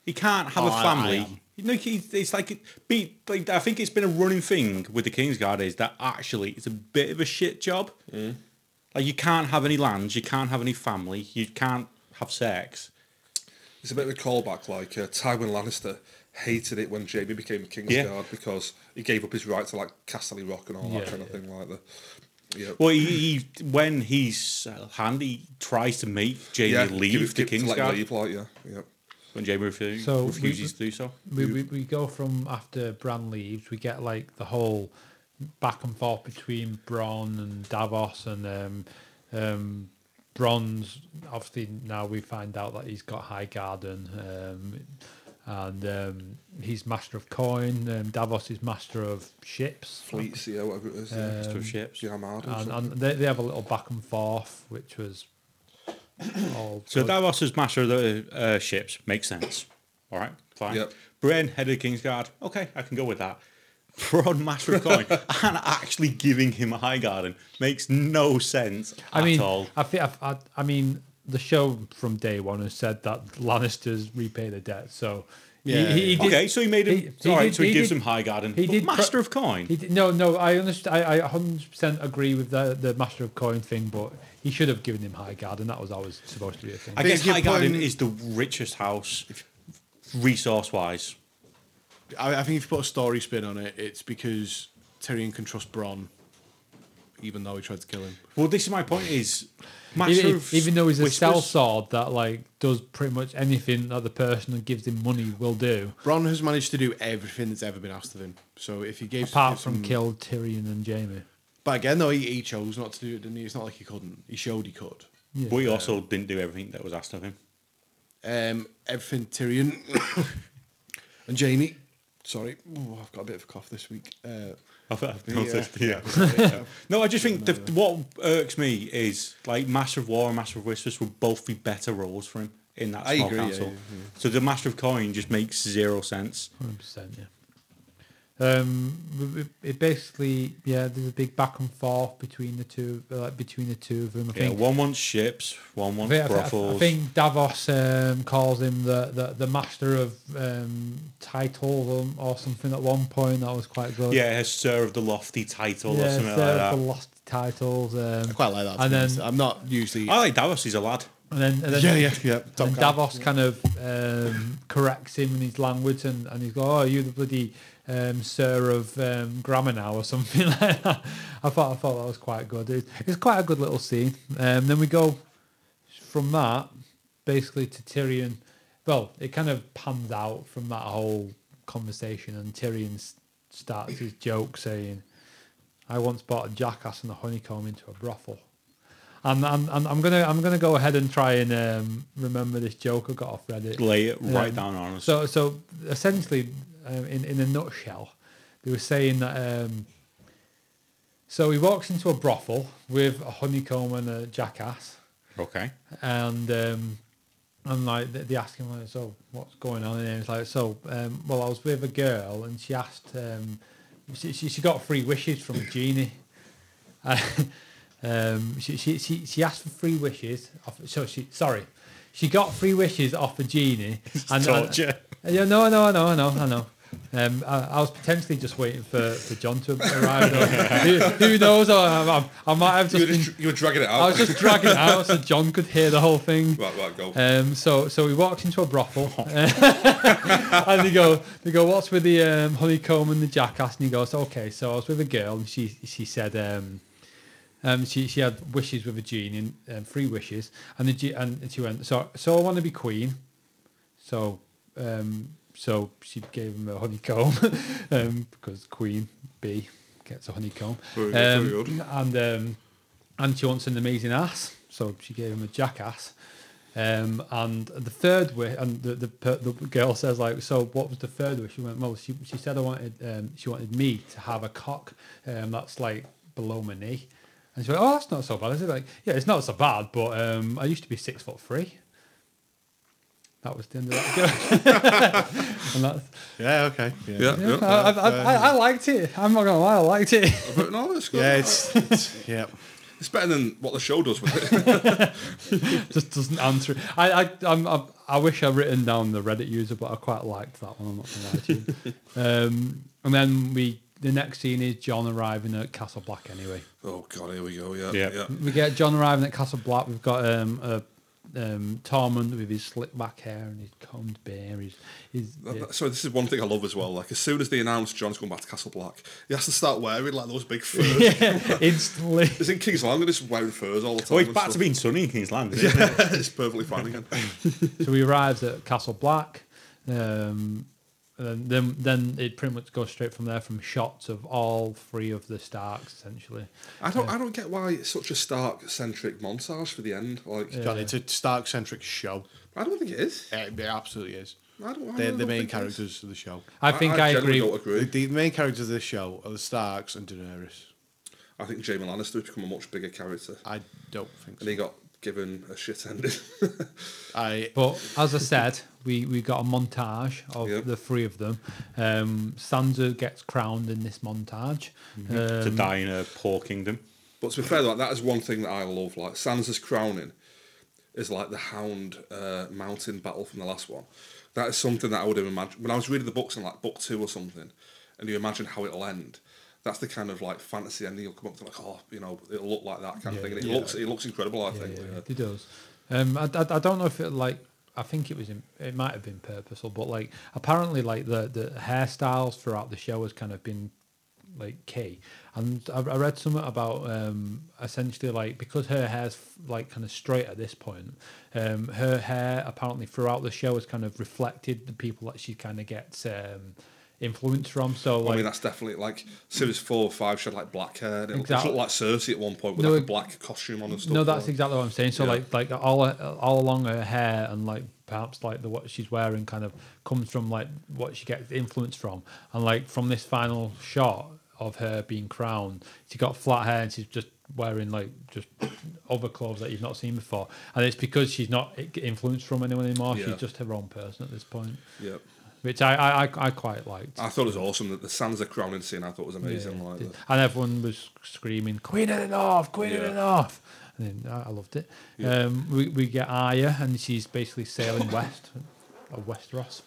Speaker 4: He can't have
Speaker 3: Oh,
Speaker 4: a
Speaker 3: I- I
Speaker 4: family.
Speaker 3: am.
Speaker 4: you know, he- it's like, it, be, like I think it's been a running thing with the Kingsguard is that actually it's a bit of a shit job. Like you can't have any lands, you can't have any family, you can't have sex.
Speaker 2: It's a bit of a callback, like uh, Tywin Lannister hated it when Jamie became Kingsguard
Speaker 4: Yeah.
Speaker 2: because he gave up his right to like Casterly Rock and all
Speaker 1: Yeah,
Speaker 2: that kind
Speaker 1: yeah.
Speaker 2: of thing, like the yeah,
Speaker 4: Well, he, he when he's uh, handy tries to make Jamie
Speaker 2: yeah,
Speaker 4: leave
Speaker 2: give it-
Speaker 4: the
Speaker 2: give it to, like,
Speaker 4: Kingsguard
Speaker 2: leave, like yeah, yeah.
Speaker 4: when Jamie refu-
Speaker 1: So we-
Speaker 4: refuses to do so.
Speaker 1: We, we, we go from after Bran leaves, we get like the whole back and forth between Bron and Davos, and um, um, Bron's obviously now we find out that he's got High Garden, um, and um, he's master of coin. Um, Davos is master of ships.
Speaker 2: Fleets, yeah, whatever it is. Yeah.
Speaker 4: Sort of ships.
Speaker 2: The Armada. or
Speaker 1: And,
Speaker 2: something.
Speaker 1: and they, they have a little back and forth, which was all
Speaker 4: So
Speaker 1: good.
Speaker 4: Davos is master of the uh, ships. Makes sense. All right, fine.
Speaker 2: Yep.
Speaker 4: Brienne, head of Kingsguard. Okay, I can go with that. Bron, master of coin, and actually giving him a high garden makes no sense
Speaker 1: I
Speaker 4: at
Speaker 1: mean,
Speaker 4: all.
Speaker 1: I think I, I, I mean the show from day one has said that Lannisters repay the debt, so he,
Speaker 3: Yeah,
Speaker 1: he
Speaker 3: yeah.
Speaker 1: did-
Speaker 4: okay, so he made
Speaker 1: he-
Speaker 4: him.
Speaker 1: he
Speaker 4: all right,
Speaker 1: did-
Speaker 4: so he,
Speaker 1: he
Speaker 4: gives
Speaker 1: did-
Speaker 4: him High Garden.
Speaker 1: he
Speaker 4: but
Speaker 1: did pro-
Speaker 4: Master of Coin.
Speaker 1: He did, no, no, I understand. I, I 100% agree with the, the Master of Coin thing, but he should have given him High Guard, and that was always supposed to be a thing.
Speaker 4: I
Speaker 3: But
Speaker 4: guess
Speaker 3: if you're
Speaker 4: High Garden
Speaker 3: putting-
Speaker 4: is the richest house, resource wise.
Speaker 3: I, I think if you put a story spin on it, it's because Tyrion can trust Bronn, even though he tried to kill him.
Speaker 4: Well, this is my point: is Master
Speaker 1: even,
Speaker 4: of
Speaker 1: even though he's a
Speaker 4: Whispers-
Speaker 1: cell sword that like does pretty much anything that the person that gives him money will do,
Speaker 3: Bronn has managed to do everything that's ever been asked of him. So if he gave
Speaker 1: apart
Speaker 3: if
Speaker 1: from
Speaker 3: him-
Speaker 1: kill Tyrion and Jamie.
Speaker 3: but again though, he, he chose not to do it, didn't he? It's not like he couldn't. He showed he could.
Speaker 4: But he also didn't do everything that was asked of him.
Speaker 3: Um, everything Tyrion and Jamie. Sorry, Ooh, I've got a bit of a cough this week. Uh,
Speaker 4: I've, I've
Speaker 3: Yeah.
Speaker 4: noticed. Yeah. no, I just think the, what irks me is like Master of War and Master of Whispers would both be better roles for him in that
Speaker 3: I
Speaker 4: small
Speaker 3: agree, yeah,
Speaker 4: council.
Speaker 3: yeah,
Speaker 4: So the Master of Coin just makes zero sense.
Speaker 1: Hundred percent, yeah. Um, w- w- it basically, yeah, there's a big back and forth between the two, uh, like between the two of them. I
Speaker 4: Yeah,
Speaker 1: think.
Speaker 4: one wants ships, one
Speaker 1: I
Speaker 4: wants
Speaker 1: think, I think-
Speaker 4: brothels.
Speaker 1: I think Davos um, calls him the, the, the master of um, title or something at one point. That was quite good.
Speaker 4: yeah, has Sir of the Lofty title or
Speaker 1: yeah,
Speaker 4: something like
Speaker 1: Sir
Speaker 4: that.
Speaker 1: for lost titles. Um,
Speaker 3: I quite like that. to
Speaker 1: And
Speaker 3: be
Speaker 1: then-
Speaker 3: honest. I'm not usually.
Speaker 4: I like Davos. He's a lad.
Speaker 1: And then, and then
Speaker 3: Yeah, yeah, yeah,
Speaker 1: and
Speaker 3: top
Speaker 1: then
Speaker 3: guy.
Speaker 1: Davos kind of um, corrects him in his language, and, and he's like, "Oh, you the bloody um, sir of um, grammar now, or something like that." I thought I thought that was quite good. It, it's quite a good little scene. Um, then we go from that basically to Tyrion. Well, it kind of pans out from that whole conversation, and Tyrion s- starts his joke saying, "I once bought a jackass and a honeycomb into a brothel." And I'm, I'm, I'm gonna I'm gonna go ahead and try and um, remember this joke I got off Reddit.
Speaker 4: Lay it right
Speaker 1: Um,
Speaker 4: down on us.
Speaker 1: So so essentially, um, in in a nutshell, they were saying that. Um, so he walks into a brothel with a honeycomb and a jackass,
Speaker 4: okay.
Speaker 1: and um, and like they, they ask him like, so what's going on? And he's like, so um, well, I was with a girl and she asked, um, she, she she got three wishes from a genie. um, she, she she she asked for three wishes. Off, so she sorry, she got three wishes off a genie. and,
Speaker 4: torture.
Speaker 1: And, yeah, no, no, I know, I know, I know. Um, I, I was potentially just waiting for, for John to arrive. who, who knows? I, I, I might have
Speaker 2: You were,
Speaker 1: just been
Speaker 2: just, you were dragging it
Speaker 1: I
Speaker 2: out.
Speaker 1: was just dragging it out so John could hear the whole thing.
Speaker 2: right, right, go.
Speaker 1: Um, so so we walked into a brothel, and they go they go what's with the um, honeycomb and the jackass, and he goes okay. So I was with a girl, and she she said um, um, she she had wishes with a genie, and um, three wishes, and the ge- and she went so so I want to be queen, so um, so she gave him a honeycomb um, because queen bee gets a honeycomb,
Speaker 2: Very good,
Speaker 1: um,
Speaker 2: very good.
Speaker 1: and um, and she wants an amazing ass, so she gave him a jackass. Um, and the third wish, and the, the per- the girl says like, so what was the third wish? She went, well, she, she said I wanted um, she wanted me to have a cock, um, that's like below my knee. And she went, oh, that's not so bad. I said like, yeah, it's not so bad, but um, I used to be six foot three. That was the end of that joke. and that's,
Speaker 3: yeah, okay.
Speaker 2: yeah,
Speaker 3: Yeah,
Speaker 2: yeah.
Speaker 1: I, I, I, I liked it. I'm not gonna lie, I liked it.
Speaker 2: But no, it's good.
Speaker 3: Yeah, it's, it's yeah.
Speaker 2: It's better than what the show does with it.
Speaker 1: Just doesn't answer. it. I I, I'm, I I wish I'd written down the Reddit user, but I quite liked that one. I'm not gonna lie to you. um, and then we the next scene is John arriving at Castle Black. Anyway,
Speaker 2: oh god, here we go. Yeah,
Speaker 4: Yeah.
Speaker 2: yeah.
Speaker 1: we get John arriving at Castle Black. We've got um a um Tormund with his slick back hair and his combed beard. His, his
Speaker 2: That- that- Sorry, this is one thing I love as well. Like as soon as they announced John's going back to Castle Black, he has to start wearing like those big furs.
Speaker 1: yeah, instantly.
Speaker 2: It's in King's Landing, just wearing furs all the time.
Speaker 4: Well, Oh, he's
Speaker 2: and
Speaker 4: back to
Speaker 2: stuff.
Speaker 4: being sunny in King's Landing. isn't he?
Speaker 2: Yeah, it's perfectly fine again.
Speaker 1: so he arrives at Castle Black. Um, and then, then it pretty much goes straight from there from shots of all three of the Starks essentially.
Speaker 2: I don't, I don't get why it's such a Stark centric montage for the end. Like,
Speaker 3: John, it's a Stark centric show.
Speaker 2: I don't think it is.
Speaker 3: Yeah, It, it absolutely is.
Speaker 2: I don't. I
Speaker 3: They're
Speaker 2: really
Speaker 3: the
Speaker 2: don't
Speaker 3: main
Speaker 2: think it is.
Speaker 3: characters of the show.
Speaker 1: I think I,
Speaker 2: generally
Speaker 1: agree.
Speaker 2: Don't agree.
Speaker 3: The, the main characters of this show are the Starks and Daenerys.
Speaker 2: I think Jamie Lannister has become a much bigger character,
Speaker 3: I don't think
Speaker 2: and he
Speaker 3: so.
Speaker 2: got given a shit ending.
Speaker 3: I
Speaker 1: But as I said, we, we got a montage of
Speaker 2: Yep.
Speaker 1: the three of them. Um, Sansa gets crowned in this montage.
Speaker 2: Mm-hmm.
Speaker 4: to
Speaker 1: Um,
Speaker 4: die in a poor kingdom.
Speaker 2: But to be fair, like that is one thing that I love. Like Sansa's crowning is like the Hound uh, Mountain battle from the last one. That is something that I would have imagined when I was reading the books in like book two or something, and you imagine how it'll end. That's the kind of like fantasy ending you'll come up to, like oh, you know, it'll look like that kind of thing, and it looks it looks incredible. I think.
Speaker 1: yeah,
Speaker 2: yeah.
Speaker 1: It does. Um, I, I, I don't know if it like I think it was in, it might have been purposeful, but like apparently like the the hairstyles throughout the show has kind of been like key. And I, I read something about um, essentially like because her hair's like kind of straight at this point, um, her hair apparently throughout the show has kind of reflected the people that she kind of gets um, influence from. So
Speaker 2: I
Speaker 1: like
Speaker 2: mean, that's definitely like series four or five. She had like black hair. And it
Speaker 1: Exactly.
Speaker 2: looked like Cersei at one point with
Speaker 1: No,
Speaker 2: like a
Speaker 1: it-
Speaker 2: black costume on and stuff.
Speaker 1: No, that's
Speaker 2: like.
Speaker 1: exactly what I'm saying. So
Speaker 2: Yeah.
Speaker 1: like like all all along her hair and like perhaps like the what she's wearing kind of comes from like what she gets influence from, and like from this final shot of her being crowned, she got flat hair and she's just wearing like just other clothes that you've not seen before, and it's because she's not i- influenced from anyone anymore.
Speaker 2: Yeah.
Speaker 1: She's just her own person at this point,
Speaker 2: Yeah.
Speaker 1: which I I, I, I quite liked.
Speaker 2: I thought it was awesome that the Sansa crowning scene. I thought was
Speaker 1: Yeah.
Speaker 2: amazing. like, the-
Speaker 1: and everyone was screaming, "Queen of the North, Queen of the
Speaker 2: Yeah.
Speaker 1: North," and then I, I loved it. Um, we we get Arya, and she's basically sailing west uh, of Westeros.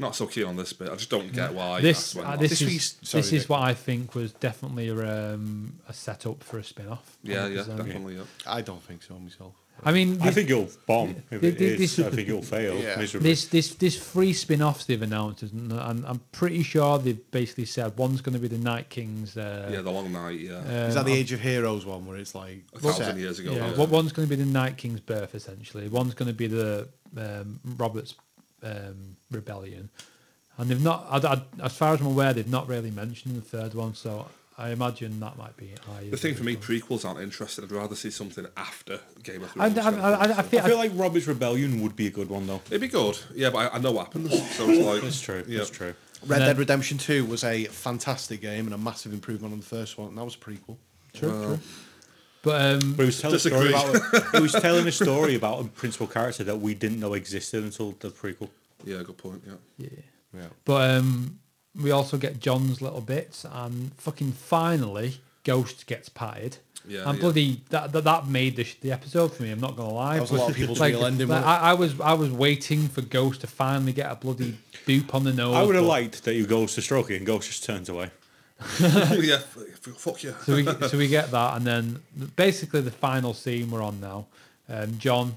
Speaker 2: not so keen on this bit. I just don't get why.
Speaker 1: this
Speaker 2: that's
Speaker 1: uh,
Speaker 2: when-
Speaker 1: this,
Speaker 3: This
Speaker 1: is
Speaker 3: week's- sorry,
Speaker 1: this is
Speaker 3: Nick.
Speaker 1: what I think was definitely a, um, a setup for a spin-off.
Speaker 2: yeah, yeah,
Speaker 1: 100%.
Speaker 2: definitely. Yeah.
Speaker 3: I don't think so myself.
Speaker 1: I mean,
Speaker 4: I
Speaker 1: this,
Speaker 4: think you'll bomb if
Speaker 1: Thi-
Speaker 4: it
Speaker 1: thi-
Speaker 4: is.
Speaker 1: this-
Speaker 4: I think you'll fail
Speaker 3: Yeah.
Speaker 4: miserably.
Speaker 1: this this this three spin-offs they've announced, and and I'm pretty sure they've basically said one's going to be the Night King's. Uh,
Speaker 2: yeah, the long night. Yeah,
Speaker 3: Is
Speaker 4: Um,
Speaker 3: that the Age of Heroes one where it's like
Speaker 2: a thousand
Speaker 3: set?
Speaker 2: years ago.
Speaker 1: Yeah,
Speaker 2: Yeah,
Speaker 1: one- one's going to be the Night King's birth, essentially. One's going to be the um, Robert's um, rebellion, and they've not. I, I, as far as I'm aware, they've not really mentioned the third one. So I imagine that might be.
Speaker 2: The thing for me, prequels aren't interested. I'd rather see something after Game of
Speaker 1: I, I,
Speaker 2: Thrones. kind of
Speaker 1: I,
Speaker 2: thing,
Speaker 1: I, I
Speaker 2: so.
Speaker 1: feel,
Speaker 4: I feel like Robert's Rebellion would be a good one though.
Speaker 2: it'd be good. Yeah, but I, I know what happens, so it's like
Speaker 4: That's true.
Speaker 2: Yeah.
Speaker 4: That's true.
Speaker 3: Red
Speaker 1: And then-
Speaker 3: Dead Redemption Two was a fantastic game and a massive improvement on the first one, and that was a prequel.
Speaker 1: true,
Speaker 2: uh,
Speaker 1: true. But um,
Speaker 4: But he was telling a story
Speaker 2: Disagree.
Speaker 4: about he was telling a story about a principal character that we didn't know existed until the prequel.
Speaker 2: Yeah, good point. Yeah,
Speaker 1: yeah.
Speaker 3: Yeah.
Speaker 1: But um, we also get John's little bits, and fucking finally, Ghost gets patted.
Speaker 2: Yeah,
Speaker 1: and
Speaker 2: yeah.
Speaker 1: bloody that, that that made the, sh- the episode for me. I'm not gonna lie.
Speaker 3: That was a lot of people's real ending,
Speaker 1: Like,
Speaker 3: wasn't
Speaker 1: I, I was I was waiting for Ghost to finally get a bloody boop on the nose.
Speaker 4: I would have
Speaker 1: but-
Speaker 4: liked that you goes to stroke it and Ghost just turns away.
Speaker 2: yeah. f- f- Fuck yeah.
Speaker 1: So we so we get that, and then basically the final scene we're on now. Um, John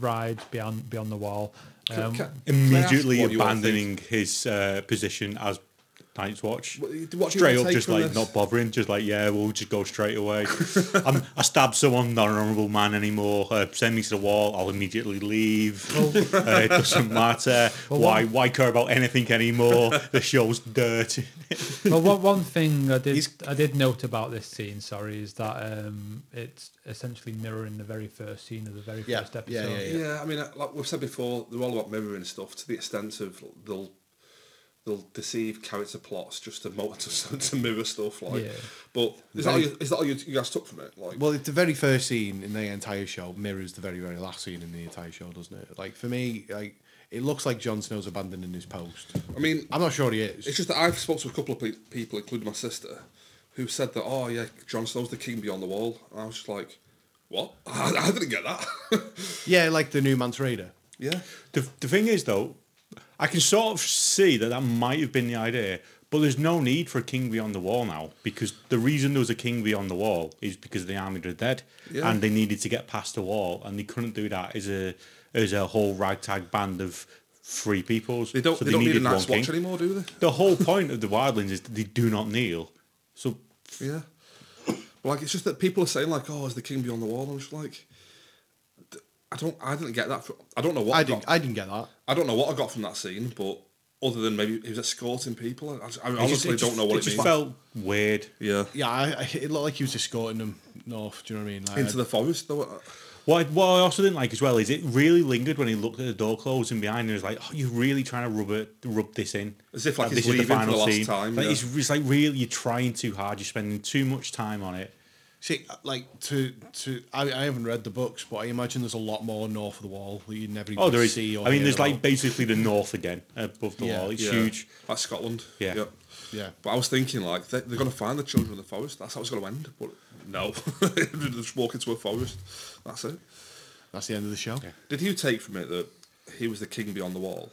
Speaker 1: rides beyond beyond the wall. Um,
Speaker 2: Can- can I ask
Speaker 4: Immediately
Speaker 2: what you all think?
Speaker 4: abandoning his uh, position as Night's Watch.
Speaker 2: What- what do you
Speaker 4: straight
Speaker 2: wanna
Speaker 4: up,
Speaker 2: take
Speaker 4: just
Speaker 2: from
Speaker 4: like
Speaker 2: this?
Speaker 4: not bothering, just like, yeah, we'll just go straight away. I'm, I stabbed someone, not an honourable man anymore. Uh, send me to the wall, I'll immediately leave. uh, it doesn't matter. why, why care about anything anymore? the show's dirty.
Speaker 1: well, one, one thing I did
Speaker 3: He's-
Speaker 1: I did note about this scene, sorry, is that um, it's essentially mirroring the very first scene of the very
Speaker 3: Yeah,
Speaker 1: first
Speaker 3: yeah,
Speaker 1: episode.
Speaker 3: yeah,
Speaker 2: Yeah. I mean, uh, like we've said before, they're all about mirroring stuff to the extent of they'll they'll deceive character plots just to mo- to, to mirror stuff. Like,
Speaker 1: Yeah.
Speaker 2: but is that all you, is that all you, you guys took from it? Like,
Speaker 3: Well, it's the very first scene in the entire show mirrors the very, very last scene in the entire show, doesn't it? Like for me, like it looks like Jon Snow's abandoning his post.
Speaker 2: I mean,
Speaker 3: I'm not sure he is.
Speaker 2: It's just that I've spoken to a couple of pe- people, including my sister, who said that, oh, yeah, Jon Snow's the king beyond the wall. And I was just like, what? I, I didn't get that.
Speaker 3: yeah, like the new Manta Raider.
Speaker 2: yeah.
Speaker 4: The, the thing is, though, I can sort of see that that might have been the idea, but there's no need for a king beyond the wall now because the reason there was a king beyond the wall is because the army were dead
Speaker 2: Yeah.
Speaker 4: and they needed to get past the wall and they couldn't do that as a as a whole ragtag band of free peoples.
Speaker 2: They don't,
Speaker 4: So
Speaker 2: they don't need a
Speaker 4: needed
Speaker 2: Night's
Speaker 4: one
Speaker 2: Watch
Speaker 4: king.
Speaker 2: anymore, do they?
Speaker 4: The whole point of the wildlings is that they do not kneel. So
Speaker 2: Yeah. Like, it's just that people are saying, like, oh, is the king beyond the wall? I'm just like, d- I don't, I didn't get that. From, I don't know what I,
Speaker 3: I didn't.
Speaker 2: got.
Speaker 3: I didn't get that.
Speaker 2: I, don't know what I got from that scene, but other than maybe he was escorting people, I, just- I
Speaker 4: it
Speaker 2: honestly
Speaker 4: just- it
Speaker 2: don't
Speaker 4: just-
Speaker 2: know what
Speaker 4: it
Speaker 2: it,
Speaker 4: just
Speaker 2: means.
Speaker 4: felt weird.
Speaker 2: yeah.
Speaker 3: Yeah, I, I, it looked like he was escorting them north. Do you know what I mean? Like,
Speaker 2: Into the forest, though. uh,
Speaker 4: What I, what I also didn't like as well is it really lingered when he looked at the door closing behind him. It was like, oh, you're really trying to rub it, rub this in.
Speaker 2: As if, like, he's leaving for the last time,
Speaker 4: Like,
Speaker 2: yeah.
Speaker 4: it's, it's like really, you're trying too hard. You're spending too much time on it.
Speaker 3: See, like to to I, I haven't read the books, but I imagine there's a lot more north of the wall that you never even
Speaker 4: Oh, there is.
Speaker 3: see. Or
Speaker 4: I mean,
Speaker 3: hear
Speaker 4: there's like
Speaker 3: about.
Speaker 4: basically the north again above the
Speaker 3: Yeah,
Speaker 4: wall. It's
Speaker 2: Yeah.
Speaker 4: huge.
Speaker 2: Like Scotland.
Speaker 4: Yeah.
Speaker 3: yeah.
Speaker 2: But I was thinking, like, they, they're going to find the children in the forest. That's how it's going to end. But no, they just walk into a forest. That's it.
Speaker 3: That's the end of the show.
Speaker 2: Did you take from it that he was the king beyond the wall?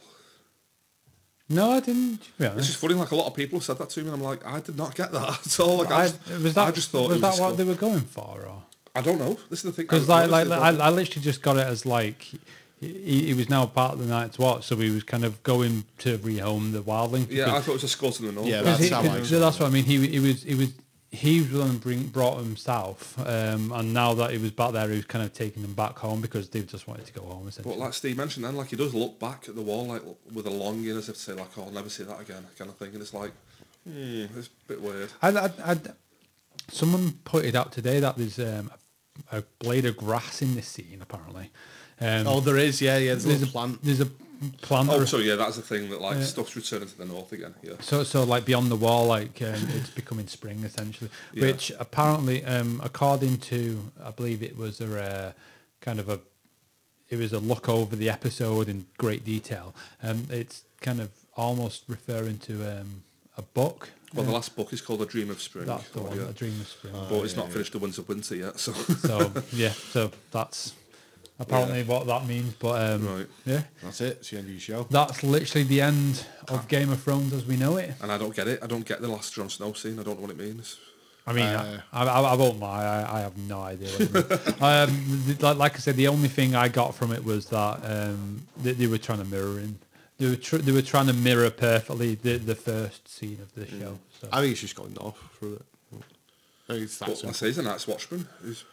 Speaker 1: No, I didn't. To be
Speaker 2: It's
Speaker 1: honest.
Speaker 2: just funny, like a lot of people have said that to me, and I'm like, I did not get that at all. Like, I,
Speaker 1: I,
Speaker 2: just,
Speaker 1: was that,
Speaker 2: I just thought
Speaker 1: was
Speaker 2: it
Speaker 1: that
Speaker 2: was a
Speaker 1: what
Speaker 2: skill.
Speaker 1: they were going for, or
Speaker 2: I don't know. This is the thing.
Speaker 1: because
Speaker 2: I-
Speaker 1: like, like,
Speaker 2: honestly,
Speaker 1: I,
Speaker 2: don't-
Speaker 1: I literally just got it as like he, he was now part of the night's watch, so he was kind of going to rehome the wildling.
Speaker 2: yeah, I thought it was a skull to the north.
Speaker 3: Yeah,
Speaker 2: Yeah,
Speaker 1: Because
Speaker 3: that's
Speaker 1: he-
Speaker 3: how I
Speaker 1: 'cause that's what I mean. He he was he was he was the one who bring, brought them south, um, and now that he was back there, he was kind of taking them back home because they just wanted to go home. Essentially.
Speaker 2: but like Steve mentioned, then like he does look back at the wall like with a longing as if to say like, oh, I'll never see that again, kind of thing, and it's like, hmm, it's a bit weird.
Speaker 1: I, I, I, someone pointed out today that there's um, a, a blade of grass in this scene. Apparently, um,
Speaker 3: Oh, there is. Yeah, yeah. There's,
Speaker 1: there's
Speaker 3: a
Speaker 1: a
Speaker 3: little plant.
Speaker 1: There's a plant.
Speaker 2: Oh,
Speaker 1: or-
Speaker 2: so yeah, that's the thing that like stuff's returning to the north again. Yeah,
Speaker 1: So, so like beyond the wall, like um, it's becoming spring essentially,
Speaker 2: Yeah.
Speaker 1: which apparently, um, according to, I believe it was a uh, kind of a, it was a look over the episode in great detail. Um, it's kind of almost referring to um, a book.
Speaker 2: well, the last book is called A Dream of Spring.
Speaker 1: That's the
Speaker 2: Oh,
Speaker 1: one,
Speaker 2: yeah.
Speaker 1: A Dream of Spring.
Speaker 3: Uh,
Speaker 2: but it's not finished. The Winds of Winter yet, so
Speaker 1: so yeah, so that's apparently what that means. But um,
Speaker 2: Right.
Speaker 1: yeah,
Speaker 3: That's it. It's the end of your show.
Speaker 1: that's literally the end of Game of Thrones as we know it.
Speaker 2: and I don't get it. I don't get the last Jon Snow scene. I don't know what it means.
Speaker 1: I mean,
Speaker 3: Uh,
Speaker 1: I, I, I won't lie. I, I have no idea. What it means. um, th- like, like I said, the only thing I got from it was that um, they, they were trying to mirror him. They were tr- they were trying to mirror perfectly the, the first scene of the show. So.
Speaker 3: I think it's just going north through it. I think it's that
Speaker 2: But I
Speaker 3: simple.
Speaker 2: say he's a Night's Watchman. Who's,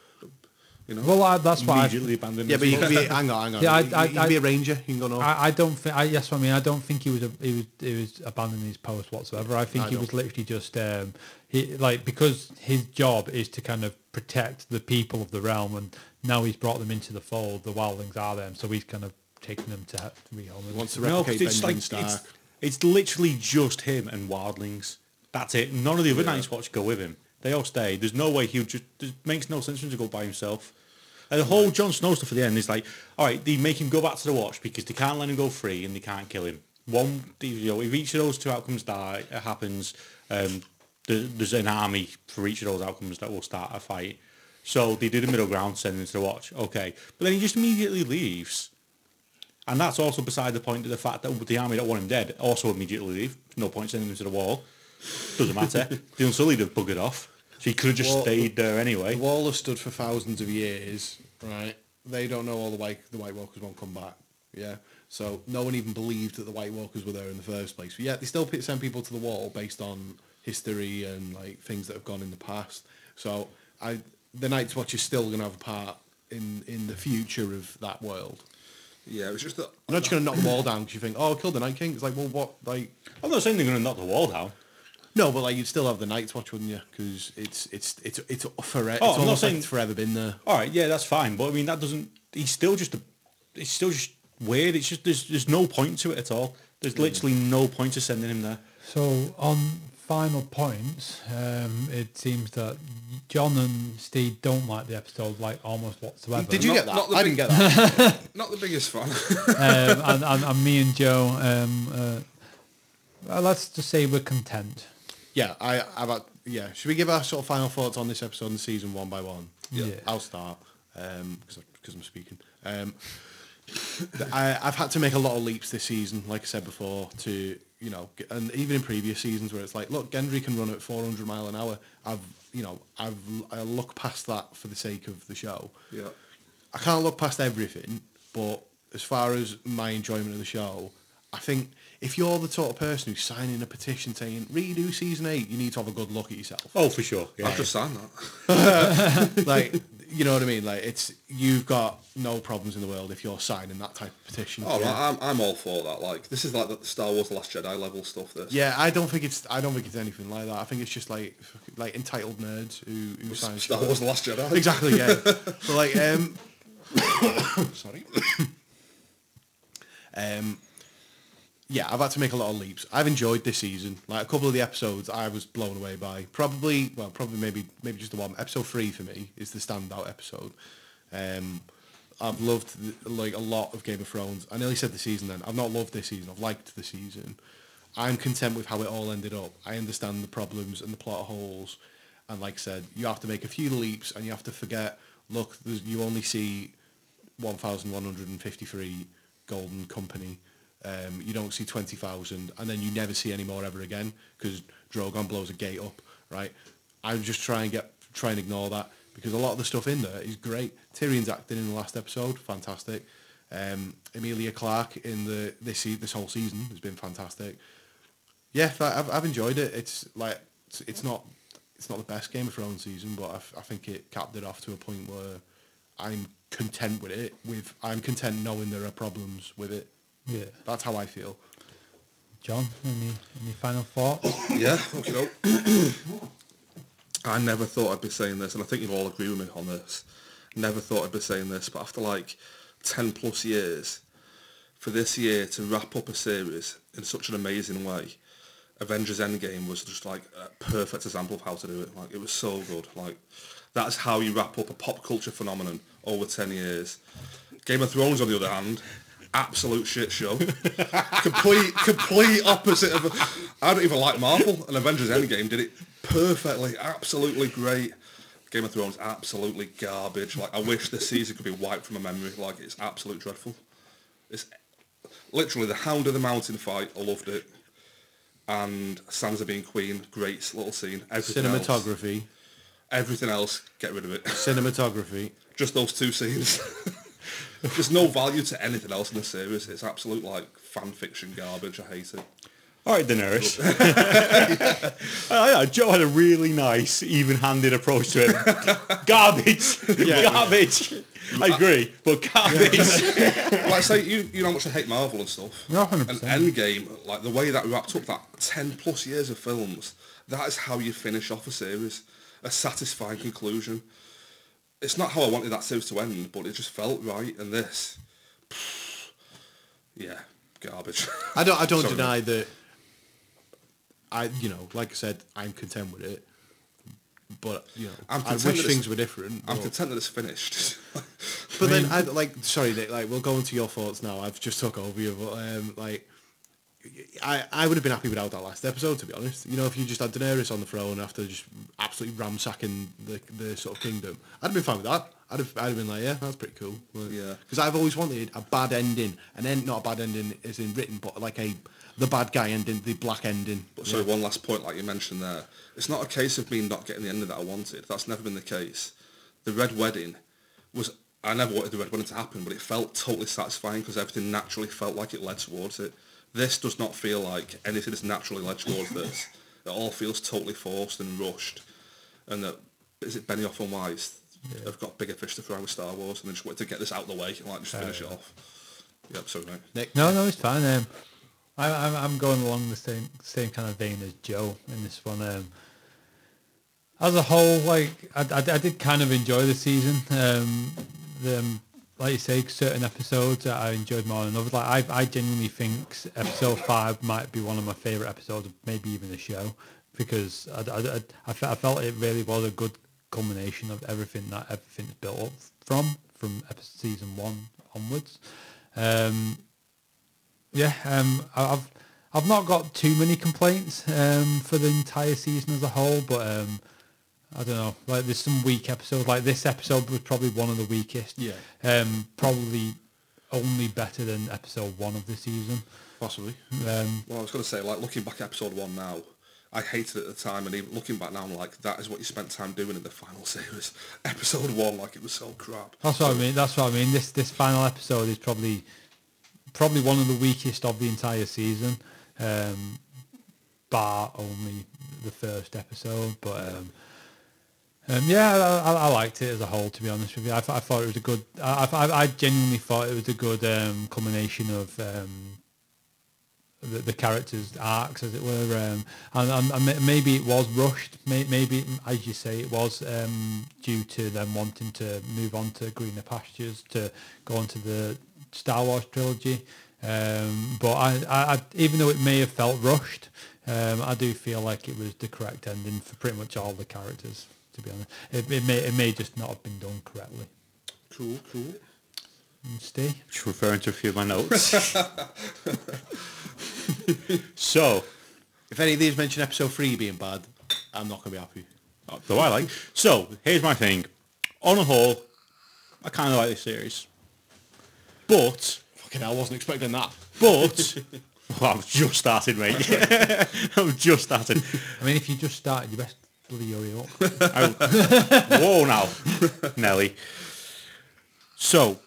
Speaker 2: you know,
Speaker 1: well, I, that's why I,
Speaker 4: Immediately abandoned.
Speaker 3: Yeah, but you can be hang on, hang on.
Speaker 1: Yeah, I-
Speaker 3: you,
Speaker 1: I-
Speaker 3: you can be
Speaker 1: I-
Speaker 3: a ranger. You can go north.
Speaker 1: I, I don't think. I, yes, I mean, I don't think he was a, he was he was abandoning his post whatsoever. I think
Speaker 3: I
Speaker 1: he
Speaker 3: don't.
Speaker 1: was literally just um, he like because his job is to kind of protect the people of the realm, and now he's brought them into the fold. The wildlings are them, so he's kind of taking them to he- rehome. them.
Speaker 3: Wants to
Speaker 4: No, 'cause
Speaker 3: replicate
Speaker 4: it's
Speaker 3: Benjamin
Speaker 4: like it's,
Speaker 3: Stark.
Speaker 4: it's literally just him and wildlings. That's it. None of the other Night's Watch go with him. They all stay. There's no way he would just. It makes no sense for him to go by himself. And the whole Jon Snow stuff at the end is like, all right, they make him go back to the Watch because they can't let him go free and they can't kill him. One, you know, if each of those two outcomes die, it happens. Um, there, there's an army for each of those outcomes that will start a fight. So they did a middle ground, send him to the Watch. Okay, but then he just immediately leaves. And that's also beside the point of the fact that the army that want him dead also immediately leave. No point sending him to the wall. Doesn't matter. the Unsullied have buggered off. So he could have just
Speaker 3: Well,
Speaker 4: stayed there
Speaker 3: The
Speaker 4: anyway.
Speaker 3: wall has stood for thousands of years, right? They don't know all the white the White Walkers won't come back. Yeah, so no one even believed that the White Walkers were there in the first place. But yet they still p- send people to the wall based on history and like things that have gone in the past. So I, the Night's Watch is still going to have a part in in the future of that world.
Speaker 2: yeah, it was just that.
Speaker 3: You're not just going to knock the wall down because you think, oh, kill the Night King. It's like, well, what? Like,
Speaker 4: I'm not saying they're going to knock the wall down.
Speaker 3: no, but like you'd still have the Night's Watch, wouldn't you? Because it's it's it's it's forever.
Speaker 4: Oh, I'm
Speaker 3: it's
Speaker 4: not
Speaker 3: almost
Speaker 4: saying-
Speaker 3: like it's forever been there.
Speaker 4: All right, yeah, that's fine. But I mean, that doesn't. He's still just a. It's still just weird. It's just there's there's no point to it at all. There's literally no point to sending him there.
Speaker 1: So on final points, um, it seems that John and Steve don't like the episode like almost whatsoever.
Speaker 3: Did you
Speaker 2: Not-
Speaker 3: get that?
Speaker 2: not the
Speaker 3: I
Speaker 2: big-
Speaker 3: didn't get that.
Speaker 2: Not the biggest fan.
Speaker 1: um, and, and, and me and Joe, um, uh, well, let's just say we're content.
Speaker 3: yeah, I, I've had, yeah. Should we give our sort of final thoughts on this episode and season one by one?
Speaker 1: Yeah.
Speaker 3: I'll start um, because because I'm speaking. Um, th- I, I've had to make a lot of leaps this season, like I said before, to you know, g- and even in previous seasons where it's like, look, Gendry can run at 400 mile an hour. I've you know, I've I look past that for the sake of the show.
Speaker 2: yeah.
Speaker 3: I can't look past everything, but as far as my enjoyment of the show, I think if you're the sort of person who's signing a petition saying redo season eight, you need to have a good look at yourself.
Speaker 4: Oh, for sure. Yeah.
Speaker 2: I've just signed that.
Speaker 3: like, you know what I mean? Like, it's you've got no problems in the world if you're signing that type of petition.
Speaker 2: Oh,
Speaker 3: yeah.
Speaker 2: right, I'm, I'm all for that. Like this is like the Star Wars: The Last Jedi level stuff. This.
Speaker 3: Yeah, I don't think it's I don't think it's anything like that. I think it's just like fucking- like entitled nerds who who sign
Speaker 2: Star
Speaker 3: shit.
Speaker 2: Wars: The Last Jedi.
Speaker 3: Exactly, yeah. but like, um, sorry. um, yeah, I've had to make a lot of leaps. I've enjoyed this season. Like a couple of the episodes, I was blown away by. Probably, well, probably maybe maybe just the one. Episode three for me is the standout episode. Um, I've loved the, like a lot of Game of Thrones. I nearly said the season then. I've not loved this season. I've liked the season. I'm content with how it all ended up. I understand the problems and the plot holes. And like I said, you have to make a few leaps and you have to forget, look, there's, you only see 1,153 Golden Company. Um, you don't see 20,000 and then you never see any more ever again because Drogon blows a gate up, right? I just try and get try and ignore that because a lot of the stuff in there is great. Tyrion's acting in the last episode, fantastic. Um, Emilia Clarke in the this se- this whole season has been fantastic. Yeah, I- I've, I've enjoyed it. It's like it's, it's not it's not the best Game of Thrones season, but I, f- I think it capped it off to a point where I'm content with it. With I'm content knowing there are problems with it.
Speaker 1: Yeah.
Speaker 3: That's how I feel.
Speaker 1: John, any, any final thoughts?
Speaker 2: Yeah, okay. I never thought I'd be saying this, and I think you'll all agree with me on this. Never thought I'd be saying this, but after like 10 plus years, for this year to wrap up a series in such an amazing way, Avengers Endgame was just like a perfect example of how to do it. Like it was so good. Like that's how you wrap up a pop culture phenomenon over 10 years. Game of Thrones, on the other hand, absolute shit show. complete, complete opposite of. I don't even like Marvel, and Avengers Endgame did it perfectly, absolutely great. Game of Thrones, absolutely garbage. Like I wish this season could be wiped from my memory. Like it's absolute dreadful. It's literally the Hound of the Mountain fight. I loved it. And Sansa being queen, great little scene. Everything else,
Speaker 3: Cinematography,
Speaker 2: everything else, get rid of it.
Speaker 3: cinematography.
Speaker 2: just those two scenes. There's no value to anything else in the series. It's absolute like fan fiction garbage. I hate it.
Speaker 4: All right, Daenerys. Oh, yeah, Joe had a really nice, even-handed approach to it. garbage, garbage. I agree, but garbage.
Speaker 2: Like I say, you you know how much I hate Marvel and stuff.
Speaker 1: No, 100%.
Speaker 2: And Endgame, like the way that wrapped up that ten plus years of films, that is how you finish off a series, a satisfying conclusion. It's not how I wanted that series to end, but it just felt right. And this, yeah, garbage.
Speaker 3: I don't. I don't
Speaker 2: Sorry,
Speaker 3: deny that. I, you know, like I said, I'm content with it. But you know,
Speaker 2: I'm
Speaker 3: I
Speaker 2: content
Speaker 3: wish
Speaker 2: that it's-
Speaker 3: things were different.
Speaker 2: I'm
Speaker 3: but-
Speaker 2: content that it's finished.
Speaker 3: But then, I like sorry, Nick, like we'll go into your thoughts now. I've just took over you, but um, like, I I would have been happy without that last episode, to be honest. You know, if you just had Daenerys on the throne after just absolutely ramsacking the the sort of kingdom, I'd have been fine with that. I'd have, I'd have been like, yeah, that's pretty cool. Like,
Speaker 2: Yeah.
Speaker 3: because I've always wanted a bad ending, and then not a bad ending as in written, but like a the bad guy ending, the black ending.
Speaker 2: But sorry, one last point, like you mentioned there, it's not a case of me not getting the ending that I wanted. That's never been the case. The red wedding was. I never wanted the red wedding to happen, but it felt totally satisfying because everything naturally felt like it led towards it. This does not feel like anything is naturally led towards this. It all feels totally forced and rushed. And that is it Benioff and Weiss have got bigger fish to fry with Star Wars, and they just wanted to get this out of the way and like just finish it off. Yep, sorry mate.
Speaker 3: Nick,
Speaker 1: No, no, it's fine. Um, I, I'm, I'm going along the same same kind of vein as Joe in this one. Um, as a whole, like I, I, I did kind of enjoy the season. Um, the, um, like you say, certain episodes that I enjoyed more than others. Like I, I genuinely think s- episode five might be one of my favorite episodes, maybe even the show, because I, I, I, I fe- I felt it really was a good culmination of everything that everything's built up from from epi- season one onwards. Um, yeah, um, I- I've I've not got too many complaints um, for the entire season as a whole, but um, I don't know. Like, there's some weak episodes. Like this episode was probably one of the weakest.
Speaker 3: Yeah.
Speaker 1: Um, probably only better than episode one of the season.
Speaker 3: possibly.
Speaker 1: Um,
Speaker 2: Well, I was going to say, like looking back at episode one now, I hated it at the time, and even looking back now, I'm like, that is what you spent time doing in the final series. Episode one, like it was so crap.
Speaker 1: that's what I mean. That's what I mean. This this final episode is probably probably one of the weakest of the entire season, um, bar only the first episode. But um, Um, yeah, I, I, I liked it as a whole. To be honest with you, I, th- I thought it was a good. I, I, I genuinely thought it was a good um, culmination of um, the, the characters' arcs, as it were. Um, and, and, and ma- maybe it was rushed. May, maybe, as you say, it was um, due to them wanting to move on to greener pastures to go on to the Star Wars trilogy. Um, but I, I, I, even though it may have felt rushed, um, I do feel like it was the correct ending for pretty much all the characters. To be honest, it, it may it may just not have been done correctly.
Speaker 2: Cool, cool.
Speaker 1: Steve,
Speaker 4: Just referring to a few of my notes. so,
Speaker 3: If any of these mention episode three being bad, I'm not gonna be happy.
Speaker 4: Oh, though I like. So here's my thing. On a whole, I kind of like this series, but
Speaker 3: Fucking hell, I wasn't expecting that.
Speaker 4: But well, I've just started, mate. I've just started.
Speaker 1: I mean, if you just started, you best bloody hurry up.
Speaker 4: I, whoa, now, Nelly. So,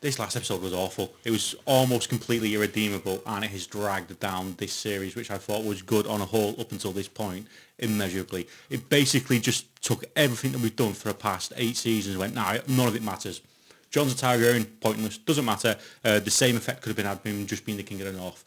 Speaker 4: this last episode was awful. It was almost completely irredeemable, and it has dragged down this series, which I thought was good on a whole up until this point, immeasurably. It basically just took everything that we've done for the past eight seasons and went, nah, none of it matters. John's a Targaryen, pointless, doesn't matter. Uh, the same effect could have been had by him just being the King of the North.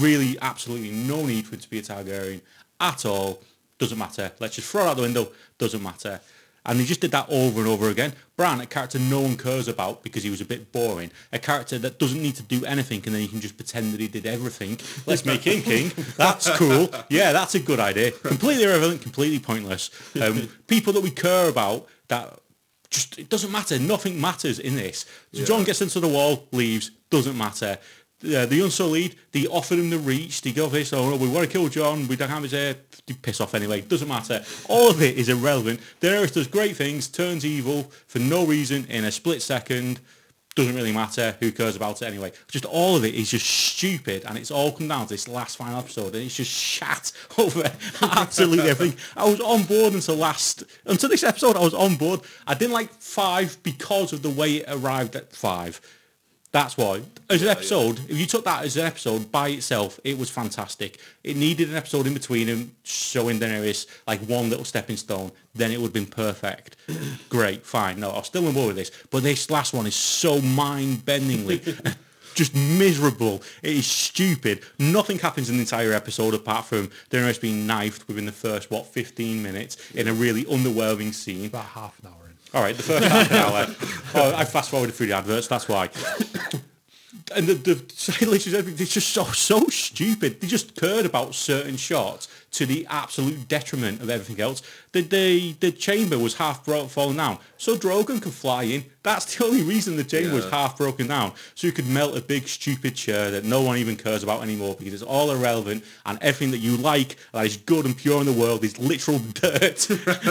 Speaker 4: Really, absolutely no need for it to be a Targaryen at all. Doesn't matter. Let's just throw it out the window. Doesn't matter. And they just did that over and over again. Bran, a character no one cares about because he was a bit boring, a character that doesn't need to do anything and then you can just pretend that he did everything. Let's make him king. That's cool. Yeah, that's a good idea. Completely irrelevant, completely pointless. Um, people that we care about that just, it doesn't matter. Nothing matters in this. So John gets into the wall, leaves, doesn't matter. Uh, the Unsullied, they offer him the reach. They go for this, oh, no, we want to kill John. We don't have his hair. They piss off anyway. Doesn't matter. All of it is irrelevant. Daenerys does great things, turns evil for no reason in a split second. Doesn't really matter. Who cares about it anyway? Just all of it is just stupid. And it's all come down to this last final episode. And it's just shat over absolutely everything. I was on board until last, until this episode, I was on board. I didn't like five because of the way it arrived at five. That's why. As an episode, if you took that as an episode by itself, it was fantastic. It needed an episode in between and showing Daenerys like one little stepping stone, then it would have been perfect. Great, fine. No, I'm still on board with this. But this last one is so mind-bendingly just miserable. It is stupid. Nothing happens in the entire episode apart from Daenerys being knifed within the first, what, 15 minutes in a really underwhelming scene.
Speaker 1: About half an hour in.
Speaker 4: All right, the first half an hour. Oh, I fast forwarded through the adverts. That's why. And the, the literally everything it's just so so stupid. They just cared about certain shots to the absolute detriment of everything else. The the, the chamber was half brought fallen down, so Drogon could fly in. That's the only reason the chamber was
Speaker 2: Yeah.
Speaker 4: half broken down, so you could melt a big stupid chair that no one even cares about anymore because it's all irrelevant and everything that you like that is good and pure in the world is literal dirt.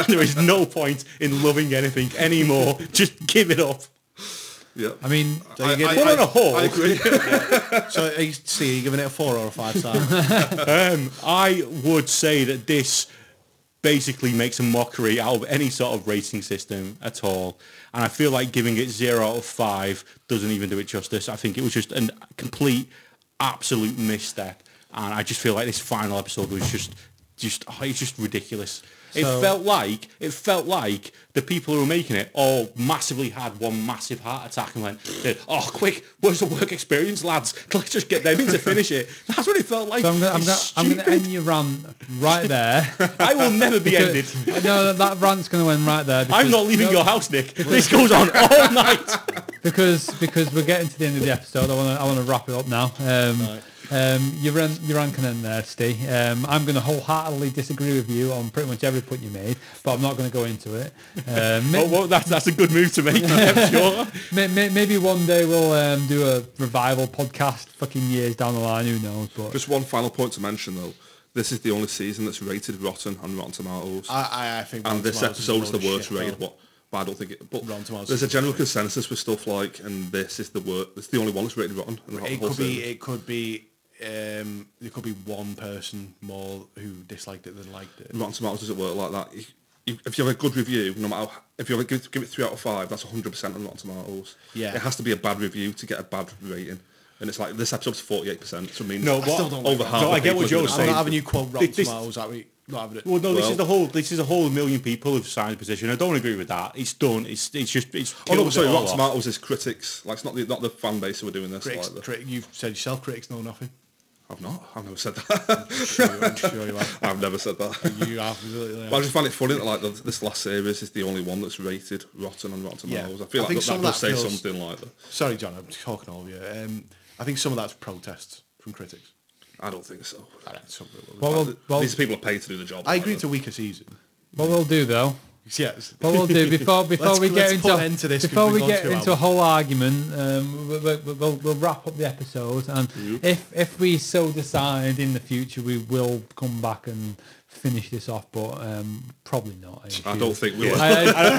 Speaker 4: there is no point in loving anything anymore. Just give it up.
Speaker 2: Yeah.
Speaker 1: I mean,
Speaker 3: So you give
Speaker 4: Well,
Speaker 3: it-
Speaker 4: on a whole,
Speaker 2: I agree.
Speaker 3: so are you, see, are you giving it a four or a five star?
Speaker 4: Um, I would say that this basically makes a mockery out of any sort of rating system at all. And I feel like giving it zero out of five doesn't even do it justice. I think it was just a complete, absolute misstep. And I just feel like this final episode was just, just, oh, it's just ridiculous. It
Speaker 1: So-
Speaker 4: felt like it felt like the people who were making it all massively had one massive heart attack and went, "Oh, quick, where's the work experience, lads? Let's just get them in to finish it." That's what it felt like.
Speaker 1: so I'm gonna, I'm,
Speaker 4: It's
Speaker 1: gonna, I'm gonna
Speaker 4: stupid.
Speaker 1: end your rant right there.
Speaker 4: I will never be ended.
Speaker 1: no, that rant's gonna end right there.
Speaker 4: I'm
Speaker 1: because-
Speaker 4: not leaving
Speaker 1: no,
Speaker 4: your house, Nick. This goes on all night.
Speaker 1: because because we're getting to the end of the episode. I want to I want to wrap it up now. Um, um, you're ran, you're ranking in there, Steve. Um, I'm going to wholeheartedly disagree with you on pretty much every point you made, but I'm not going to go into it. Um,
Speaker 4: Oh, well, that's, that's a good move to make, I'm sure.
Speaker 1: may, may, maybe one day we'll um, do a revival podcast. Fucking years down the line, who knows? But
Speaker 2: Just one final point to mention though. This is the only season that's rated rotten on Rotten Tomatoes.
Speaker 3: I, I, I think.
Speaker 2: and
Speaker 3: Ah, Rotten
Speaker 2: this
Speaker 3: Tomatoes
Speaker 2: episode is
Speaker 3: a
Speaker 2: the
Speaker 3: load of
Speaker 2: worst
Speaker 3: shit,
Speaker 2: rated
Speaker 3: though.
Speaker 2: one. But I don't think it. But
Speaker 3: Rotten Tomatoes
Speaker 2: there's a
Speaker 3: is
Speaker 2: general consensus with stuff like, and this is the worst. It's the only one that's rated rotten. in the
Speaker 3: It
Speaker 2: whole
Speaker 3: could be.
Speaker 2: series.
Speaker 3: It could be. Um, there could be one person more who disliked it than liked it.
Speaker 2: Rotten Tomatoes doesn't work like that. You- you- If you have a good review, no matter how, if you have a, give, give it three out of five, that's 100 percent on Rotten Tomatoes.
Speaker 3: Yeah.
Speaker 2: it has to be a bad review to get a bad rating. And it's like this episode's 48 percent, so it means
Speaker 4: No,
Speaker 2: I
Speaker 4: what-
Speaker 2: still don't over
Speaker 4: No,
Speaker 2: half.
Speaker 4: I
Speaker 2: of
Speaker 4: get what
Speaker 2: people are
Speaker 3: I'm
Speaker 4: you're saying.
Speaker 2: gonna
Speaker 3: not having you quote Rotten
Speaker 4: This-
Speaker 3: Tomatoes at me. Not having it.
Speaker 4: Well, no, this
Speaker 2: Well-
Speaker 4: is the whole. This is a whole million people have signed a petition. I don't agree with that. It's done. It's it's just it's.
Speaker 2: Oh no,
Speaker 4: killed
Speaker 2: sorry,
Speaker 4: it all
Speaker 2: Rotten
Speaker 4: off.
Speaker 2: Tomatoes is critics. Like it's not the not the fan base who are doing this.
Speaker 3: critics,
Speaker 2: like the-
Speaker 3: crit- you've said yourself, critics know nothing.
Speaker 2: I've not. I've never said that.
Speaker 3: I'm sure, I'm sure you have.
Speaker 2: I've never said that.
Speaker 3: You have. literally have.
Speaker 2: But I just find it funny that like the, this last series is the only one that's rated rotten on Rotten
Speaker 3: Yeah.
Speaker 2: Tomatoes. I
Speaker 3: I
Speaker 2: feel like
Speaker 3: think
Speaker 2: that,
Speaker 3: some
Speaker 2: that
Speaker 3: of
Speaker 2: does
Speaker 3: that
Speaker 2: say
Speaker 3: feels-
Speaker 2: something like that.
Speaker 3: Sorry, John, I'm talking over you. Um, I think some of that's protests from critics.
Speaker 2: I don't think so.
Speaker 3: I, don't- some of it will be.
Speaker 1: what we'll,
Speaker 2: Like,
Speaker 1: what,
Speaker 2: These people are paid to do the job.
Speaker 3: I
Speaker 2: like
Speaker 3: agree
Speaker 2: that.
Speaker 3: to weaker season.
Speaker 1: what we'll do though
Speaker 3: Yes.
Speaker 1: What we'll do before before
Speaker 3: Let's-
Speaker 1: we get
Speaker 3: let's put
Speaker 1: into
Speaker 3: an end to this 'cause
Speaker 1: before
Speaker 3: we've
Speaker 1: we
Speaker 3: gone
Speaker 1: get
Speaker 3: two
Speaker 1: into a
Speaker 3: hours.
Speaker 1: whole argument, um, we'll, we'll, we'll, we'll wrap up the episode. And if if we so decide in the future, we will come back and finish this off. But um, probably not.
Speaker 2: I don't think we will.
Speaker 1: I-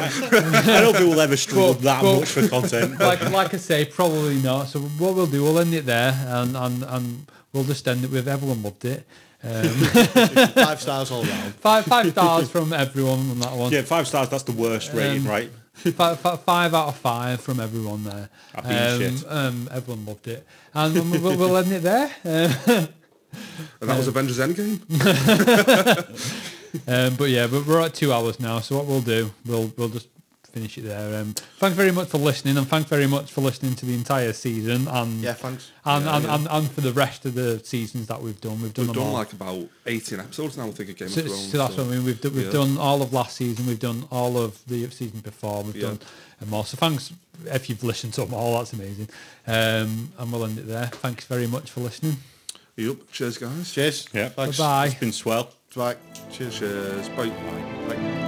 Speaker 1: I-
Speaker 4: I don't think we'll ever struggle
Speaker 1: Well,
Speaker 4: that
Speaker 1: well-
Speaker 4: much for content.
Speaker 1: like like I say, probably not. So what we'll do, we'll end it there, and and, and we'll just end it with everyone loved it. Um,
Speaker 3: Five stars all round.
Speaker 1: five five stars from everyone on that one.
Speaker 4: Yeah, five stars. That's the worst rating,
Speaker 1: Um,
Speaker 4: right?
Speaker 1: Fi- fi- five out of five from everyone there.
Speaker 4: I've been shit.
Speaker 1: um, everyone loved it, and we'll, we'll- we'll end it there. Uh,
Speaker 2: And that was Avengers Endgame.
Speaker 1: um, but yeah, but we're at two hours now. So what we'll do, we'll we'll just finish it there. Um, thanks very much for listening, and thanks very much for listening to the entire season. And
Speaker 3: Yeah, thanks.
Speaker 1: And, and, and, and for the rest of the seasons that we've done, we've done
Speaker 2: We've
Speaker 1: them
Speaker 2: done
Speaker 1: all.
Speaker 2: like about 18 episodes now, I think, of Game
Speaker 1: So,
Speaker 2: of Thrones.
Speaker 1: so that's
Speaker 2: so-
Speaker 1: what I mean. We've, do, we've
Speaker 2: Yeah.
Speaker 1: done all of last season. We've done all of the season before. We've
Speaker 2: Yeah.
Speaker 1: done and more. So thanks if you've listened to them all. That's amazing. Um, and we'll end it there. Thanks very much for listening.
Speaker 2: Yep. Cheers, guys.
Speaker 3: Cheers.
Speaker 4: Yeah.
Speaker 3: Thanks.
Speaker 1: Bye-bye.
Speaker 4: It's been swell.
Speaker 3: Bye. Cheers.
Speaker 2: Cheers. Bye.
Speaker 3: Bye.